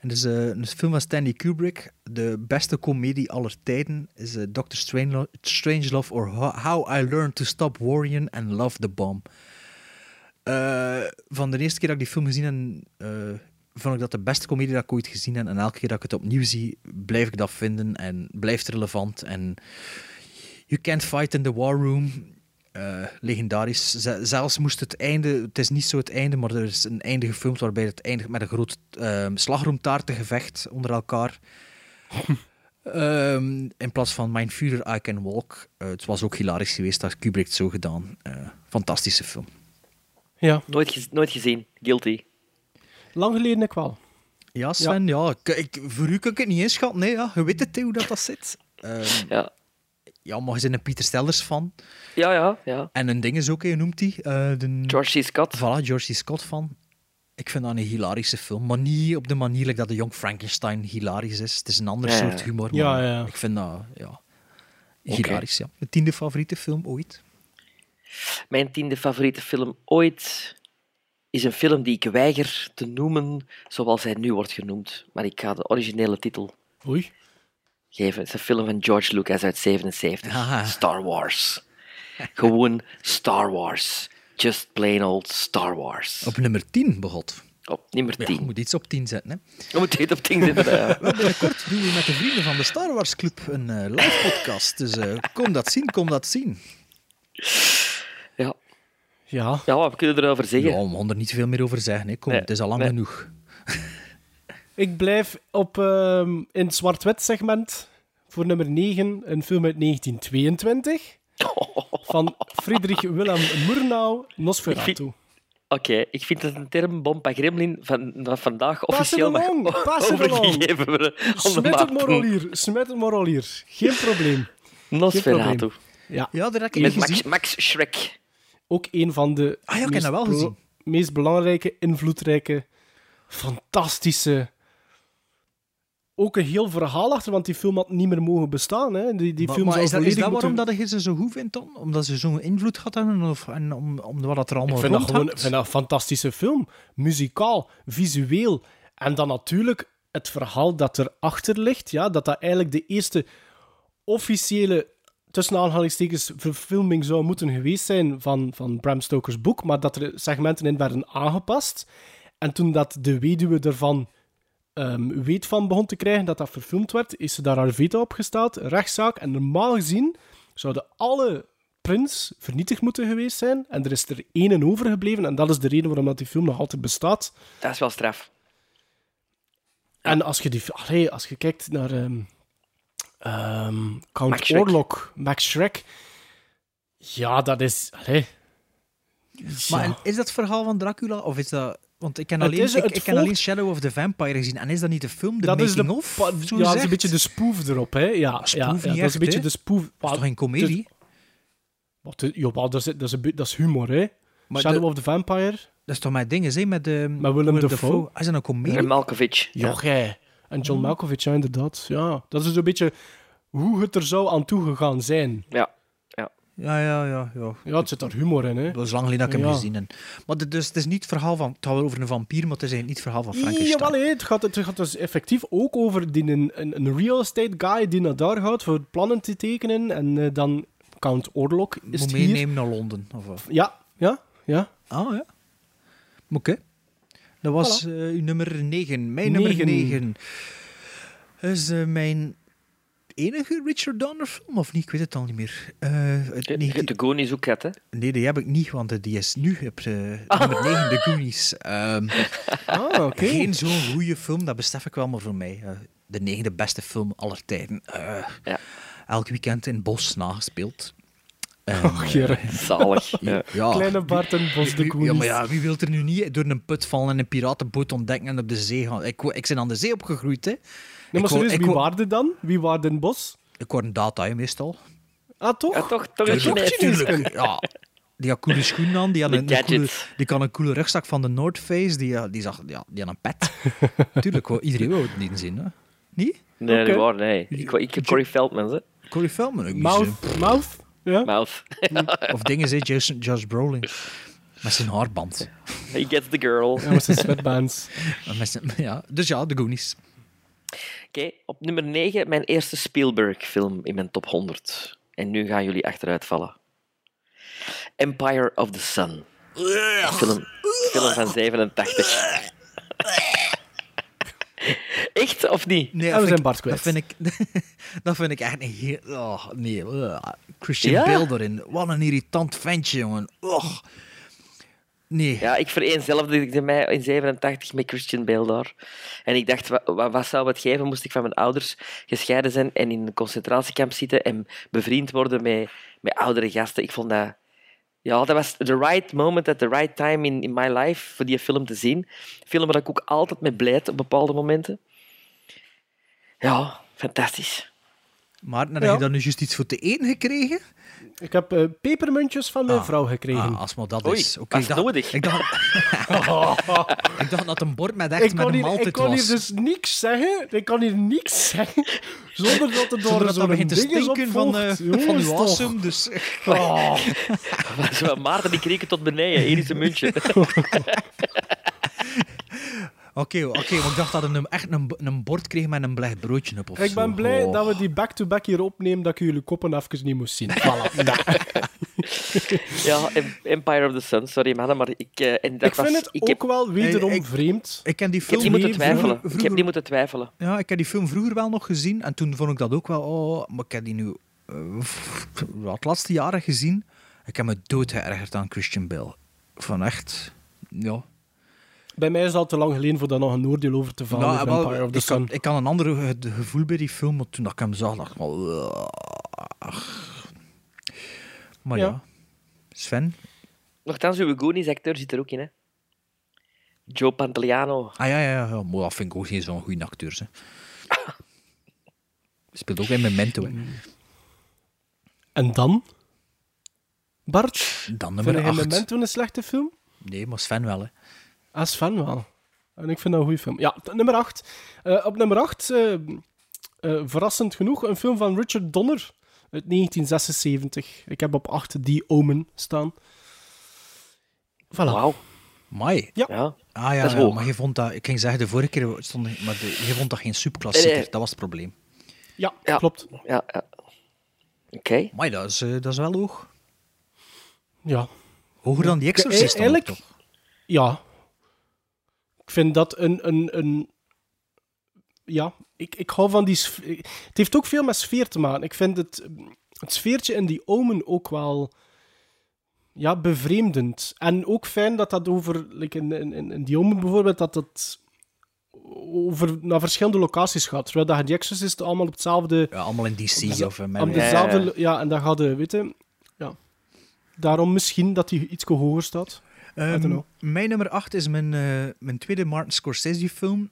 Speaker 5: En dat is eh, een film van Stanley Kubrick. De beste komedie aller tijden is eh, Dr. Strangelove, Strangelove or Ho- How I Learned to Stop Worrying and Love the Bomb. Eh, van de eerste keer dat ik die film gezien heb, eh, vond ik dat de beste komedie dat ik ooit gezien heb. En elke keer dat ik het opnieuw zie, blijf ik dat vinden en blijft relevant. En You Can't Fight in the War Room, eh, legendarisch. Z- zelfs moest het einde, het is niet zo het einde, maar er is een einde gefilmd waarbij het eindigt met een groot ehm slagroomtaartengevecht onder elkaar. Ehm, in plaats van Mein Führer, I Can Walk. Eh, het was ook hilarisch geweest, dat Kubrick het zo gedaan. Eh, fantastische film.
Speaker 4: Ja.
Speaker 6: Nooit, gez- nooit gezien. Guilty.
Speaker 4: Lang geleden ik wel.
Speaker 5: Ja, Sven, ja. ik, ik- voor u kan ik het niet inschatten. Nee, ja. Je weet het, hè, hoe dat, dat zit.
Speaker 4: Hmm.
Speaker 5: Ehm,
Speaker 6: ja.
Speaker 5: maar je bent een Pieter Stellers fan.
Speaker 6: Ja, ja, ja.
Speaker 5: En een ding is ook, hè, hoe noemt hij? eh de...
Speaker 6: George C. Scott.
Speaker 5: Voilà, George C. Scott van. Ik vind dat een hilarische film. Maar niet op de manier like dat de Jong Frankenstein hilarisch is. Het is een ander
Speaker 6: Ja, ja.
Speaker 5: soort humor. Maar
Speaker 6: Ja,
Speaker 5: Ik vind dat ja, hilarisch, ja. Mijn tiende favoriete film ooit.
Speaker 6: Mijn tiende favoriete film ooit is een film die ik weiger te noemen zoals hij nu wordt genoemd. Maar ik ga de originele titel
Speaker 4: Oei.
Speaker 6: geven. Het is een film van George Lucas uit 77.
Speaker 4: Ah.
Speaker 6: Star Wars. Gewoon Star Wars. Just plain old Star Wars.
Speaker 5: Op nummer 10, begot.
Speaker 6: Op nummer 10.
Speaker 5: Ja, je moet iets op 10 zetten, hè.
Speaker 6: Je moet dit op 10 zitten. ja.
Speaker 5: Wel, binnenkort doen we met de vrienden van de Star Wars Club een eh, live podcast. Dus eh, kom dat zien, kom dat zien.
Speaker 6: Ja.
Speaker 4: Ja.
Speaker 6: ja, wat kunnen we erover zeggen?
Speaker 5: Ja, we mogen er niet veel meer over zeggen. Hè. Kom, het is al lang genoeg.
Speaker 4: Ik blijf op, ehm, in het zwart-wit segment voor nummer 9, een film uit 1922 van Friedrich Wilhelm Murnau, Nosferatu.
Speaker 6: Oké, ik vind dat een term, Bompa Gremlin, van, van vandaag
Speaker 4: Pas
Speaker 6: officieel
Speaker 4: het along,
Speaker 6: mag
Speaker 4: pas het along.
Speaker 6: overgegeven worden. aan de
Speaker 4: Smet het
Speaker 6: maagd.
Speaker 4: maar al hier, smet het maar al hier. Geen probleem.
Speaker 6: Nosferatu.
Speaker 4: Geen probleem. Ja,
Speaker 5: ja dat
Speaker 6: Met Max, Max Shrek.
Speaker 4: Ook een van de
Speaker 5: Ah,
Speaker 6: ik heb dat wel
Speaker 4: belo-
Speaker 6: gezien.
Speaker 4: meest belangrijke, invloedrijke, fantastische... Ook een heel verhaal achter, want die film had niet meer mogen bestaan. Hè. Die, die
Speaker 5: maar,
Speaker 4: film
Speaker 5: maar
Speaker 4: zou
Speaker 5: is, dat, is
Speaker 4: volledig
Speaker 5: dat
Speaker 4: moeten-
Speaker 5: waarom dat je ze zo goed vindt dan? Omdat ze zo'n invloed gehad hebben? Of, en om, om wat dat er allemaal
Speaker 4: Ik vind dat
Speaker 5: rond
Speaker 4: gewoon ik
Speaker 5: hangt?
Speaker 4: vind dat een fantastische film. Muzikaal, visueel. En dan natuurlijk het verhaal dat erachter ligt. Ja, dat dat eigenlijk de eerste officiële, tussen aanhalingstekens, verfilming zou moeten geweest zijn van, van Bram Stoker's boek. Maar dat er segmenten in werden aangepast. En toen dat de weduwe ervan ehm, weet van begon te krijgen dat dat verfilmd werd, is ze daar haar veto op gesteld, rechtszaak. En normaal gezien zouden alle prints vernietigd moeten geweest zijn. En er is er één en overgebleven. En dat is de reden waarom dat die film nog altijd bestaat.
Speaker 6: Dat is wel straf.
Speaker 4: En als je, die, allee, als je kijkt naar ehm, ehm, Count
Speaker 6: Max Schreck.
Speaker 4: Orlok, Max Shrek. Ja, dat is... Allee,
Speaker 5: Maar
Speaker 4: Ja.
Speaker 5: en is dat het verhaal van Dracula? Of is dat... Want ik ken
Speaker 4: Het
Speaker 5: alleen,
Speaker 4: is-
Speaker 5: ik,
Speaker 4: het
Speaker 5: ik ken alleen
Speaker 4: volgt-
Speaker 5: Shadow of the Vampire gezien. En is dat niet de film, de
Speaker 4: dat is de
Speaker 5: making of?
Speaker 4: pa-
Speaker 5: zo
Speaker 4: ja, dat is
Speaker 5: gezegd?
Speaker 4: een beetje de spoof erop, hè? Ja, ja,
Speaker 5: spoof
Speaker 4: ja,
Speaker 5: niet
Speaker 4: dat is een
Speaker 5: echt,
Speaker 4: beetje
Speaker 5: hè?
Speaker 4: de spoof.
Speaker 5: Dat is toch geen comedie?
Speaker 4: Wat, eh, jawel, dat is, dat, is, dat is humor, hè?
Speaker 5: Maar
Speaker 4: Shadow
Speaker 5: de-
Speaker 4: of the Vampire.
Speaker 5: Dat is toch mijn ding, hè? Met, de
Speaker 4: Met Willem Dafoe.
Speaker 5: Ah, Is dat een comedie?
Speaker 6: En Malkovich.
Speaker 4: Joch, hè. En John
Speaker 5: Hmm.
Speaker 4: Malkovich, ja, inderdaad. Ja, dat is dus een beetje hoe het er zou aan toe gegaan zijn.
Speaker 6: Ja. Ja.
Speaker 5: Ja, ja, ja, ja.
Speaker 4: Ja, het zit daar humor in, hè?
Speaker 5: Dat is lang geleden dat ik hem
Speaker 4: Ja.
Speaker 5: gezien heb. Maar dit- dus, het is niet het verhaal van... Het gaat wel over een vampier, maar het is eigenlijk niet het verhaal van Frankenstein.
Speaker 4: Jawel, hè. het gaat, het gaat dus effectief ook over die, een, een, een real estate guy die naar daar gaat voor plannen te tekenen. En eh, dan Count Orlok is
Speaker 5: Moet
Speaker 4: het hier.
Speaker 5: meenemen naar Londen. Of, wat?
Speaker 4: Ja, ja, ja.
Speaker 5: Ah, ja. Oké. Dat was eh uw nummer 9. Mijn nummer
Speaker 4: Negen.
Speaker 5: 9 is eh, mijn enige Richard Donner film, of niet? Ik weet het al niet meer. Eh, het
Speaker 6: De,
Speaker 5: negentien-
Speaker 6: de Goonies ook had, hè.
Speaker 5: Nee, die heb ik niet, want eh, die is nu op de nummer 9, de Goonies. Ehm,
Speaker 4: Ah, oké.
Speaker 5: Geen zo'n goede film, dat besef ik wel, maar voor mij. eh, de negende beste film aller tijden. Eh,
Speaker 6: Ja.
Speaker 5: Elk weekend in Bos nagespeeld. En,
Speaker 4: Och, Gerrit.
Speaker 5: eh,
Speaker 4: Zalig, ja. Kleine Bart en Bos de
Speaker 5: Wie- wie- Ah. Ja,
Speaker 4: Goonies.
Speaker 5: maar ja, wie wil er nu niet door een put vallen en een piratenboot ontdekken en op de zee gaan? Ik, wo- ik ben aan de zee opgegroeid, hè.
Speaker 4: Nee, maar
Speaker 5: Ik wo-
Speaker 4: serieus,
Speaker 5: ik
Speaker 4: wie
Speaker 5: wo-
Speaker 4: waren dan? Wie waren in Bos?
Speaker 5: Ik word een data, hè, meestal.
Speaker 4: Ah, toch?
Speaker 6: toch,
Speaker 5: Tuurlijk, tuurlijk. Ja, die had coole schoenen aan, die had
Speaker 6: De
Speaker 5: een, een coole,
Speaker 6: gadgets.
Speaker 5: die had een coole rugzak van de North Face, die, eh, die, zag, ja, die had een pet. Tuurlijk, wou- iedereen wil het niet zien, hè. Niet?
Speaker 6: Nee,
Speaker 5: Oké.
Speaker 6: dat waar, nee. Ik, ik heb Corey Feldman, hè.
Speaker 5: Corey Feldman, ik
Speaker 4: Mouth, mouth, ja.
Speaker 6: Mouth.
Speaker 5: Of dingen, hè, Jason- Josh Brolin. Met zijn haarband.
Speaker 6: He gets the girl.
Speaker 4: Ja, met zijn sweatbands.
Speaker 5: Met zijn- ja, dus ja, de Goonies.
Speaker 6: Oké, op nummer 9, mijn eerste Spielberg-film in mijn top 100. En nu gaan jullie achteruit vallen. Empire of the Sun. Film, film van 87. Echt, of niet?
Speaker 5: Nee, dat vind ik- Dat vind ik, dat vind ik echt een heel... Oh, nee. ugh. Christian
Speaker 6: Ja?
Speaker 5: Bale erin. Wat een irritant ventje, jongen. Och. Nee.
Speaker 6: Ja, ik vereenzelfde mij in 87 met Christian Bale daar. En ik dacht, wa- wa- wat, zou het geven moest ik van mijn ouders gescheiden zijn en in een concentratiekamp zitten en bevriend worden met, met oudere gasten. Ik vond dat... Ja, dat was the right moment at the right time in, in my life voor die film te zien. Een Film waar ik ook altijd mee blijd op bepaalde momenten. Ja, fantastisch.
Speaker 5: Maar dan
Speaker 4: Ja.
Speaker 5: heb je dan nu juist iets voor te eten gekregen?
Speaker 4: Ik heb eh, pepermuntjes van mijn
Speaker 5: Ah.
Speaker 4: vrouw gekregen.
Speaker 5: Ah, als maar dat
Speaker 4: Oei,
Speaker 5: is.
Speaker 4: dat
Speaker 5: Oké, ik
Speaker 4: is
Speaker 5: dacht,
Speaker 4: nodig.
Speaker 5: Ik dacht, ik dacht dat een bord met echt
Speaker 4: ik
Speaker 5: met
Speaker 4: kon,
Speaker 5: een
Speaker 4: hier,
Speaker 5: maaltijd
Speaker 4: ik kon hier
Speaker 5: was.
Speaker 4: dus niks zeggen. Ik kan hier niks zeggen. Zonder dat er
Speaker 5: Zonder
Speaker 4: door
Speaker 5: dat dat
Speaker 4: zo'n
Speaker 5: begint te
Speaker 4: ding is
Speaker 5: stinken van, eh,
Speaker 4: opvolgt.
Speaker 5: van
Speaker 4: Jongens,
Speaker 5: uw
Speaker 4: toch.
Speaker 5: asem. Dus...
Speaker 4: Oh.
Speaker 6: Zo, Maarten, die kreken tot beneden. Hier is een muntje.
Speaker 5: Oké, oké, maar ik dacht dat een, echt een, een bord kreeg met een blecht broodje op of
Speaker 4: Ik
Speaker 5: zo.
Speaker 4: ben blij
Speaker 5: Oh.
Speaker 4: dat we die back-to-back hier opnemen, dat ik jullie koppen even niet moest zien. Voilà. Ja.
Speaker 6: Ja, Em- Empire of the Sun, sorry mannen, maar ik... eh, en dat
Speaker 4: Ik vind
Speaker 6: was,
Speaker 4: het
Speaker 6: ik
Speaker 4: ook
Speaker 6: heb-
Speaker 4: wel wederom
Speaker 5: Ik- ik-
Speaker 4: vreemd.
Speaker 5: Ik ken die
Speaker 6: Ik heb
Speaker 5: film
Speaker 6: niet moeten
Speaker 5: hier
Speaker 6: twijfelen.
Speaker 5: vroeger-
Speaker 6: Ik heb niet moeten twijfelen.
Speaker 5: Ja, ik heb die film vroeger wel nog gezien en toen vond ik dat ook wel. Oh, maar ik heb die nu eh, f- ja, het laatste jaren gezien. Ik heb me dood geërgerd aan Christian Bale. Van echt. Ja.
Speaker 4: Bij mij is het al te lang geleden voor daar nog een oordeel over te vallen.
Speaker 5: Nou,
Speaker 4: over
Speaker 5: wel,
Speaker 4: Empire of the
Speaker 5: ik,
Speaker 4: Sun.
Speaker 5: kan, ik had een ander ge- gevoel bij die film, maar toen dat ik hem zag, dacht ik wel. Maar ja.
Speaker 6: Ja.
Speaker 5: Sven?
Speaker 6: Nochtans, uw Goonies-acteur zit er ook in, hè. Joe Pantoliano.
Speaker 5: Ah ja, ja, ja, ja. Maar dat vind ik ook geen zo'n goede acteur. Hè. Speelt ook in Memento. Hè.
Speaker 4: En dan? Bart?
Speaker 5: Dan
Speaker 4: Vind
Speaker 5: nummer
Speaker 4: jij
Speaker 5: 8.
Speaker 4: Memento een slechte film?
Speaker 5: Nee, maar Sven wel. Hè.
Speaker 4: Als fan Ah, wel. En ik vind dat een goede film. Ja, t- nummer 8. op nummer 8, verrassend genoeg, een film van Richard Donner uit 1976. Ik heb op 8 Die Omen staan. Voilà.
Speaker 6: Wauw.
Speaker 5: Mai.
Speaker 4: Ja.
Speaker 5: Ah ja,
Speaker 4: Dat is
Speaker 5: ja,
Speaker 4: hoog.
Speaker 5: maar je vond dat, ik ging zeggen, de vorige keer stond ik- maar de, je vond dat geen subklassieker.
Speaker 6: Nee, nee.
Speaker 5: Dat was het probleem.
Speaker 4: Ja,
Speaker 6: Ja.
Speaker 4: klopt.
Speaker 6: Ja, ja. Oké.
Speaker 5: Maar dat is, eh, dat is wel hoog.
Speaker 4: Ja.
Speaker 5: Hoger dan die
Speaker 4: Ik-
Speaker 5: Exorcist dan ook,
Speaker 4: eigenlijk-
Speaker 5: toch?
Speaker 4: Ja. Ik vind dat een... een, een ja, ik, ik hou van die... sf- Het heeft ook veel met sfeer te maken. Ik vind het, het sfeertje in die omen ook wel... Ja, bevreemdend. En ook fijn dat dat over... Like in, in, in, in die omen bijvoorbeeld, dat dat over, naar verschillende locaties gaat. Terwijl dat je die exorcisten allemaal op hetzelfde...
Speaker 5: Ja, allemaal in DC
Speaker 4: Op de-
Speaker 5: of eh, in
Speaker 4: op
Speaker 5: Maryland.
Speaker 4: dezelfde... lo- Ja, en dat gaat de... Weet je, ja. Daarom misschien dat die iets hoger staat.
Speaker 5: Ehm,
Speaker 4: I don't know.
Speaker 5: mijn nummer 8 is mijn, eh, mijn tweede Martin Scorsese film.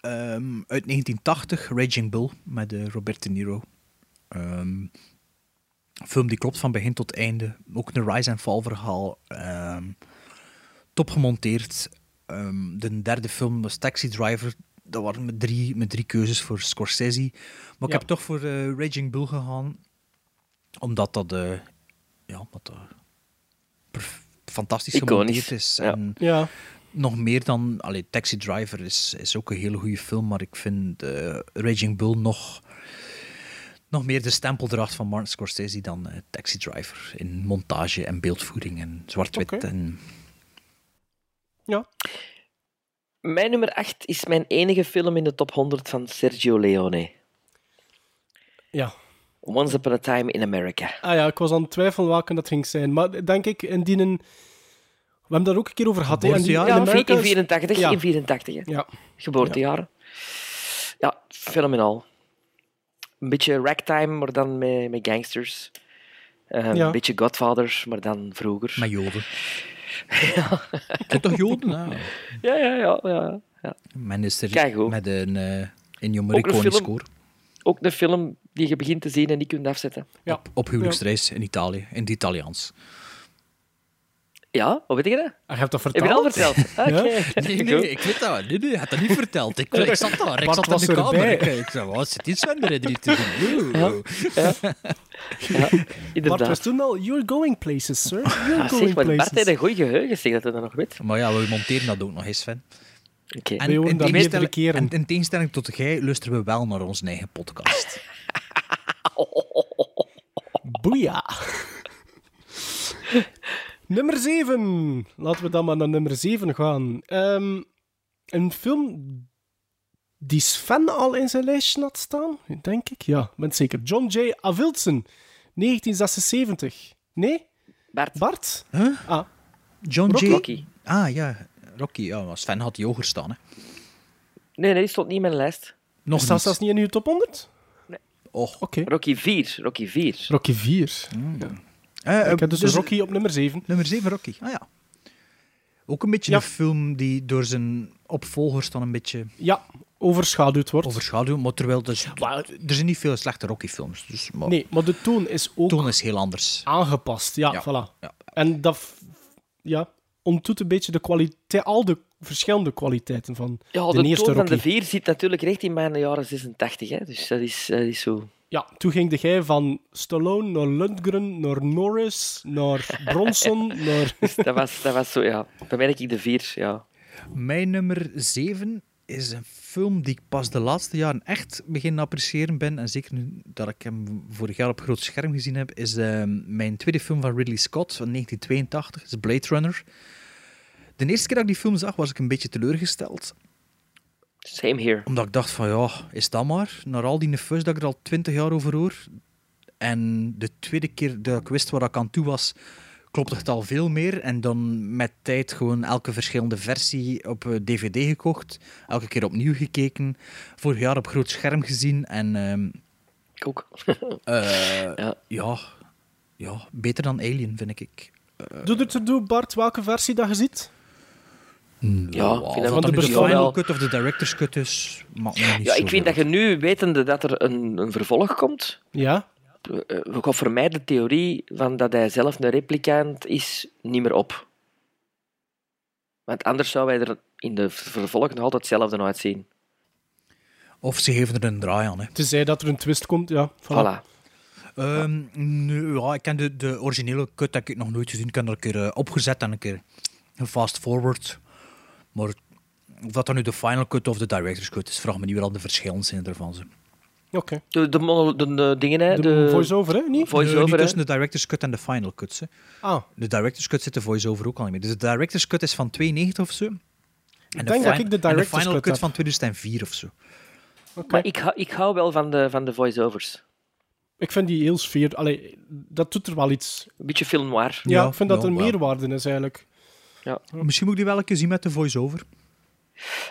Speaker 5: Ehm, uit 1980, Raging Bull, met eh, Robert De Niro. Ehm, een film die klopt van begin tot einde. Ook een rise and fall verhaal. Ehm, top gemonteerd. Ehm, de derde film was Taxi Driver. Dat waren mijn drie, mijn drie keuzes voor Scorsese. Maar ik
Speaker 4: Ja.
Speaker 5: heb toch voor eh, Raging Bull gegaan. Omdat dat... eh, ja, omdat dat perf- fantastisch
Speaker 6: Iconisch.
Speaker 5: gemonteerd is.
Speaker 6: Ja.
Speaker 5: En
Speaker 4: Ja.
Speaker 5: nog meer dan... Allee, Taxi Driver is, is ook een hele goede film. Maar ik vind eh, Raging Bull nog... Nog meer de stempel erachter van Martin Scorsese dan eh, Taxi Driver. In montage en beeldvoering en zwart-wit.
Speaker 4: Oké.
Speaker 5: En...
Speaker 4: Ja.
Speaker 6: Mijn nummer 8 is mijn enige film in de top 100 van Sergio Leone.
Speaker 4: Ja.
Speaker 6: Once Upon a Time in America.
Speaker 4: Ah ja, ik was aan het twijfelen welke dat ging zijn. Maar denk ik, indien een... We hebben daar ook een
Speaker 5: Ah,
Speaker 4: keer over gehad. hè, en die-
Speaker 6: Ja,
Speaker 4: in
Speaker 6: in
Speaker 4: Amerika is-
Speaker 6: 84.
Speaker 4: Ja.
Speaker 6: In 84 hè.
Speaker 4: Ja.
Speaker 6: Geboortejaar. Ja, fenomenaal. Een beetje ragtime, maar dan met, met gangsters. Eh,
Speaker 5: Ja.
Speaker 6: Een beetje Godfathers, maar dan vroeger.
Speaker 5: Met joden.
Speaker 6: ja.
Speaker 5: Ken toch joden? Ja.
Speaker 4: Ah.
Speaker 6: Ja, ja, ja. ja, ja.
Speaker 5: Men is er
Speaker 6: Kijk,
Speaker 5: met een eh Ennio
Speaker 6: Ook een
Speaker 5: Morricone
Speaker 6: film-
Speaker 5: score
Speaker 6: Ook een film die je begint te zien en niet kunt afzetten.
Speaker 4: Ja.
Speaker 5: op huwelijksreis in Italië, in het Italiaans.
Speaker 6: Ja, hoe weet je dat?
Speaker 4: Ah, je hebt dat
Speaker 6: Heb je
Speaker 4: verteld?
Speaker 6: dat al verteld? Ah,
Speaker 4: Ja.
Speaker 6: Oké.
Speaker 5: Nee, nee, ik weet dat wel. Nee, nee, hij had dat niet verteld. Ik, ik zat daar, ik
Speaker 4: Bart
Speaker 5: zat
Speaker 4: was
Speaker 5: in de kamer.
Speaker 4: erbij.
Speaker 5: Ik, ik zei, wat zit die Sven er hier te doen? Oeh.
Speaker 6: Ja. Ja,
Speaker 4: Bart
Speaker 6: inderdaad.
Speaker 4: was toen al, you're going places, sir. You're
Speaker 6: Ah,
Speaker 4: going
Speaker 6: zeg, maar Bart heeft
Speaker 4: places.
Speaker 6: een goed geheugen, zeg dat hij dat nog weet.
Speaker 5: Maar ja, we monteren dat ook nog eens, Sven.
Speaker 6: Oké.
Speaker 5: En
Speaker 4: We horen
Speaker 5: in
Speaker 4: dat
Speaker 5: tegenstelling-
Speaker 4: meerdere keren.
Speaker 5: en in tegenstelling tot jij, luisteren we wel naar onze eigen podcast.
Speaker 6: Ah, oh,
Speaker 4: Boeia. nummer 7. Laten we dan maar naar nummer 7 gaan. Ehm, een film die Sven al in zijn lijstje had staan, denk ik. Ja, ik ben het zeker. John J. Avildsen, 1976. Nee?
Speaker 6: Bart.
Speaker 4: Bart?
Speaker 5: Huh?
Speaker 4: Ah.
Speaker 5: John J.
Speaker 6: Rocky.
Speaker 5: Ah ja, Rocky. Ja, maar Sven had die hoger staan. Hè.
Speaker 6: Nee, nee, die stond niet in mijn lijst.
Speaker 5: Nog
Speaker 4: Staat
Speaker 5: niet.
Speaker 4: zelfs niet in uw top 100?
Speaker 5: Och.
Speaker 4: Oké.
Speaker 6: Rocky 4. Rocky 4.
Speaker 4: Rocky 4.
Speaker 5: Eh,
Speaker 4: ik
Speaker 5: eh,
Speaker 4: heb dus,
Speaker 5: dus-
Speaker 4: Rocky op nummer 7.
Speaker 5: Nummer 7, Rocky. Ah ja. Ook een beetje
Speaker 4: Ja.
Speaker 5: een film die door zijn opvolgers dan een beetje
Speaker 4: Ja, overschaduwd wordt.
Speaker 5: overschaduwd. Maar terwijl, dus, er zijn niet veel slechte Rocky-films. Dus, maar
Speaker 4: Nee, maar de toon is ook
Speaker 5: toon is heel anders.
Speaker 4: aangepast. Ja,
Speaker 5: Ja,
Speaker 4: voilà.
Speaker 5: ja.
Speaker 4: En dat f- ja, ontdoet een beetje de kwaliteit, al de verschillende kwaliteiten van
Speaker 6: Ja,
Speaker 4: de,
Speaker 6: de,
Speaker 4: eerste
Speaker 6: toon van
Speaker 4: Rocky.
Speaker 6: de 4 zit natuurlijk recht in mijn jaren 86. Hè? Dus dat is, dat is zo.
Speaker 4: Ja, toen ging de jij van Stallone naar Lundgren, naar Norris, naar Bronson, naar...
Speaker 6: Dus dat, was, dat was zo, ja. Dan merk ik de 4. Ja.
Speaker 5: Mijn nummer 7 is een film die ik pas de laatste jaren echt begin te appreciëren ben. En zeker nu dat ik hem vorig jaar op groot scherm gezien heb, is eh, mijn tweede film van Ridley Scott van 1982, is Blade Runner. De eerste keer dat ik die film zag, was ik een beetje teleurgesteld.
Speaker 6: Same here.
Speaker 5: Omdat ik dacht van, ja, is dat maar? Naar al die fus dat ik er al twintig jaar over hoor. En de tweede keer dat ik wist waar ik aan toe was, klopte het al veel meer. En dan met tijd gewoon elke verschillende versie op eh, dvd gekocht. Elke keer opnieuw gekeken. Vorig jaar op groot scherm gezien. En ehm,
Speaker 6: Ik ook.
Speaker 5: eh,
Speaker 6: Ja.
Speaker 5: ja. Ja, beter dan Alien, vind ik.
Speaker 4: Doe er te doen, Bart, welke versie dat je ziet?
Speaker 6: Ja, ik vind dat
Speaker 5: van
Speaker 4: wel
Speaker 5: de
Speaker 4: de
Speaker 5: final
Speaker 6: wel-
Speaker 5: cut of de director's cut is, maakt me niet
Speaker 6: Ja, ik
Speaker 5: zoveel
Speaker 6: vind dat je nu, wetende dat er een, een vervolg komt,
Speaker 4: Ja.
Speaker 6: eh, eh, we gaan voor mij de theorie van dat hij zelf een replicant is, niet meer op. Want anders zou hij er in de vervolg nog altijd hetzelfde uitzien.
Speaker 5: Of ze geven er een draai aan, hè.
Speaker 4: Tenzij dat er een twist komt, ja. Voilà.
Speaker 6: Voilà.
Speaker 5: Ehm, nee, ja, ik ken de, de originele cut heb ik nog nooit gezien. Ik heb er een keer eh, opgezet en een keer fast forward. Maar of dat dan nu de final cut of de director's cut is, vraag me niet wat de verschillen zijn ervan. Ze.
Speaker 4: Oké.
Speaker 6: De, de, mono- de, de dingen, hè.
Speaker 4: De,
Speaker 6: Eh, De,
Speaker 4: voice-over, hè? Niet?
Speaker 5: Nee, niet
Speaker 6: voice-over, hè.
Speaker 5: tussen de director's cut en de final cut. Ze.
Speaker 4: Ah,
Speaker 5: De director's cut zit de voice-over ook al niet meer. Dus de director's cut is van 92 of zo. En
Speaker 4: denk dat
Speaker 5: fin-
Speaker 4: ik de
Speaker 5: en
Speaker 4: director's
Speaker 5: final
Speaker 4: cut
Speaker 5: cut,
Speaker 4: heb.
Speaker 5: van 2004 of zo.
Speaker 4: oké.
Speaker 6: Maar
Speaker 4: Ik...
Speaker 6: ik, hou- ik hou wel van de, van de voice-overs.
Speaker 4: vind die heel sfeer... Allee, dat doet er wel iets.
Speaker 6: Een beetje film noir.
Speaker 4: Ja,
Speaker 5: Ja,
Speaker 4: ik vind dat
Speaker 5: ja,
Speaker 4: er
Speaker 5: wel.
Speaker 4: meerwaarde is, eigenlijk.
Speaker 5: Misschien moet ik die wel een keer zien met de voice-over.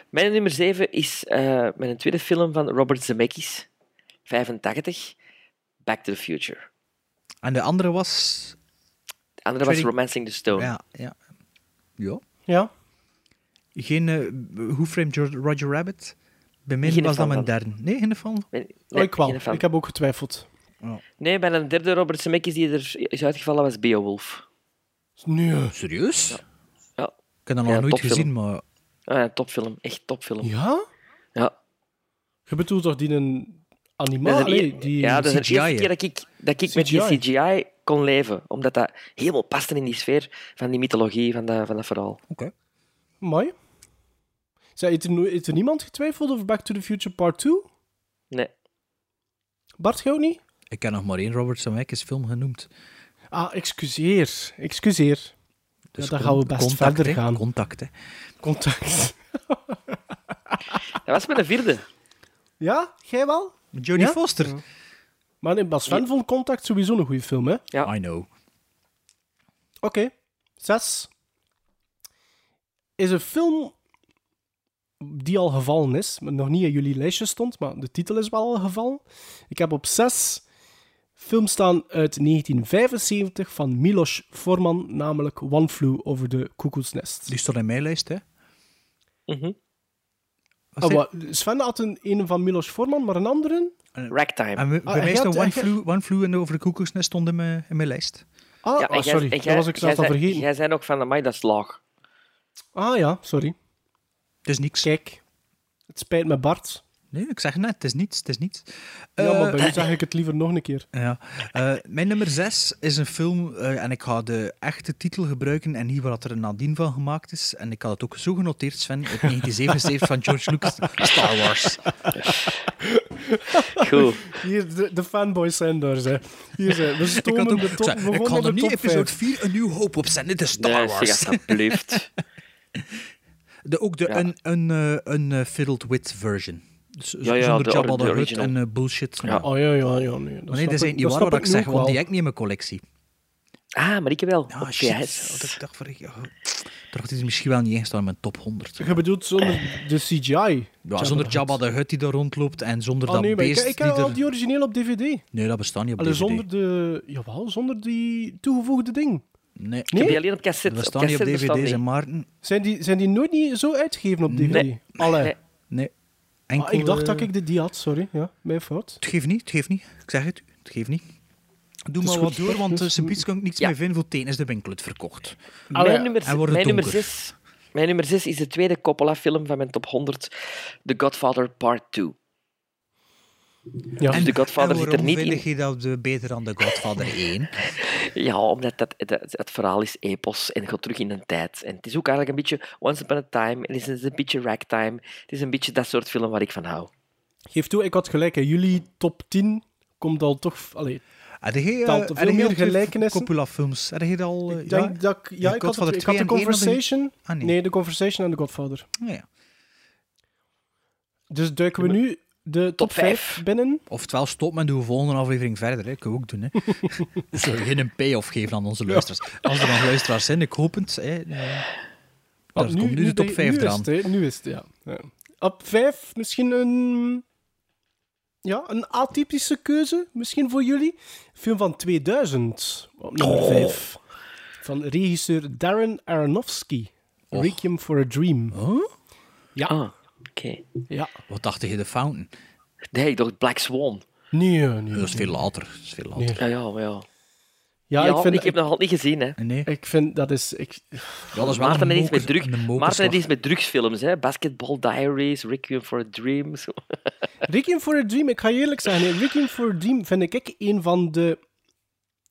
Speaker 6: Mijn nummer 7 is eh mijn tweede film van Robert Zemeckis, 85, Back to the Future.
Speaker 5: En de andere was...
Speaker 6: De andere was
Speaker 5: Trading-
Speaker 6: Romancing the Stone.
Speaker 5: Ja, ja. ja.
Speaker 4: Ja. Oh,
Speaker 5: Geen eh, Who Framed Jo- Roger Rabbit? Bij mij
Speaker 6: Geen
Speaker 5: was dat
Speaker 6: fan
Speaker 5: mijn derde. Nee, geen fan.
Speaker 6: Nee,
Speaker 4: Oh, ik wel.
Speaker 6: geen fan.
Speaker 4: Ik heb ook getwijfeld.
Speaker 6: Nee, bij een derde Robert Zemeckis die er is uitgevallen was Beowulf.
Speaker 5: Dus eh,
Speaker 4: Nee.
Speaker 5: Serieus?
Speaker 6: Ja.
Speaker 5: Ik heb dat nog
Speaker 6: Ja,
Speaker 5: nooit
Speaker 6: topfilm.
Speaker 5: gezien, maar
Speaker 6: Ah, een topfilm, echt topfilm. Ja.
Speaker 4: Ja? Je bedoelt toch die een
Speaker 6: Dat
Speaker 4: animaal?
Speaker 6: is een
Speaker 4: Allee,
Speaker 6: eer-
Speaker 4: die...
Speaker 6: ja, dat is de
Speaker 5: CGI,
Speaker 6: eerste keer
Speaker 5: hè?
Speaker 6: dat ik, dat ik met die
Speaker 4: CGI.
Speaker 6: CGI kon leven. Omdat dat helemaal paste in die sfeer van die mythologie, van dat, van dat verhaal.
Speaker 4: Mooi. Zij, heeft, er, no- heeft er niemand getwijfeld over Back to the Future Part 2?
Speaker 6: Nee.
Speaker 4: Bart, jij ook niet?
Speaker 5: ik heb nog maar één Robert Zemeckis film genoemd.
Speaker 4: Ah, excuseer. Excuseer. Ja,
Speaker 5: Dus
Speaker 4: dan
Speaker 5: con-
Speaker 4: gaan we best
Speaker 5: contact,
Speaker 4: verder
Speaker 5: hè.
Speaker 4: gaan.
Speaker 5: Contact, hè.
Speaker 4: Contact.
Speaker 6: Dat was mijn vierde.
Speaker 4: Ja, jij wel?
Speaker 5: Met Jodie
Speaker 4: Ja?
Speaker 5: Foster.
Speaker 4: Maar nee, Bas Sven vond Contact sowieso een goede film, hè? Oké.
Speaker 6: Ja.
Speaker 5: I know.
Speaker 4: Zes. Is een film die al gevallen is, maar nog niet in jullie lijstje stond, maar de titel is wel al gevallen. Ik heb op 6 film staan uit 1975 van Milos Forman, namelijk One Flew Over the Koekoeksnest.
Speaker 6: Dus-
Speaker 5: Die stond in mijn lijst, hè? Mhm.
Speaker 4: Ah, wa- Sven had een, een van Milos Forman, maar een andere?
Speaker 6: Ragtime.
Speaker 5: En we-
Speaker 4: Ah,
Speaker 5: bij mij
Speaker 4: jij
Speaker 5: stond
Speaker 4: had-
Speaker 5: One Flew, One Flew en Over de Koekoeksnest stond in mijn, in mijn lijst.
Speaker 4: Ah, ah,
Speaker 6: en jij-
Speaker 4: sorry,
Speaker 6: en
Speaker 4: dat
Speaker 6: jij-
Speaker 4: was ik zelfs
Speaker 6: jij
Speaker 4: al
Speaker 6: zei-
Speaker 4: vergeten.
Speaker 6: Jij zei nog van, mij dat is laag.
Speaker 4: Ah ja, sorry.
Speaker 5: Het is niks.
Speaker 4: Kijk, het spijt me Bart.
Speaker 5: Nee, ik zeg net, het is niets, het is niets.
Speaker 4: Ja,
Speaker 5: Eh,
Speaker 4: maar bij u zeg ik het liever nog een keer.
Speaker 5: Ja. Eh, mijn nummer 6 is een film, eh, en ik ga de echte titel gebruiken en niet wat er nadien van gemaakt is. En ik had het ook zo genoteerd, Sven, uit 1977 van George Lucas, Star Wars.
Speaker 6: Goed.
Speaker 4: Hier, de, de fanboys zijn daar, ze. Hier, ze. We
Speaker 5: ik had
Speaker 4: stomen
Speaker 5: ook,
Speaker 4: de top,
Speaker 5: Zeg,
Speaker 4: we
Speaker 5: ik
Speaker 4: gaan
Speaker 5: ga
Speaker 4: de
Speaker 5: er niet
Speaker 4: top
Speaker 5: episode
Speaker 4: vijf.
Speaker 5: 4 een nieuw hoop op zijn, dit is Star
Speaker 6: Nee, zeg
Speaker 5: Wars.
Speaker 6: alsjeblieft.
Speaker 5: De, ook de
Speaker 6: Ja.
Speaker 5: een, een, eh, een eh, fiddled with version. Dus
Speaker 6: Ja, ja,
Speaker 5: zonder
Speaker 6: de
Speaker 5: Jabba
Speaker 6: or-
Speaker 5: the
Speaker 6: de
Speaker 5: Hutt
Speaker 6: original.
Speaker 5: en eh, bullshit.
Speaker 6: Ja.
Speaker 4: Oh ja, ja, ja. Nee, dat
Speaker 5: Maar nee, dat
Speaker 4: snap
Speaker 5: is
Speaker 4: ik-
Speaker 5: eigenlijk niet
Speaker 4: dat
Speaker 5: waar
Speaker 4: snap
Speaker 5: wat ik
Speaker 4: nu
Speaker 5: zeg,
Speaker 4: ook
Speaker 5: want
Speaker 4: wel.
Speaker 5: die heb ik niet in mijn collectie.
Speaker 6: Ah, maar ik heb wel.
Speaker 5: Ah,
Speaker 6: op
Speaker 5: shit.
Speaker 6: VHS.
Speaker 5: Wat ik dacht van, ja, daar had hij misschien wel niet eens staan in mijn top 100.
Speaker 4: Je bedoelt zonder de CGI?
Speaker 5: Ah. Ja, zonder Jabba de Hutt die daar rondloopt en zonder
Speaker 4: Oh
Speaker 5: dat
Speaker 4: nee, maar ik,
Speaker 5: beest
Speaker 4: ik
Speaker 5: die
Speaker 4: heb
Speaker 5: er...
Speaker 4: al die origineel op DVD.
Speaker 5: Nee, dat bestaat niet op
Speaker 4: Allee,
Speaker 5: DVD.
Speaker 4: zonder de... Jawel, zonder die toegevoegde ding.
Speaker 5: Nee,
Speaker 6: Ik heb
Speaker 4: Nee?
Speaker 6: die alleen op cassette.
Speaker 5: dat bestaat niet op
Speaker 6: cassette bestaat
Speaker 5: DVD's en
Speaker 6: niet.
Speaker 5: Maarten.
Speaker 4: Zijn die, zijn die nooit niet zo uitgegeven op DVD?
Speaker 5: Nee.
Speaker 4: Allee.
Speaker 6: Nee.
Speaker 5: Nee.
Speaker 4: Ah,
Speaker 5: Enkel,
Speaker 4: ik dacht dat
Speaker 5: eh,
Speaker 4: ik de die had, sorry. Ja, mijn fout.
Speaker 5: Het geeft niet, het geeft niet. Ik zeg het, u, het geeft niet. Doe
Speaker 4: is
Speaker 5: maar
Speaker 4: goed.
Speaker 5: wat door, want
Speaker 4: Dus-
Speaker 5: uh, kan ik niks meer vinden, voor teen is de winkel het verkocht.
Speaker 6: Dus
Speaker 4: Allee,
Speaker 6: Mijn nummer,
Speaker 5: en wordt het
Speaker 6: mijn, nummer
Speaker 5: donker.
Speaker 6: zes, mijn nummer zes is de tweede Coppola-film van mijn top 100, The Godfather Part 2.
Speaker 4: Ja.
Speaker 6: Dus The Godfather
Speaker 5: en
Speaker 6: zit er
Speaker 5: waarom
Speaker 6: niet
Speaker 5: vind
Speaker 6: in.
Speaker 5: je dat eh, beter dan de Godfather 1?
Speaker 6: Ja, omdat dat, dat- het verhaal is epos en gaat terug in een tijd. En het is ook eigenlijk een beetje Once Upon a Time, en het is een beetje Ragtime. Het is een beetje dat soort film waar ik van hou.
Speaker 4: Geef toe, ik had gelijk. Hè. Jullie top 10 komt al toch... Allee,
Speaker 5: Had je, eh,
Speaker 4: Telt
Speaker 5: had
Speaker 4: veel
Speaker 5: je
Speaker 4: meer
Speaker 5: al twee
Speaker 4: gelijkenissen.
Speaker 5: Coppola-films. Had je dat al... eh,
Speaker 4: ik denk
Speaker 5: ja?
Speaker 4: dat ik... Ja,
Speaker 5: De
Speaker 4: ik had, het-
Speaker 5: Godfather
Speaker 4: ik had de
Speaker 5: 2 en één hadden-
Speaker 4: Conversation.
Speaker 5: Ah, nee.
Speaker 4: Nee, de Conversation en de Godfather.
Speaker 5: Ah, ja.
Speaker 4: Dus duiken we nu de top 5
Speaker 6: vijf.
Speaker 4: binnen.
Speaker 5: Oftewel, stop met de volgende aflevering verder. Hè. Kunnen we ook doen. Hè. Zullen we geen payoff geven aan onze luisteraars? Als er nog luisteraars zijn, ik hoop het. Hè. Eh, Daar
Speaker 4: Want
Speaker 5: komt nu de top
Speaker 4: de-
Speaker 5: 5
Speaker 4: nu
Speaker 5: eraan.
Speaker 4: Is het, hè. nu is het, ja. ja. Op 5 misschien een... Ja, een atypische keuze, misschien voor jullie. Film van 2000, op nummer
Speaker 5: Oh.
Speaker 4: 5. Van regisseur Darren Aronofsky. Requiem for a Dream.
Speaker 5: Huh?
Speaker 4: Ja,
Speaker 6: Ah, oké.
Speaker 4: ja.
Speaker 5: Wat dacht je, The Fountain?
Speaker 6: Nee, ik dacht Black Swan.
Speaker 4: Nee, nee,
Speaker 5: Dat is
Speaker 4: nee.
Speaker 5: veel later. Dat is veel
Speaker 4: Nee.
Speaker 5: later.
Speaker 6: Ja, ja, maar ja.
Speaker 4: Ja,
Speaker 6: Ja,
Speaker 4: ik vind...
Speaker 6: ik heb nog altijd niet gezien, hè.
Speaker 5: Nee.
Speaker 4: ik vind dat is... Ik,
Speaker 5: Ja, dat is wel
Speaker 6: Maarten
Speaker 5: een
Speaker 6: heeft iets met,
Speaker 5: moker-
Speaker 6: drug,
Speaker 5: een
Speaker 6: Maarten
Speaker 5: mokerslag.
Speaker 6: heeft iets met drugsfilms, hè. Basketball Diaries, Requiem for a Dream. Zo.
Speaker 4: Requiem for a Dream, ik ga je eerlijk zeggen, hè, Requiem for a Dream vind ik een van de...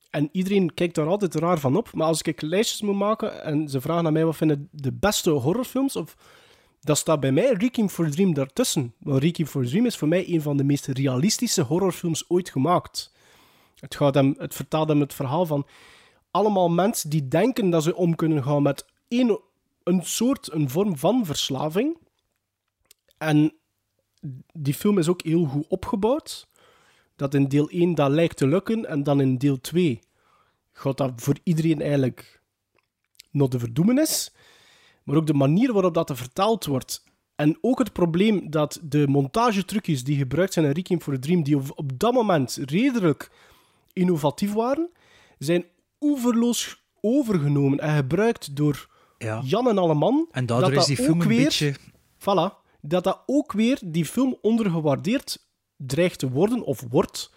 Speaker 4: En iedereen kijkt daar altijd raar van op, maar als ik lijstjes moet maken en ze vragen aan mij wat vinden de beste horrorfilms, of... Dat staat bij mij Requiem for a Dream daartussen. Want Requiem for a Dream is voor mij een van de meest realistische horrorfilms ooit gemaakt. Het, gaat hem, het vertaalt hem het verhaal van allemaal mensen die denken dat ze om kunnen gaan met één, een soort, een vorm van verslaving. En die film is ook heel goed opgebouwd. Dat in deel 1 dat lijkt te lukken en dan in deel 2 gaat dat voor iedereen eigenlijk nog de verdoemenis. Maar ook de manier waarop dat er vertaald wordt. En ook het probleem dat de montagetrucjes die gebruikt zijn in Requiem for a Dream, die op, op dat moment redelijk innovatief waren, zijn oeverloos overgenomen en gebruikt door
Speaker 5: Ja.
Speaker 4: Jan en Alleman.
Speaker 5: En daardoor
Speaker 4: dat
Speaker 5: is die
Speaker 4: dat
Speaker 5: film
Speaker 4: ook
Speaker 5: een
Speaker 4: weer-
Speaker 5: beetje...
Speaker 4: Voilà. Dat dat ook weer die film ondergewaardeerd dreigt te worden, of wordt.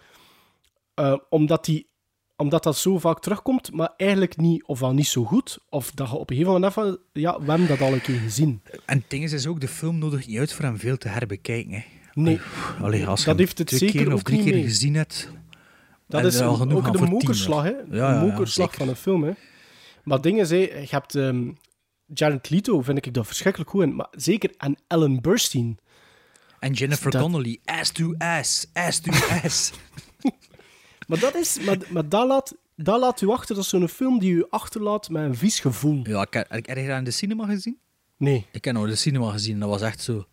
Speaker 4: Eh, omdat, die, omdat dat zo vaak terugkomt, maar eigenlijk niet, of wel niet zo goed. Of dat je op een gegeven moment van, ja, we hebben dat al een keer gezien.
Speaker 5: En het ding is, is ook, de film nodig niet uit voor hem veel te herbekijken. Hè.
Speaker 4: Nee,
Speaker 5: Allee, als je
Speaker 4: Dat
Speaker 5: hem
Speaker 4: heeft het
Speaker 5: twee
Speaker 4: zeker
Speaker 5: keer of
Speaker 4: ook
Speaker 5: drie
Speaker 4: niet
Speaker 5: keer
Speaker 4: mee.
Speaker 5: gezien hebt...
Speaker 4: dat
Speaker 5: en
Speaker 4: is
Speaker 5: er al genoeg
Speaker 4: ook
Speaker 5: aan
Speaker 4: de
Speaker 5: voor tien,
Speaker 4: mokerslag, hè.
Speaker 5: Ja,
Speaker 4: De
Speaker 5: ja, ja,
Speaker 4: mokerslag
Speaker 5: zeker.
Speaker 4: van een film, hè. Maar het ding is, hè, je hebt... ehm, Jared Leto vind ik dat verschrikkelijk goed in, maar zeker en Ellen Burstyn.
Speaker 5: En Jennifer
Speaker 4: Dat-
Speaker 5: Connelly, ass to ass, ass to ass.
Speaker 4: Maar dat is... Maar, maar dat, laat, dat laat u achter, dat is zo'n film die u achterlaat met een vies gevoel.
Speaker 5: ja, ik heb, heb je dat in de cinema gezien?
Speaker 4: Nee.
Speaker 5: Ik heb nog de cinema gezien, dat was echt zo...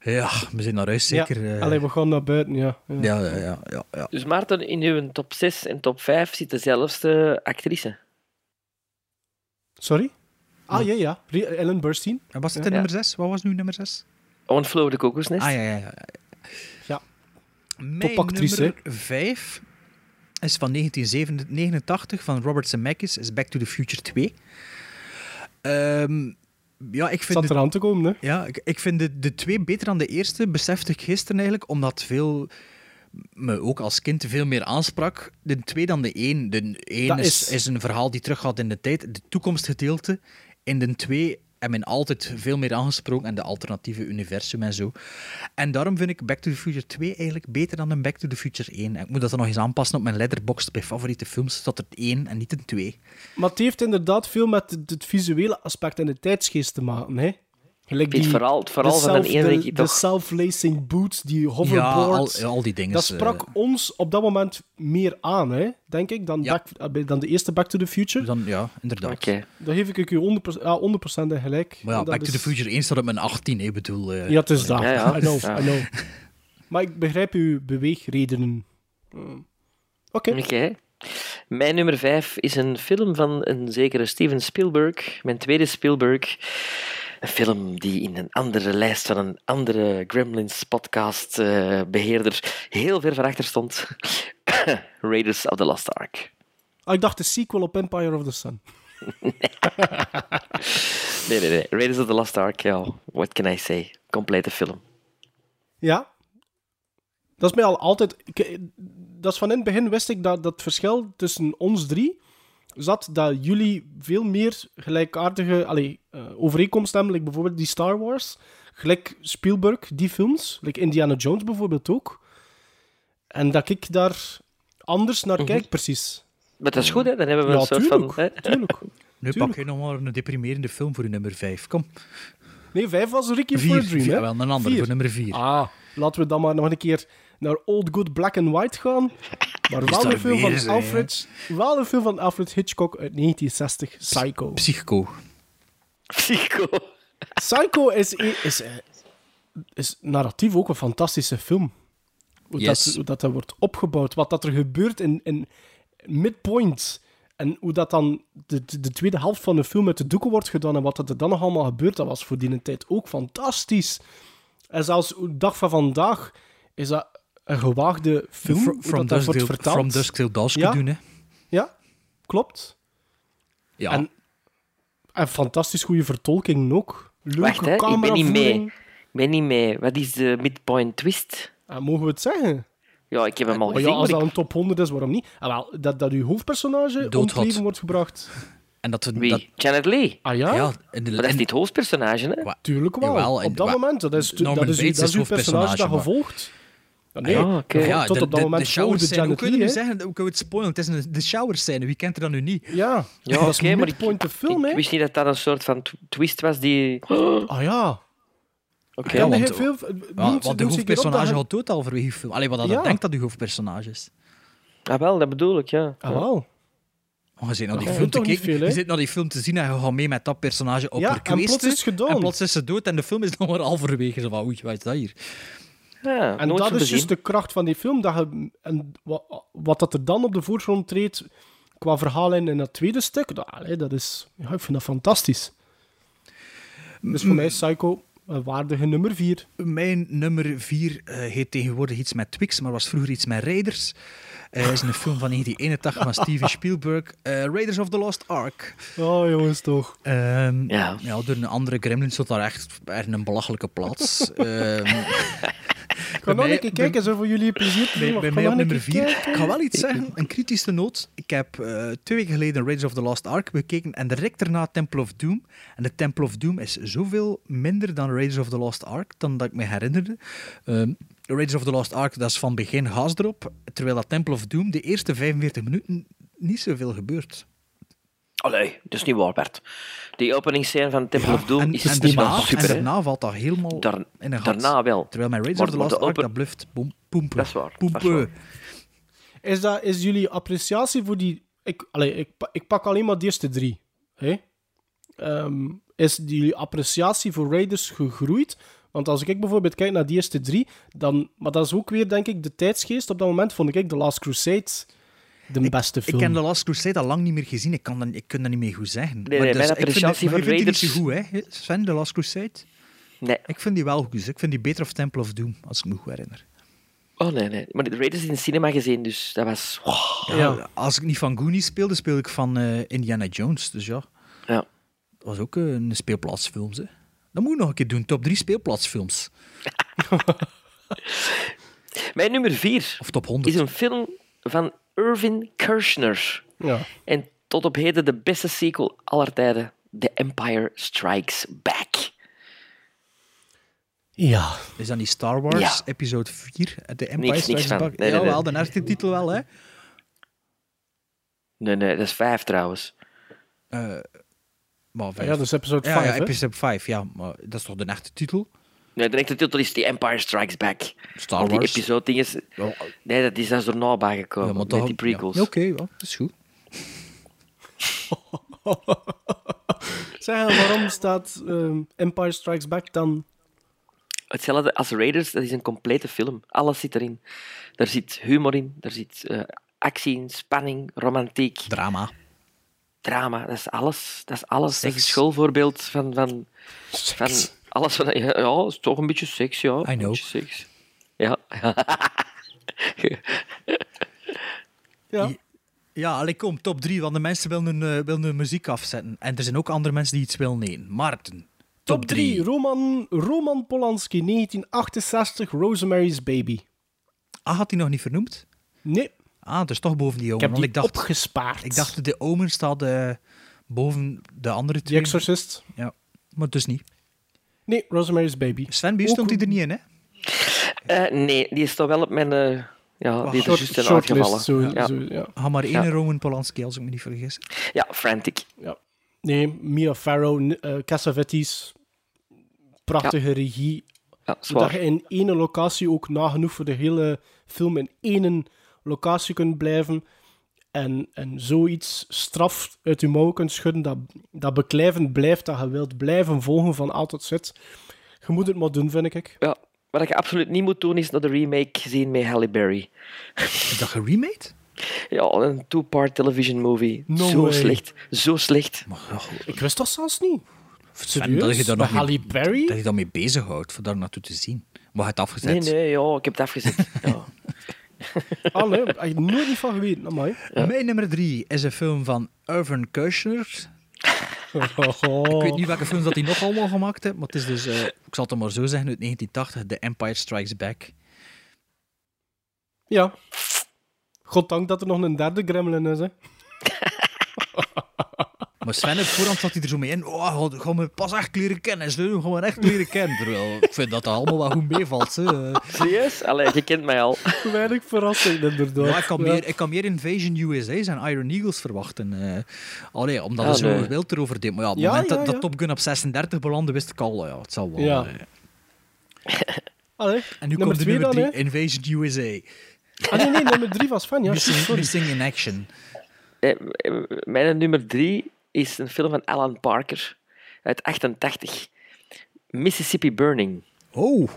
Speaker 5: Ja, we zijn naar huis zeker.
Speaker 4: Ja.
Speaker 5: eh.
Speaker 4: Allee, we gaan naar buiten, ja. ja.
Speaker 5: ja, ja, ja, ja, ja.
Speaker 6: Dus Maarten, in uw top 6 en top 5 zit dezelfde actrice.
Speaker 4: Sorry? Ah, ja, ja. Re- Ellen Burstyn.
Speaker 5: En was het
Speaker 4: Ja.
Speaker 5: in nummer 6? Wat was nu nummer 6?
Speaker 6: Ontvlogen de kokosnest.
Speaker 5: Ah ja, ja. ja.
Speaker 4: ja.
Speaker 5: Mijn
Speaker 4: Topactrice,
Speaker 5: nummer 5 is van 1989 van Robert Zemeckis, is Back to the Future 2. Ehm, ja, ik vind
Speaker 4: Zat eraan te komen, hè?
Speaker 5: Ja, ik, ik vind de, de twee beter dan de eerste, besefte ik gisteren eigenlijk, omdat veel me ook als kind veel meer aansprak. De twee dan de één. De één
Speaker 4: Dat
Speaker 5: is, is...
Speaker 4: is-
Speaker 5: een verhaal die teruggaat in de tijd, de toekomstgedeelte. In de twee hebben men altijd veel meer aangesproken en de alternatieve universum en zo. En daarom vind ik Back to the Future 2 eigenlijk beter dan een Back to the Future 1. En ik moet dat dan nog eens aanpassen op mijn letterboxd. Bij favoriete films staat er één en niet een twee.
Speaker 4: Maar het heeft inderdaad veel met het, het visuele aspect en de tijdsgeest te maken, hè? Gelijk
Speaker 6: Het verhaal- het verhaal
Speaker 4: de
Speaker 6: van een
Speaker 4: self-
Speaker 6: ene
Speaker 4: de-
Speaker 6: week
Speaker 4: De,
Speaker 6: toch?
Speaker 4: self-lacing boots, die hoverboards.
Speaker 5: Ja, al- al die dingen,
Speaker 4: Dat
Speaker 5: eh.
Speaker 4: sprak ons op dat moment meer aan, hè? Denk ik, dan, Back- eh, bij- dan de eerste Back to the Future.
Speaker 5: eh, Dan, ja, inderdaad.
Speaker 4: Daar geef ik u 100%, ja, 100 in gelijk.
Speaker 5: Maar ja,
Speaker 4: Dat
Speaker 5: Back to
Speaker 4: is-
Speaker 5: the Future 1 staat op mijn 18, ik bedoel... eh,
Speaker 4: dus- Ja, het is
Speaker 5: allee.
Speaker 4: dat. I know, I know. Maar ik begrijp uw beweegredenen. Hmm. Oké.
Speaker 6: Mijn nummer vijf is een film van een zekere Steven Spielberg. Mijn tweede Spielberg. Een film die in een andere lijst van een andere Gremlins podcast eh, beheerder heel ver van achter stond. Raiders of the Lost Ark.
Speaker 4: Ah, ik dacht de sequel op Empire of the Sun.
Speaker 6: Nee, nee, nee. Raiders of the Lost Ark, ja. What can I say? Complete film.
Speaker 4: Ja. Dat is mij al altijd... ik- eh, dat is van in het begin wist ik dat dat het verschil tussen ons drie zat dat jullie veel meer gelijkaardige allee, eh, overeenkomsten hebben. Like bijvoorbeeld die Star Wars. Gelijk Spielberg, die films. Like Indiana Jones bijvoorbeeld ook. En dat ik daar anders naar kijk, precies.
Speaker 6: Maar dat is goed, hè? Dan hebben we een soort van... hè?
Speaker 5: Nu pak je nog maar een deprimerende film voor je nummer 5. Kom.
Speaker 4: Nee, vijf was Ricky
Speaker 5: Vier,
Speaker 4: for a Dream,
Speaker 5: vier,
Speaker 4: hè?
Speaker 5: wel, een andere voor nummer vier.
Speaker 4: Ah, laten we dan maar nog een keer naar Old Good Black and White gaan. Maar
Speaker 5: Is
Speaker 4: wel
Speaker 5: daar
Speaker 4: een, film
Speaker 5: weer,
Speaker 4: van
Speaker 5: zeg,
Speaker 4: Alfred, wel een film van Alfred Hitchcock uit 1960, Psycho.
Speaker 5: Psycho.
Speaker 6: Psycho.
Speaker 4: Psycho is, is, eh, is narratief ook een fantastische film. Hoe, dat,
Speaker 5: Yes.
Speaker 4: hoe dat, dat wordt opgebouwd, wat dat er gebeurt in, in midpoint. En hoe dat dan de, de, de tweede helft van de film uit de doeken wordt gedaan en wat dat er dan nog allemaal gebeurt, dat was voor die tijd ook fantastisch. En zelfs de dag van vandaag is dat een gewaagde film.
Speaker 5: Fr-
Speaker 4: hoe
Speaker 5: from,
Speaker 4: dat dat
Speaker 5: dusk
Speaker 4: wordt
Speaker 5: till,
Speaker 4: vertaald.
Speaker 5: from Dusk Till Dusk
Speaker 4: Ja.
Speaker 5: doen, hè.
Speaker 4: Ja, klopt.
Speaker 5: Ja.
Speaker 4: En, en fantastisch goede vertolking ook. Leuke
Speaker 6: Wacht, hè. Ik ben niet
Speaker 4: cameravoering.
Speaker 6: mee. Ik ben niet mee. Wat is de midpoint twist?
Speaker 4: Ah, mogen we het zeggen?
Speaker 6: Ja, ik heb hem al
Speaker 4: Maar
Speaker 6: gezien.
Speaker 4: ja, als
Speaker 6: Oh, maar
Speaker 4: dat
Speaker 6: ik-
Speaker 4: een top 100 is, waarom niet? Ah, wel, dat, dat uw hoofdpersonage om
Speaker 5: Dood
Speaker 4: het
Speaker 5: had.
Speaker 4: leven wordt gebracht.
Speaker 5: En dat,
Speaker 6: Wie?
Speaker 5: dat
Speaker 6: Janet Lee?
Speaker 4: Ah ja?
Speaker 5: Ja, in de-
Speaker 6: maar dat is niet het hoofdpersonage, hè?
Speaker 4: Tuurlijk wel.
Speaker 5: Jawel, en
Speaker 4: Op dat
Speaker 5: wa-
Speaker 4: moment, dat is,
Speaker 5: Norman
Speaker 4: dat is, uw-
Speaker 5: Bates
Speaker 4: dat
Speaker 5: is
Speaker 4: is uw personage dat
Speaker 5: hoofdpersonage, maar-
Speaker 4: gevolgd. Ja, nee,
Speaker 6: Ah, oké.
Speaker 4: gevolgd
Speaker 5: ja,
Speaker 4: tot
Speaker 5: de,
Speaker 4: op dat
Speaker 5: de, de
Speaker 4: moment
Speaker 5: shower
Speaker 4: volgde
Speaker 5: scène. Hoe
Speaker 4: Janet
Speaker 5: kunnen we
Speaker 4: Leigh,
Speaker 5: nu
Speaker 4: hè.
Speaker 5: zeggen? Hoe kunnen we het spoilen? Het is een, de shower scène. Wie kent er dat nu niet?
Speaker 4: Ja,
Speaker 6: Ja,
Speaker 4: dat is
Speaker 6: oké, maar ik-
Speaker 4: midpoint de film, hè.
Speaker 6: Ik wist niet dat dat een soort van tw- twist was die... Oké.
Speaker 4: Ah ja.
Speaker 5: Ja,
Speaker 4: Ken je
Speaker 5: want,
Speaker 4: heel veel-
Speaker 5: ja,
Speaker 4: noemt-
Speaker 5: Ah, want
Speaker 4: noemt
Speaker 5: de
Speaker 4: ze
Speaker 5: hoofdpersonage
Speaker 4: hier dus op
Speaker 5: had dood al voor je film. Allee, wat dat
Speaker 4: Ja.
Speaker 5: denkt dat je hoofdpersonage is.
Speaker 6: Ah, wel, dat bedoel ik, ja.
Speaker 4: Ah, wel.
Speaker 5: Oh, je zit naar die
Speaker 4: Dat
Speaker 5: film
Speaker 4: doet
Speaker 5: te
Speaker 4: toch niet
Speaker 5: kijken,
Speaker 4: veel, hè?
Speaker 5: je zit naar die film te zien en je gaat mee met dat personage op
Speaker 4: Ja,
Speaker 5: haar
Speaker 4: en plots
Speaker 5: kwestie.
Speaker 4: is het gedaan.
Speaker 5: En plots is ze dood en de film is nog maar halverwege. Zo van, oei, wat is dat hier?
Speaker 6: Ja,
Speaker 4: En
Speaker 6: nooit
Speaker 4: dat
Speaker 6: zo
Speaker 4: is
Speaker 6: bezien.
Speaker 4: dus de kracht van die film. Dat je, en wat, wat dat er dan op de voorgrond treedt qua verhalen in dat tweede stuk, dat, allee, dat is, ja, ik vind dat fantastisch. Dus voor mij is Psycho een waardige nummer 4.
Speaker 5: Mijn nummer 4 heet tegenwoordig iets met Twix, maar was vroeger iets met Raiders. Het is een film van 1981 van Steven Spielberg. Eh, Raiders of the Lost Ark.
Speaker 4: Oh jongens, toch.
Speaker 5: Ehm,
Speaker 6: Ja.
Speaker 5: ja. door een andere Gremlin stond daar echt er een belachelijke plaats. Ehm
Speaker 4: Ik ga nog een keer kijken, zo voor jullie plezier te doen.
Speaker 5: bij,
Speaker 4: maar
Speaker 5: bij
Speaker 4: ik
Speaker 5: mij
Speaker 4: ga
Speaker 5: op
Speaker 4: nog een
Speaker 5: nummer
Speaker 4: keer
Speaker 5: 4.
Speaker 4: kijken.
Speaker 5: Ik ga wel iets zeggen, een kritische noot. Ik heb eh, twee weken geleden Raiders of the Lost Ark bekeken en direct daarna Temple of Doom. En de Temple of Doom is zoveel minder dan Raiders of the Lost Ark, dan dat ik me herinnerde. Ehm Raiders of the Lost Ark, dat is van begin gas erop. Terwijl dat Temple of Doom de eerste 45 minuten niet zoveel gebeurt.
Speaker 6: Allee, dat is niet waar, Bert. Die openingsscène van Temple of Doom
Speaker 5: en,
Speaker 6: is,
Speaker 5: en
Speaker 6: is wel
Speaker 5: daarna,
Speaker 6: super,
Speaker 5: en
Speaker 6: hè.
Speaker 5: daarna valt dat helemaal
Speaker 6: Daar-
Speaker 5: in een gat.
Speaker 6: daarna wel.
Speaker 5: Terwijl mijn Raiders
Speaker 6: Maar-
Speaker 5: of the
Speaker 6: maar
Speaker 5: Lost
Speaker 6: de
Speaker 5: Ark,
Speaker 6: open-
Speaker 5: dat bluft boem, poempen.
Speaker 6: Dat is waar, dat is
Speaker 5: Poempen.
Speaker 6: waar.
Speaker 4: Is, dat, is jullie appreciatie voor die... Ik, allee, ik, pa- ik pak alleen maar de eerste drie. Hè? Ehm, is die, jullie appreciatie voor Raiders gegroeid? Want als ik bijvoorbeeld kijk naar die eerste drie, dan... Maar dat is ook weer, denk ik, de tijdsgeest. Op dat moment vond ik The Last Crusade de beste film.
Speaker 5: Ik ken The Last Crusade al lang niet meer gezien. Ik kan dat, ik kan dat niet meer goed zeggen. dus,
Speaker 6: nee, mijn
Speaker 5: ik vind
Speaker 6: appreciatie
Speaker 5: het- maar
Speaker 6: voor
Speaker 5: ik vind het
Speaker 6: Raiders-
Speaker 5: niet zo goed, hè? Sven, The Last Crusade?
Speaker 6: Nee.
Speaker 5: Ik vind die wel goed. Ik vind die beter of Temple of Doom, als ik me goed herinner.
Speaker 6: Oh nee, nee. Maar de Raiders in de cinema gezien, dus dat was.
Speaker 5: Ja, Als ik niet van Goonies speelde, speel ik van eh, Indiana Jones. Dus ja.
Speaker 6: Ja.
Speaker 5: Dat was ook eh, een speelplaatsfilm. Hè. Dat moet je nog een keer doen. Top 3 speelplaatsfilms.
Speaker 6: Mijn nummer 4
Speaker 5: of top 100.
Speaker 6: is een film van Irvin Kershner.
Speaker 4: Ja.
Speaker 6: En tot op heden de beste sequel aller tijden: The Empire Strikes Back.
Speaker 4: Ja.
Speaker 5: Is dat niet Star Wars,
Speaker 6: Ja.
Speaker 5: episode 4? De Empire
Speaker 6: Niks- niks
Speaker 5: Strikes
Speaker 6: van.
Speaker 5: Back?
Speaker 6: Nee, nee,
Speaker 5: Jawel,
Speaker 6: nee.
Speaker 5: de eerste titel wel, hè.
Speaker 6: Nee, nee, dat is vijf trouwens.
Speaker 5: Eh, maar vijf.
Speaker 4: Ah, Ja, dat is episode
Speaker 5: ja,
Speaker 4: vijf,
Speaker 5: Ja,
Speaker 4: hè?
Speaker 5: episode 5, ja. Maar dat is toch de echte
Speaker 6: Oh,
Speaker 5: titel?
Speaker 6: Nee, de echte titel is The Empire Strikes Back.
Speaker 5: Star
Speaker 6: Want die
Speaker 5: Wars.
Speaker 6: episode ding is... Nee, dat is, dat is er nou bij gekomen, met
Speaker 5: toch-
Speaker 6: die prequels.
Speaker 5: Ja, Oké, ja, dat is goed.
Speaker 4: Zeg, waarom staat ehm, Empire Strikes Back dan...
Speaker 6: Hetzelfde als Raiders, dat is een complete film. Alles zit erin. Daar zit humor in, daar zit eh, actie in, spanning, romantiek.
Speaker 5: Drama.
Speaker 6: Drama, dat is alles. Dat is alles. Dat is een schoolvoorbeeld van... van, van alles van... Ja, ja, is toch een beetje seks, ja. I know. Seks. Ja.
Speaker 4: Ja.
Speaker 5: Ja, allee, kom, top 3, want de mensen willen hun, eh, willen hun muziek afzetten. En er zijn ook andere mensen die iets willen nemen. Maarten, top
Speaker 4: Top 3.
Speaker 5: 3.
Speaker 4: Roman, Roman Polanski, 1968, Rosemary's Baby.
Speaker 5: Ah, had hij nog niet vernoemd?
Speaker 4: Nee.
Speaker 5: Ah, dus toch boven die Omen.
Speaker 4: Ik heb
Speaker 5: want
Speaker 4: die
Speaker 5: ik dacht,
Speaker 4: opgespaard.
Speaker 5: Ik dacht, de Omen staat eh, boven de andere
Speaker 4: The
Speaker 5: twee.
Speaker 4: Exorcist.
Speaker 5: Ja, maar dus niet.
Speaker 4: Nee, Rosemary's Baby.
Speaker 5: Sven, Bier
Speaker 4: Ook-
Speaker 5: stond hij er niet in, hè?
Speaker 6: Eh, nee, die is toch wel op mijn... eh, ja, die is er
Speaker 4: Oh, Short-
Speaker 6: juist in
Speaker 4: shortlist,
Speaker 6: uitgevallen.
Speaker 4: zo-
Speaker 6: ja.
Speaker 4: zo, ja.
Speaker 5: Had maar één
Speaker 6: Ja.
Speaker 5: Roman Polanski, als ik me niet vergis.
Speaker 6: ja, Frantic.
Speaker 4: Ja. Nee, Mia Farrow, n- eh, Cassavetes. Prachtige regie.
Speaker 6: Ja,
Speaker 4: Hoe dat
Speaker 6: zwaar.
Speaker 4: je in één locatie ook nagenoeg voor de hele film in één locatie kunt blijven. En, en zoiets straf uit je mouw kunt schudden, dat, dat beklijvend blijft, dat je wilt blijven volgen van A tot Z. Je moet het maar doen, vind ik.
Speaker 6: Ja, wat je absoluut niet moet doen, is naar de remake gezien met Halle Berry.
Speaker 5: Is dat geremade?
Speaker 6: Ja, een two-part television movie.
Speaker 4: No
Speaker 6: zo
Speaker 4: way.
Speaker 6: slecht. Zo slecht.
Speaker 4: Ik wist dat zelfs niet.
Speaker 5: En
Speaker 4: Serieus?
Speaker 5: dat je daar
Speaker 4: Met
Speaker 5: nog
Speaker 4: Halle
Speaker 5: mee,
Speaker 4: Berry?
Speaker 5: dat je daar mee bezighoudt, voor daar naartoe te zien. Maar je hebt afgezet.
Speaker 6: Nee, nee, ja, ik heb het afgezet. ja.
Speaker 4: Ah, nee, daar heb ik nooit niet van geweten. Amai.
Speaker 5: Mijn nummer drie is een film van Irvin Kershner. Ik
Speaker 4: Oh.
Speaker 5: weet niet welke films dat hij nog allemaal gemaakt heeft, maar het is dus, eh, ik zal het dan maar zo zeggen, uit 1980, The Empire Strikes Back.
Speaker 4: Ja. Goddank dat er nog een derde gremlin is, hè.
Speaker 5: Maar Sven, op voorhand zat hij er zo mee in. Oh, ga- gaan we pas echt leren kennen. Ze gaan we echt leren kennen. Terwijl, ik vind dat dat allemaal wel goed meevalt. hè.
Speaker 6: Serieus? Allee, je kent mij al.
Speaker 4: Weinig verrassing, inderdaad.
Speaker 5: Maar ik kan,
Speaker 4: Ja.
Speaker 5: meer, ik kan meer Invasion USA's en Iron Eagles verwachten. eh. allee, omdat
Speaker 6: Ah,
Speaker 5: er zo
Speaker 6: nee.
Speaker 5: wild erover deed. Maar ja, op het
Speaker 4: Ja,
Speaker 5: moment
Speaker 4: ja,
Speaker 5: dat,
Speaker 4: ja.
Speaker 5: dat Top Gun op 36 belandde, wist ik al, ja, het zal wel.
Speaker 4: Ja.
Speaker 5: eh.
Speaker 4: Allee,
Speaker 5: En nu
Speaker 4: nummer
Speaker 5: komt de
Speaker 4: twee
Speaker 5: nummer
Speaker 4: dan,
Speaker 5: 3,
Speaker 4: hè?
Speaker 5: Invasion USA.
Speaker 4: Ah, nee, nee, nummer drie was van, ja.
Speaker 5: Missing,
Speaker 4: Sorry.
Speaker 5: Missing in Action.
Speaker 6: Eh, eh, Mijn nummer drie is een film van Alan Parker uit 88. Mississippi Burning
Speaker 5: Oh,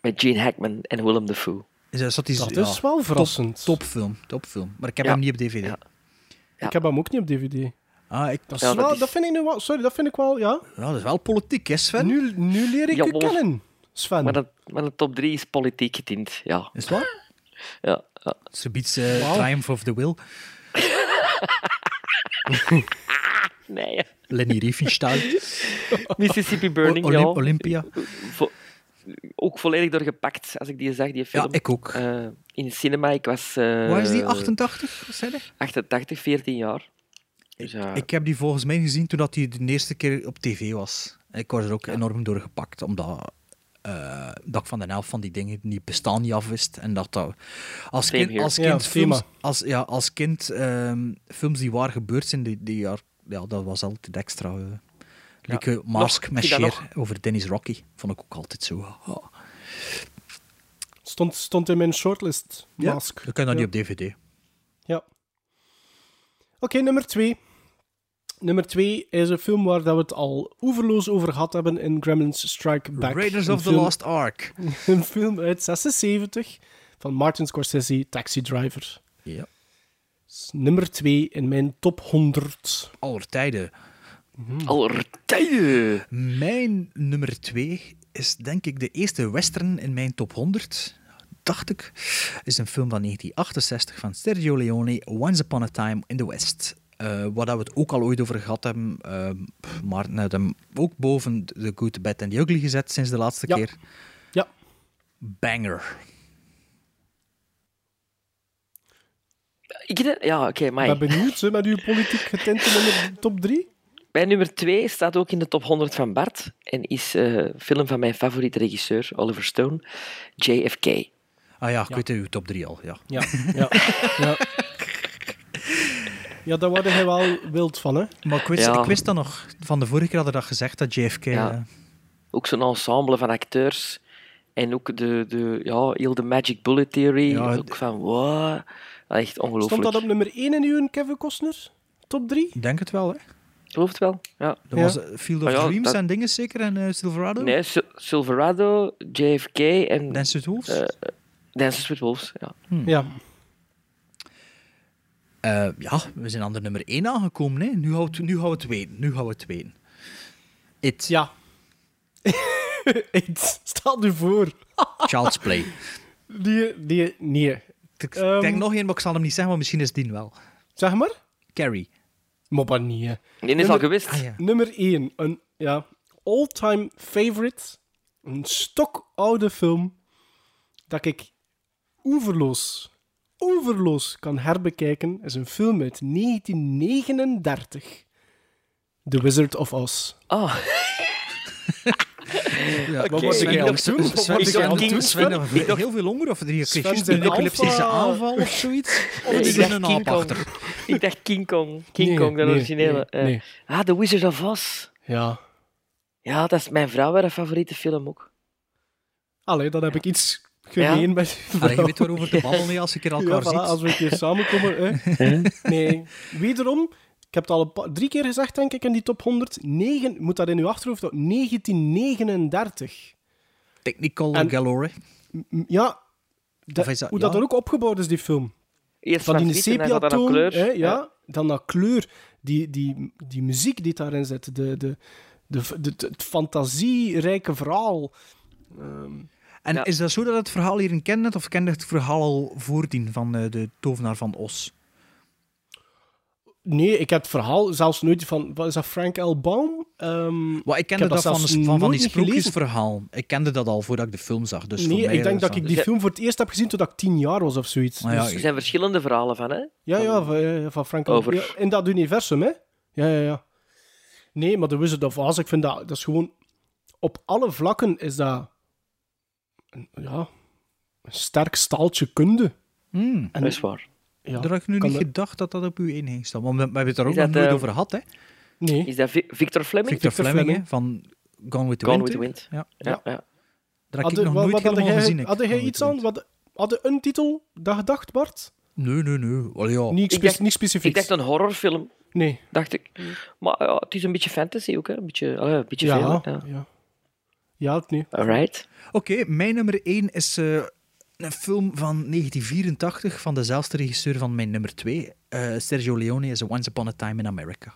Speaker 6: met Gene Hackman en Willem Dafoe.
Speaker 5: is dat, is,
Speaker 4: Dat
Speaker 5: ja,
Speaker 4: is wel verrassend.
Speaker 5: Top, topfilm, topfilm. Maar ik heb
Speaker 6: Ja.
Speaker 5: hem niet op DVD.
Speaker 6: Ja.
Speaker 4: Ik heb hem ook niet op DVD.
Speaker 5: Ah, ik,
Speaker 4: Dat,
Speaker 6: Ja,
Speaker 4: is
Speaker 6: dat
Speaker 4: wel,
Speaker 6: is-
Speaker 4: dat vind ik nu wel... Sorry, dat vind ik wel, ja.
Speaker 5: ja, dat is wel politiek, hè, Sven?
Speaker 4: Nu, nu leer ik je
Speaker 6: Jawel.
Speaker 4: kennen, Sven.
Speaker 6: Maar, dat, maar de top drie is politiek getint. Ja,
Speaker 5: Is het waar?
Speaker 6: ja, ja.
Speaker 5: Ze biedt eh, Triumph of the Will.
Speaker 6: Nee.
Speaker 5: Lenny Riefenstahl.
Speaker 6: Mississippi Burning,
Speaker 5: Olymp-
Speaker 6: ja.
Speaker 5: Olympia.
Speaker 6: Vo- ook volledig doorgepakt als ik die zag, die film.
Speaker 5: Ja, ik ook.
Speaker 6: Eh, in de cinema, ik was... eh,
Speaker 5: Waar is die, 88? Wat zei je?
Speaker 6: 88, 14 jaar. Dus, ja,
Speaker 5: Ik heb die volgens mij gezien toen dat die de eerste keer op tv was. Ik was er ook enorm door gepakt, omdat eh, dat ik van de helft van die dingen die bestaan niet afwist. En dat dat... Als
Speaker 6: Same
Speaker 5: kind,
Speaker 6: here.
Speaker 5: als
Speaker 4: Ja,
Speaker 5: kind, films,
Speaker 4: thema.
Speaker 5: als, ja, als kind ehm, films die waar gebeurd zijn, die, die jaar, ja, dat was altijd extra... eh Like, eh, Mask
Speaker 6: Nog,
Speaker 5: met
Speaker 6: zie dat
Speaker 5: Cher over Dennis Rocky. Vond ik ook altijd zo. ah.
Speaker 4: Stond, stond in mijn shortlist,
Speaker 5: Ja,
Speaker 4: Mask.
Speaker 5: Je kan dat
Speaker 4: Ja.
Speaker 5: niet op DVD.
Speaker 4: Ja. Oké, nummer twee. Nummer twee is een film waar dat we het al oeverloos over gehad hebben in Gremlins Strike Back.
Speaker 5: Raiders
Speaker 4: Een
Speaker 5: of the
Speaker 4: film-
Speaker 5: Lost Ark.
Speaker 4: Een film uit 76 van Martin Scorsese, Taxi Driver.
Speaker 5: Ja.
Speaker 4: Nummer 2 in mijn top 100.
Speaker 5: Aller tijden.
Speaker 6: Allertijden.
Speaker 5: Mijn nummer twee is denk ik de eerste western in mijn top 100. Dacht ik. Is een film van 1968 van Sergio Leone, Once Upon a Time in the West. Eh, waar dat we het ook al ooit over gehad hebben. eh, maar net hem ook boven The Good, The Bad and The Ugly gezet sinds de laatste
Speaker 4: Ja.
Speaker 5: keer.
Speaker 4: Ja.
Speaker 5: Banger.
Speaker 6: Ik denk- Ja, oké,
Speaker 4: Ik
Speaker 6: maar
Speaker 4: ben benieuwd hè, met uw politiek getinte nummer top 3.
Speaker 6: Mijn nummer 2 staat ook in de top 100 van Bart en is eh, een film van mijn favoriete regisseur, Oliver Stone, JFK.
Speaker 5: Ah ja, ik weet uw top 3 al. Ja.
Speaker 4: Ja, ja, ja. Ja, daar word je wel wild van, hè?
Speaker 5: Maar ik wist,
Speaker 6: Ja.
Speaker 5: ik wist dat nog. Van de vorige keer hadden we dat gezegd, dat JFK...
Speaker 6: Ja.
Speaker 5: eh,
Speaker 6: Ook zo'n ensemble van acteurs en ook de, de, ja, heel de Magic Bullet Theory.
Speaker 5: Ja,
Speaker 6: ook van, wow, echt
Speaker 4: Stond
Speaker 6: ongelooflijk.
Speaker 4: dat op nummer 1 in uw Kevin Costner? Top 3?
Speaker 5: Ik denk het wel, hè.
Speaker 6: Ik geloof het wel, ja.
Speaker 5: Dat was eh, Field of
Speaker 6: Ah ja,
Speaker 5: Dreams
Speaker 6: dat-
Speaker 5: en dingen zeker, en eh,
Speaker 4: Oh.
Speaker 5: Silverado?
Speaker 6: Nee, Sil- Silverado, JFK en...
Speaker 5: Dances with Wolves?
Speaker 6: eh, Dances with Wolves, ja.
Speaker 4: Ja.
Speaker 5: Eh, ja, we zijn aan de nummer 1 aangekomen. Hè. Nu houdt nu houdt het weten. Nu houdt het weten. It.
Speaker 4: Ja. It. Stel u voor.
Speaker 5: Child's Play.
Speaker 4: Die, die, nee.
Speaker 5: Ik
Speaker 4: Ehm,
Speaker 5: denk nog één, maar ik zal hem niet zeggen, maar misschien is die wel.
Speaker 4: Zeg maar.
Speaker 5: Carrie.
Speaker 4: Maar maar niet, hè.
Speaker 6: Die is
Speaker 4: Nummer- Ah,
Speaker 6: al gewist.
Speaker 4: Nummer 1. Een ja, all-time favorite. Een stokoude film. Dat ik oeverloos, oeverloos kan herbekijken. Is een film uit 1939. The Wizard of Oz.
Speaker 6: Ah.
Speaker 5: Ja,
Speaker 4: Wat was ik aan het doen? Wat was ik aan het doen? Sven?
Speaker 5: Ik dacht heel veel honger, of die
Speaker 4: Sven
Speaker 5: kreeg juist
Speaker 4: zijn
Speaker 5: een epileptische
Speaker 4: alpha.
Speaker 5: aanval of zoiets. Of
Speaker 6: Nee,
Speaker 5: die
Speaker 6: ik
Speaker 5: zijn
Speaker 6: dacht
Speaker 5: een
Speaker 6: King
Speaker 5: aap
Speaker 6: Kong.
Speaker 5: achter.
Speaker 6: Ik dacht King Kong. King
Speaker 4: Nee,
Speaker 6: Kong, dat
Speaker 4: nee,
Speaker 6: originele.
Speaker 4: nee,
Speaker 6: eh.
Speaker 4: nee.
Speaker 6: Ah, The Wizard of Oz.
Speaker 4: Ja.
Speaker 6: Ja, dat is mijn vrouw haar favoriete film ook.
Speaker 4: Allee, dan heb ik iets gemeen met uw
Speaker 6: Ja.
Speaker 5: Allee, je
Speaker 4: vrouw.
Speaker 5: weet waarover te babbelen hè, als ik er
Speaker 4: Ja,
Speaker 5: elkaar
Speaker 4: voilà, als we
Speaker 5: ziet.
Speaker 4: een keer samenkomen. Hè. Nee, wederom, ik heb het al een pa- drie keer gezegd, denk ik, in die top 100. Negen, moet dat in uw achterhoofd houden, 1939.
Speaker 5: Technical
Speaker 4: En-
Speaker 5: Galore.
Speaker 4: M- Ja, dat-
Speaker 5: Of is dat-
Speaker 4: hoe
Speaker 5: ja.
Speaker 4: dat er ook opgebouwd is, die film.
Speaker 6: Eerst
Speaker 4: Van die
Speaker 6: zwart-wit en dan dat aan
Speaker 4: sepia-toon,
Speaker 6: kleur.
Speaker 4: hè, ja,
Speaker 5: Ah,
Speaker 6: Ja.
Speaker 4: dan naar kleur. Die, die, die muziek die daarin zit, de, de, de, de- de- het fantasierijke verhaal. Ehm,
Speaker 5: En
Speaker 6: Ja.
Speaker 5: is dat zo dat het verhaal hier in kent, of kende het verhaal al voordien van eh, de tovenaar van Os?
Speaker 4: nee, ik heb het verhaal zelfs nooit van... Wat is dat, Frank L. Baum? Ehm,
Speaker 5: Wat, ik kende
Speaker 4: heb dat
Speaker 5: dat, van,
Speaker 4: zelfs
Speaker 5: van, van
Speaker 4: nooit
Speaker 5: die
Speaker 4: niet gelezen.
Speaker 5: sprookjesverhaal. Ik kende dat al voordat ik de film zag. Dus voor
Speaker 4: nee,
Speaker 5: mij
Speaker 4: ik denk dat ik die
Speaker 6: Dus-
Speaker 4: film voor het eerst heb gezien toen ik tien jaar was of zoiets.
Speaker 5: Ah, ja,
Speaker 4: Dus-
Speaker 6: Er zijn verschillende verhalen van, hè?
Speaker 4: ja, ja, van, eh, van Frank
Speaker 6: Over.
Speaker 4: Ja, in dat universum, hè? Ja, ja, ja. Nee, maar The Wizard of Oz, ik vind dat, dat is gewoon... Op alle vlakken is dat... een- ja... Een sterk staaltje kunde.
Speaker 5: Hmm,
Speaker 4: En,
Speaker 6: Dat is waar.
Speaker 4: ja,
Speaker 5: daar had ik nu
Speaker 4: kan
Speaker 5: niet
Speaker 4: dat-
Speaker 5: gedacht dat dat op uw één heen stond. Want we, we hebben het er ook
Speaker 6: Is
Speaker 5: nog
Speaker 6: dat,
Speaker 5: nooit
Speaker 6: eh,
Speaker 5: over gehad, hè?
Speaker 4: Nee.
Speaker 6: Is dat Vi- Victor Fleming?
Speaker 5: Victor
Speaker 4: Victor
Speaker 5: Fleming,
Speaker 4: Fleming.
Speaker 5: hè, van Gone with the
Speaker 6: Gone
Speaker 5: Wind.
Speaker 6: with the
Speaker 5: hè?
Speaker 6: Wind. Ja,
Speaker 5: Ja,
Speaker 6: ja.
Speaker 5: daar heb
Speaker 4: Had
Speaker 5: ik nog nooit
Speaker 4: had
Speaker 5: helemaal
Speaker 4: jij-
Speaker 5: gezien. ik,
Speaker 4: Had
Speaker 5: Gone
Speaker 4: jij
Speaker 5: with
Speaker 4: iets
Speaker 5: the
Speaker 4: aan?
Speaker 5: Wind.
Speaker 4: Wat, had je een titel dat gedacht, Bart?
Speaker 5: Nee, nee, nee. Allee, ja.
Speaker 4: Niet,
Speaker 6: Ik
Speaker 4: spe-
Speaker 6: dacht-
Speaker 4: niet specifiek.
Speaker 6: Ik dacht een horrorfilm,
Speaker 4: Nee.
Speaker 6: dacht ik. Maar ja, het is een beetje fantasy ook, hè? Een beetje, eh, een beetje veel.
Speaker 4: Ja,
Speaker 6: hè. Ja.
Speaker 4: ja. Ja, nee.
Speaker 6: Alright.
Speaker 5: Oké, mijn nummer 1 is eh, een film van 1984 van dezelfde regisseur van mijn nummer 2. Sergio Leone is Once Upon a Time in America.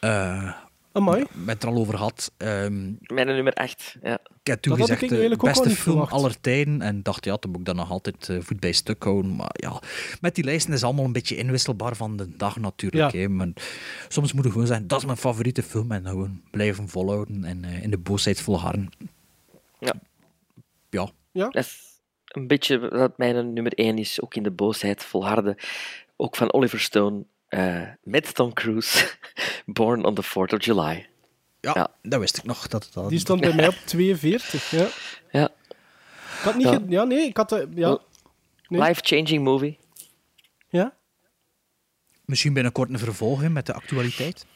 Speaker 5: Eh
Speaker 4: Amai.
Speaker 5: we hebben het er al over gehad. Ehm,
Speaker 6: Mijn nummer 8. Ja.
Speaker 5: ik heb
Speaker 4: Dat had
Speaker 5: toegezegd
Speaker 4: ik
Speaker 5: de
Speaker 4: eigenlijk ook
Speaker 5: beste
Speaker 4: wel niet
Speaker 5: film
Speaker 4: verwacht.
Speaker 5: aller tijden. En dacht, ja, dan moet ik dat nog altijd eh, voet bij stuk houden. Maar ja, met die lijsten is allemaal een beetje inwisselbaar van de dag natuurlijk.
Speaker 4: Ja.
Speaker 5: hè. Maar soms moet je gewoon zeggen, dat is mijn favoriete film. En gewoon blijven volhouden en eh, in de boosheid volharden.
Speaker 6: Ja.
Speaker 5: Ja,
Speaker 6: Dat is een beetje wat mijn nummer 1 is, ook in de boosheid volharden. Ook van Oliver Stone, eh, met Tom Cruise, Born on the 4th of July.
Speaker 5: Ja,
Speaker 6: Ja.
Speaker 5: dat wist ik nog. Dat, dat,
Speaker 4: Die stond bij mij op 42. Ja.
Speaker 6: Ja.
Speaker 4: Ik had niet...
Speaker 6: Ja.
Speaker 4: Ja, ja nee, ik had... eh, Ja. Nee.
Speaker 6: Life-changing movie.
Speaker 4: ja.
Speaker 5: Misschien binnenkort een vervolg hè, met de actualiteit.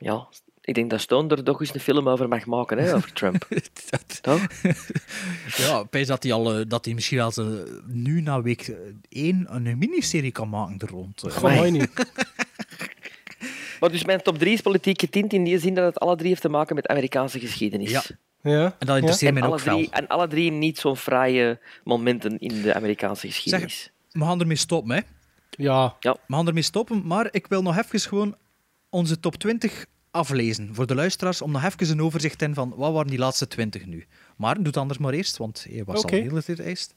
Speaker 6: Ja, ik denk dat Stone er toch eens een film over mag maken, hè, over Trump. Toch?
Speaker 5: Ja, ik pijs dat hij, al, eh, dat hij misschien als, eh, nu na week 1 een miniserie kan maken er rond. eh.
Speaker 4: Van mij niet.
Speaker 6: Maar dus mijn top 3 is politiek getint in die zin dat het alle drie heeft te maken met Amerikaanse geschiedenis.
Speaker 5: Ja,
Speaker 4: Ja.
Speaker 5: En dat interesseert
Speaker 6: En
Speaker 5: mij
Speaker 6: alle,
Speaker 5: ook wel.
Speaker 6: drie, en alle drie niet zo'n fraaie momenten in de Amerikaanse geschiedenis.
Speaker 5: We gaan ermee stoppen, hè.
Speaker 4: Ja.
Speaker 5: We gaan ermee stoppen, maar ik wil nog even gewoon onze top 20 aflezen voor de luisteraars om nog even een overzicht te hebben van wat waren die laatste 20 nu. Maar doe het anders maar eerst, want je was
Speaker 4: Oké.
Speaker 5: al heel het eerst.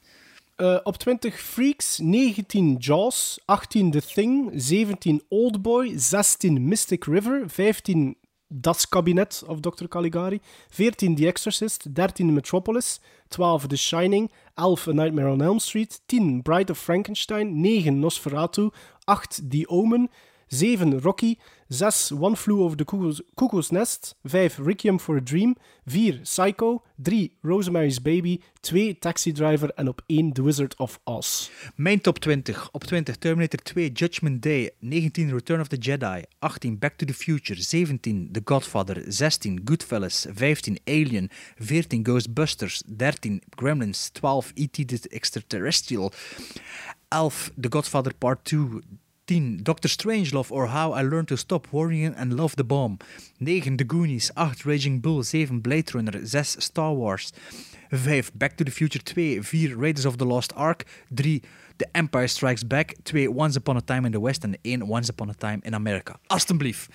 Speaker 4: Eh, op 20 Freaks, 19 Jaws, 18 The Thing, 17 Oldboy, 16 Mystic River, 15 Das Kabinet of Dr. Caligari, 14 The Exorcist, 13 Metropolis, 12 The Shining, 11 A Nightmare on Elm Street, 10 Bride of Frankenstein, 9 Nosferatu, 8 The Omen, 7 Rocky, 6 One Flew Over the Cuckoo's, Cuckoo's Nest, 5 Requiem for a Dream, 4 Psycho, 3 Rosemary's Baby, 2 Taxi Driver en op 1 The Wizard of Oz.
Speaker 5: Mijn top 20. Op 20 Terminator 2, Judgment Day. 19 Return of the Jedi. 18 Back to the Future. 17 The Godfather. 16 Goodfellas. 15 Alien. 14 Ghostbusters. 13 Gremlins. 12 E.T. the Extraterrestrial. 11 The Godfather Part 2. 10 Doctor Strangelove or How I Learned to Stop Worrying and Love the Bomb. 9 The Goonies. 8 Raging Bull. 7 Blade Runner. 6 Star Wars. 5 Back to the Future 2, 4 Raiders of the Lost Ark, 3 The Empire Strikes Back, 2 Once Upon a Time in the West en 1 Once Upon a Time in America. Alsjeblieft.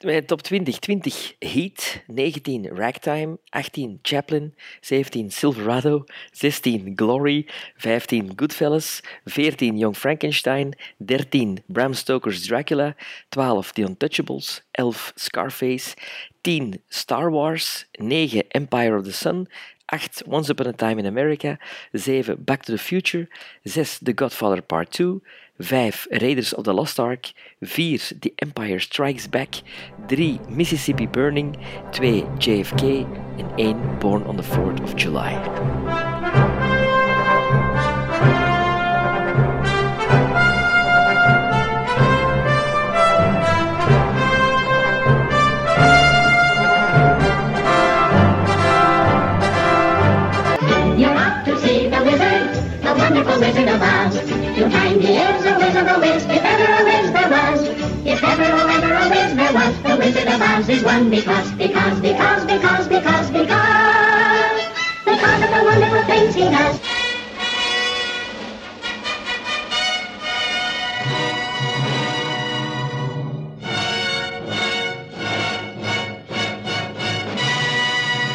Speaker 6: Mijn top 20. 20 Heat, 19 Ragtime, 18 Chaplin, 17 Silverado, 16 Glory, 15 Goodfellas, 14 Young Frankenstein, 13 Bram Stoker's Dracula, 12 The Untouchables, 11 Scarface, 10 Star Wars, 9 Empire of the Sun, 8 Once Upon a Time in America, 7 Back to the Future, 6 The Godfather Part 2, 5 Raiders of the Lost Ark, 4 The Empire Strikes Back, 3 Mississippi Burning, 2 JFK en 1 Born on the 4th of July.
Speaker 13: You ought to see the wizard, the wonderful wizard of Oz. You'll find he is a wizard of wiz, if ever a wiz there was. If ever, oh, ever a wiz there was, the wizard of Oz is one because, because, because, because, because, because, because of the wonderful things he does.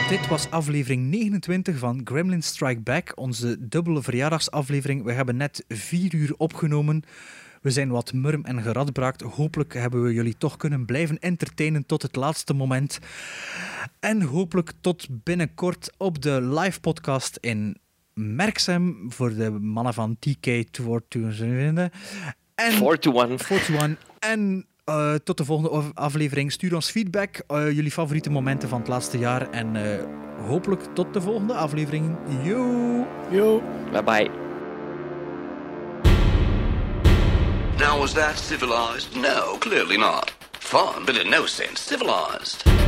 Speaker 5: Dit was aflevering 29 van Gremlin Strike Back, onze dubbele verjaardagsaflevering. We hebben net 4 uur opgenomen. We zijn wat murm en geradbraakt. Hopelijk hebben we jullie toch kunnen blijven entertainen tot het laatste moment. En hopelijk tot binnenkort op de live podcast in Merksem voor de mannen van TK Toward vinden. En
Speaker 6: 4 to 1.
Speaker 5: 4 to 1. En eh, tot de volgende af- aflevering. Stuur ons feedback, eh, jullie favoriete momenten van het laatste jaar. En eh, hopelijk tot de volgende aflevering. Yo!
Speaker 4: Yo!
Speaker 6: Bye bye.
Speaker 20: Now, was that civilized? No, clearly not. Fun, but in no sense civilized.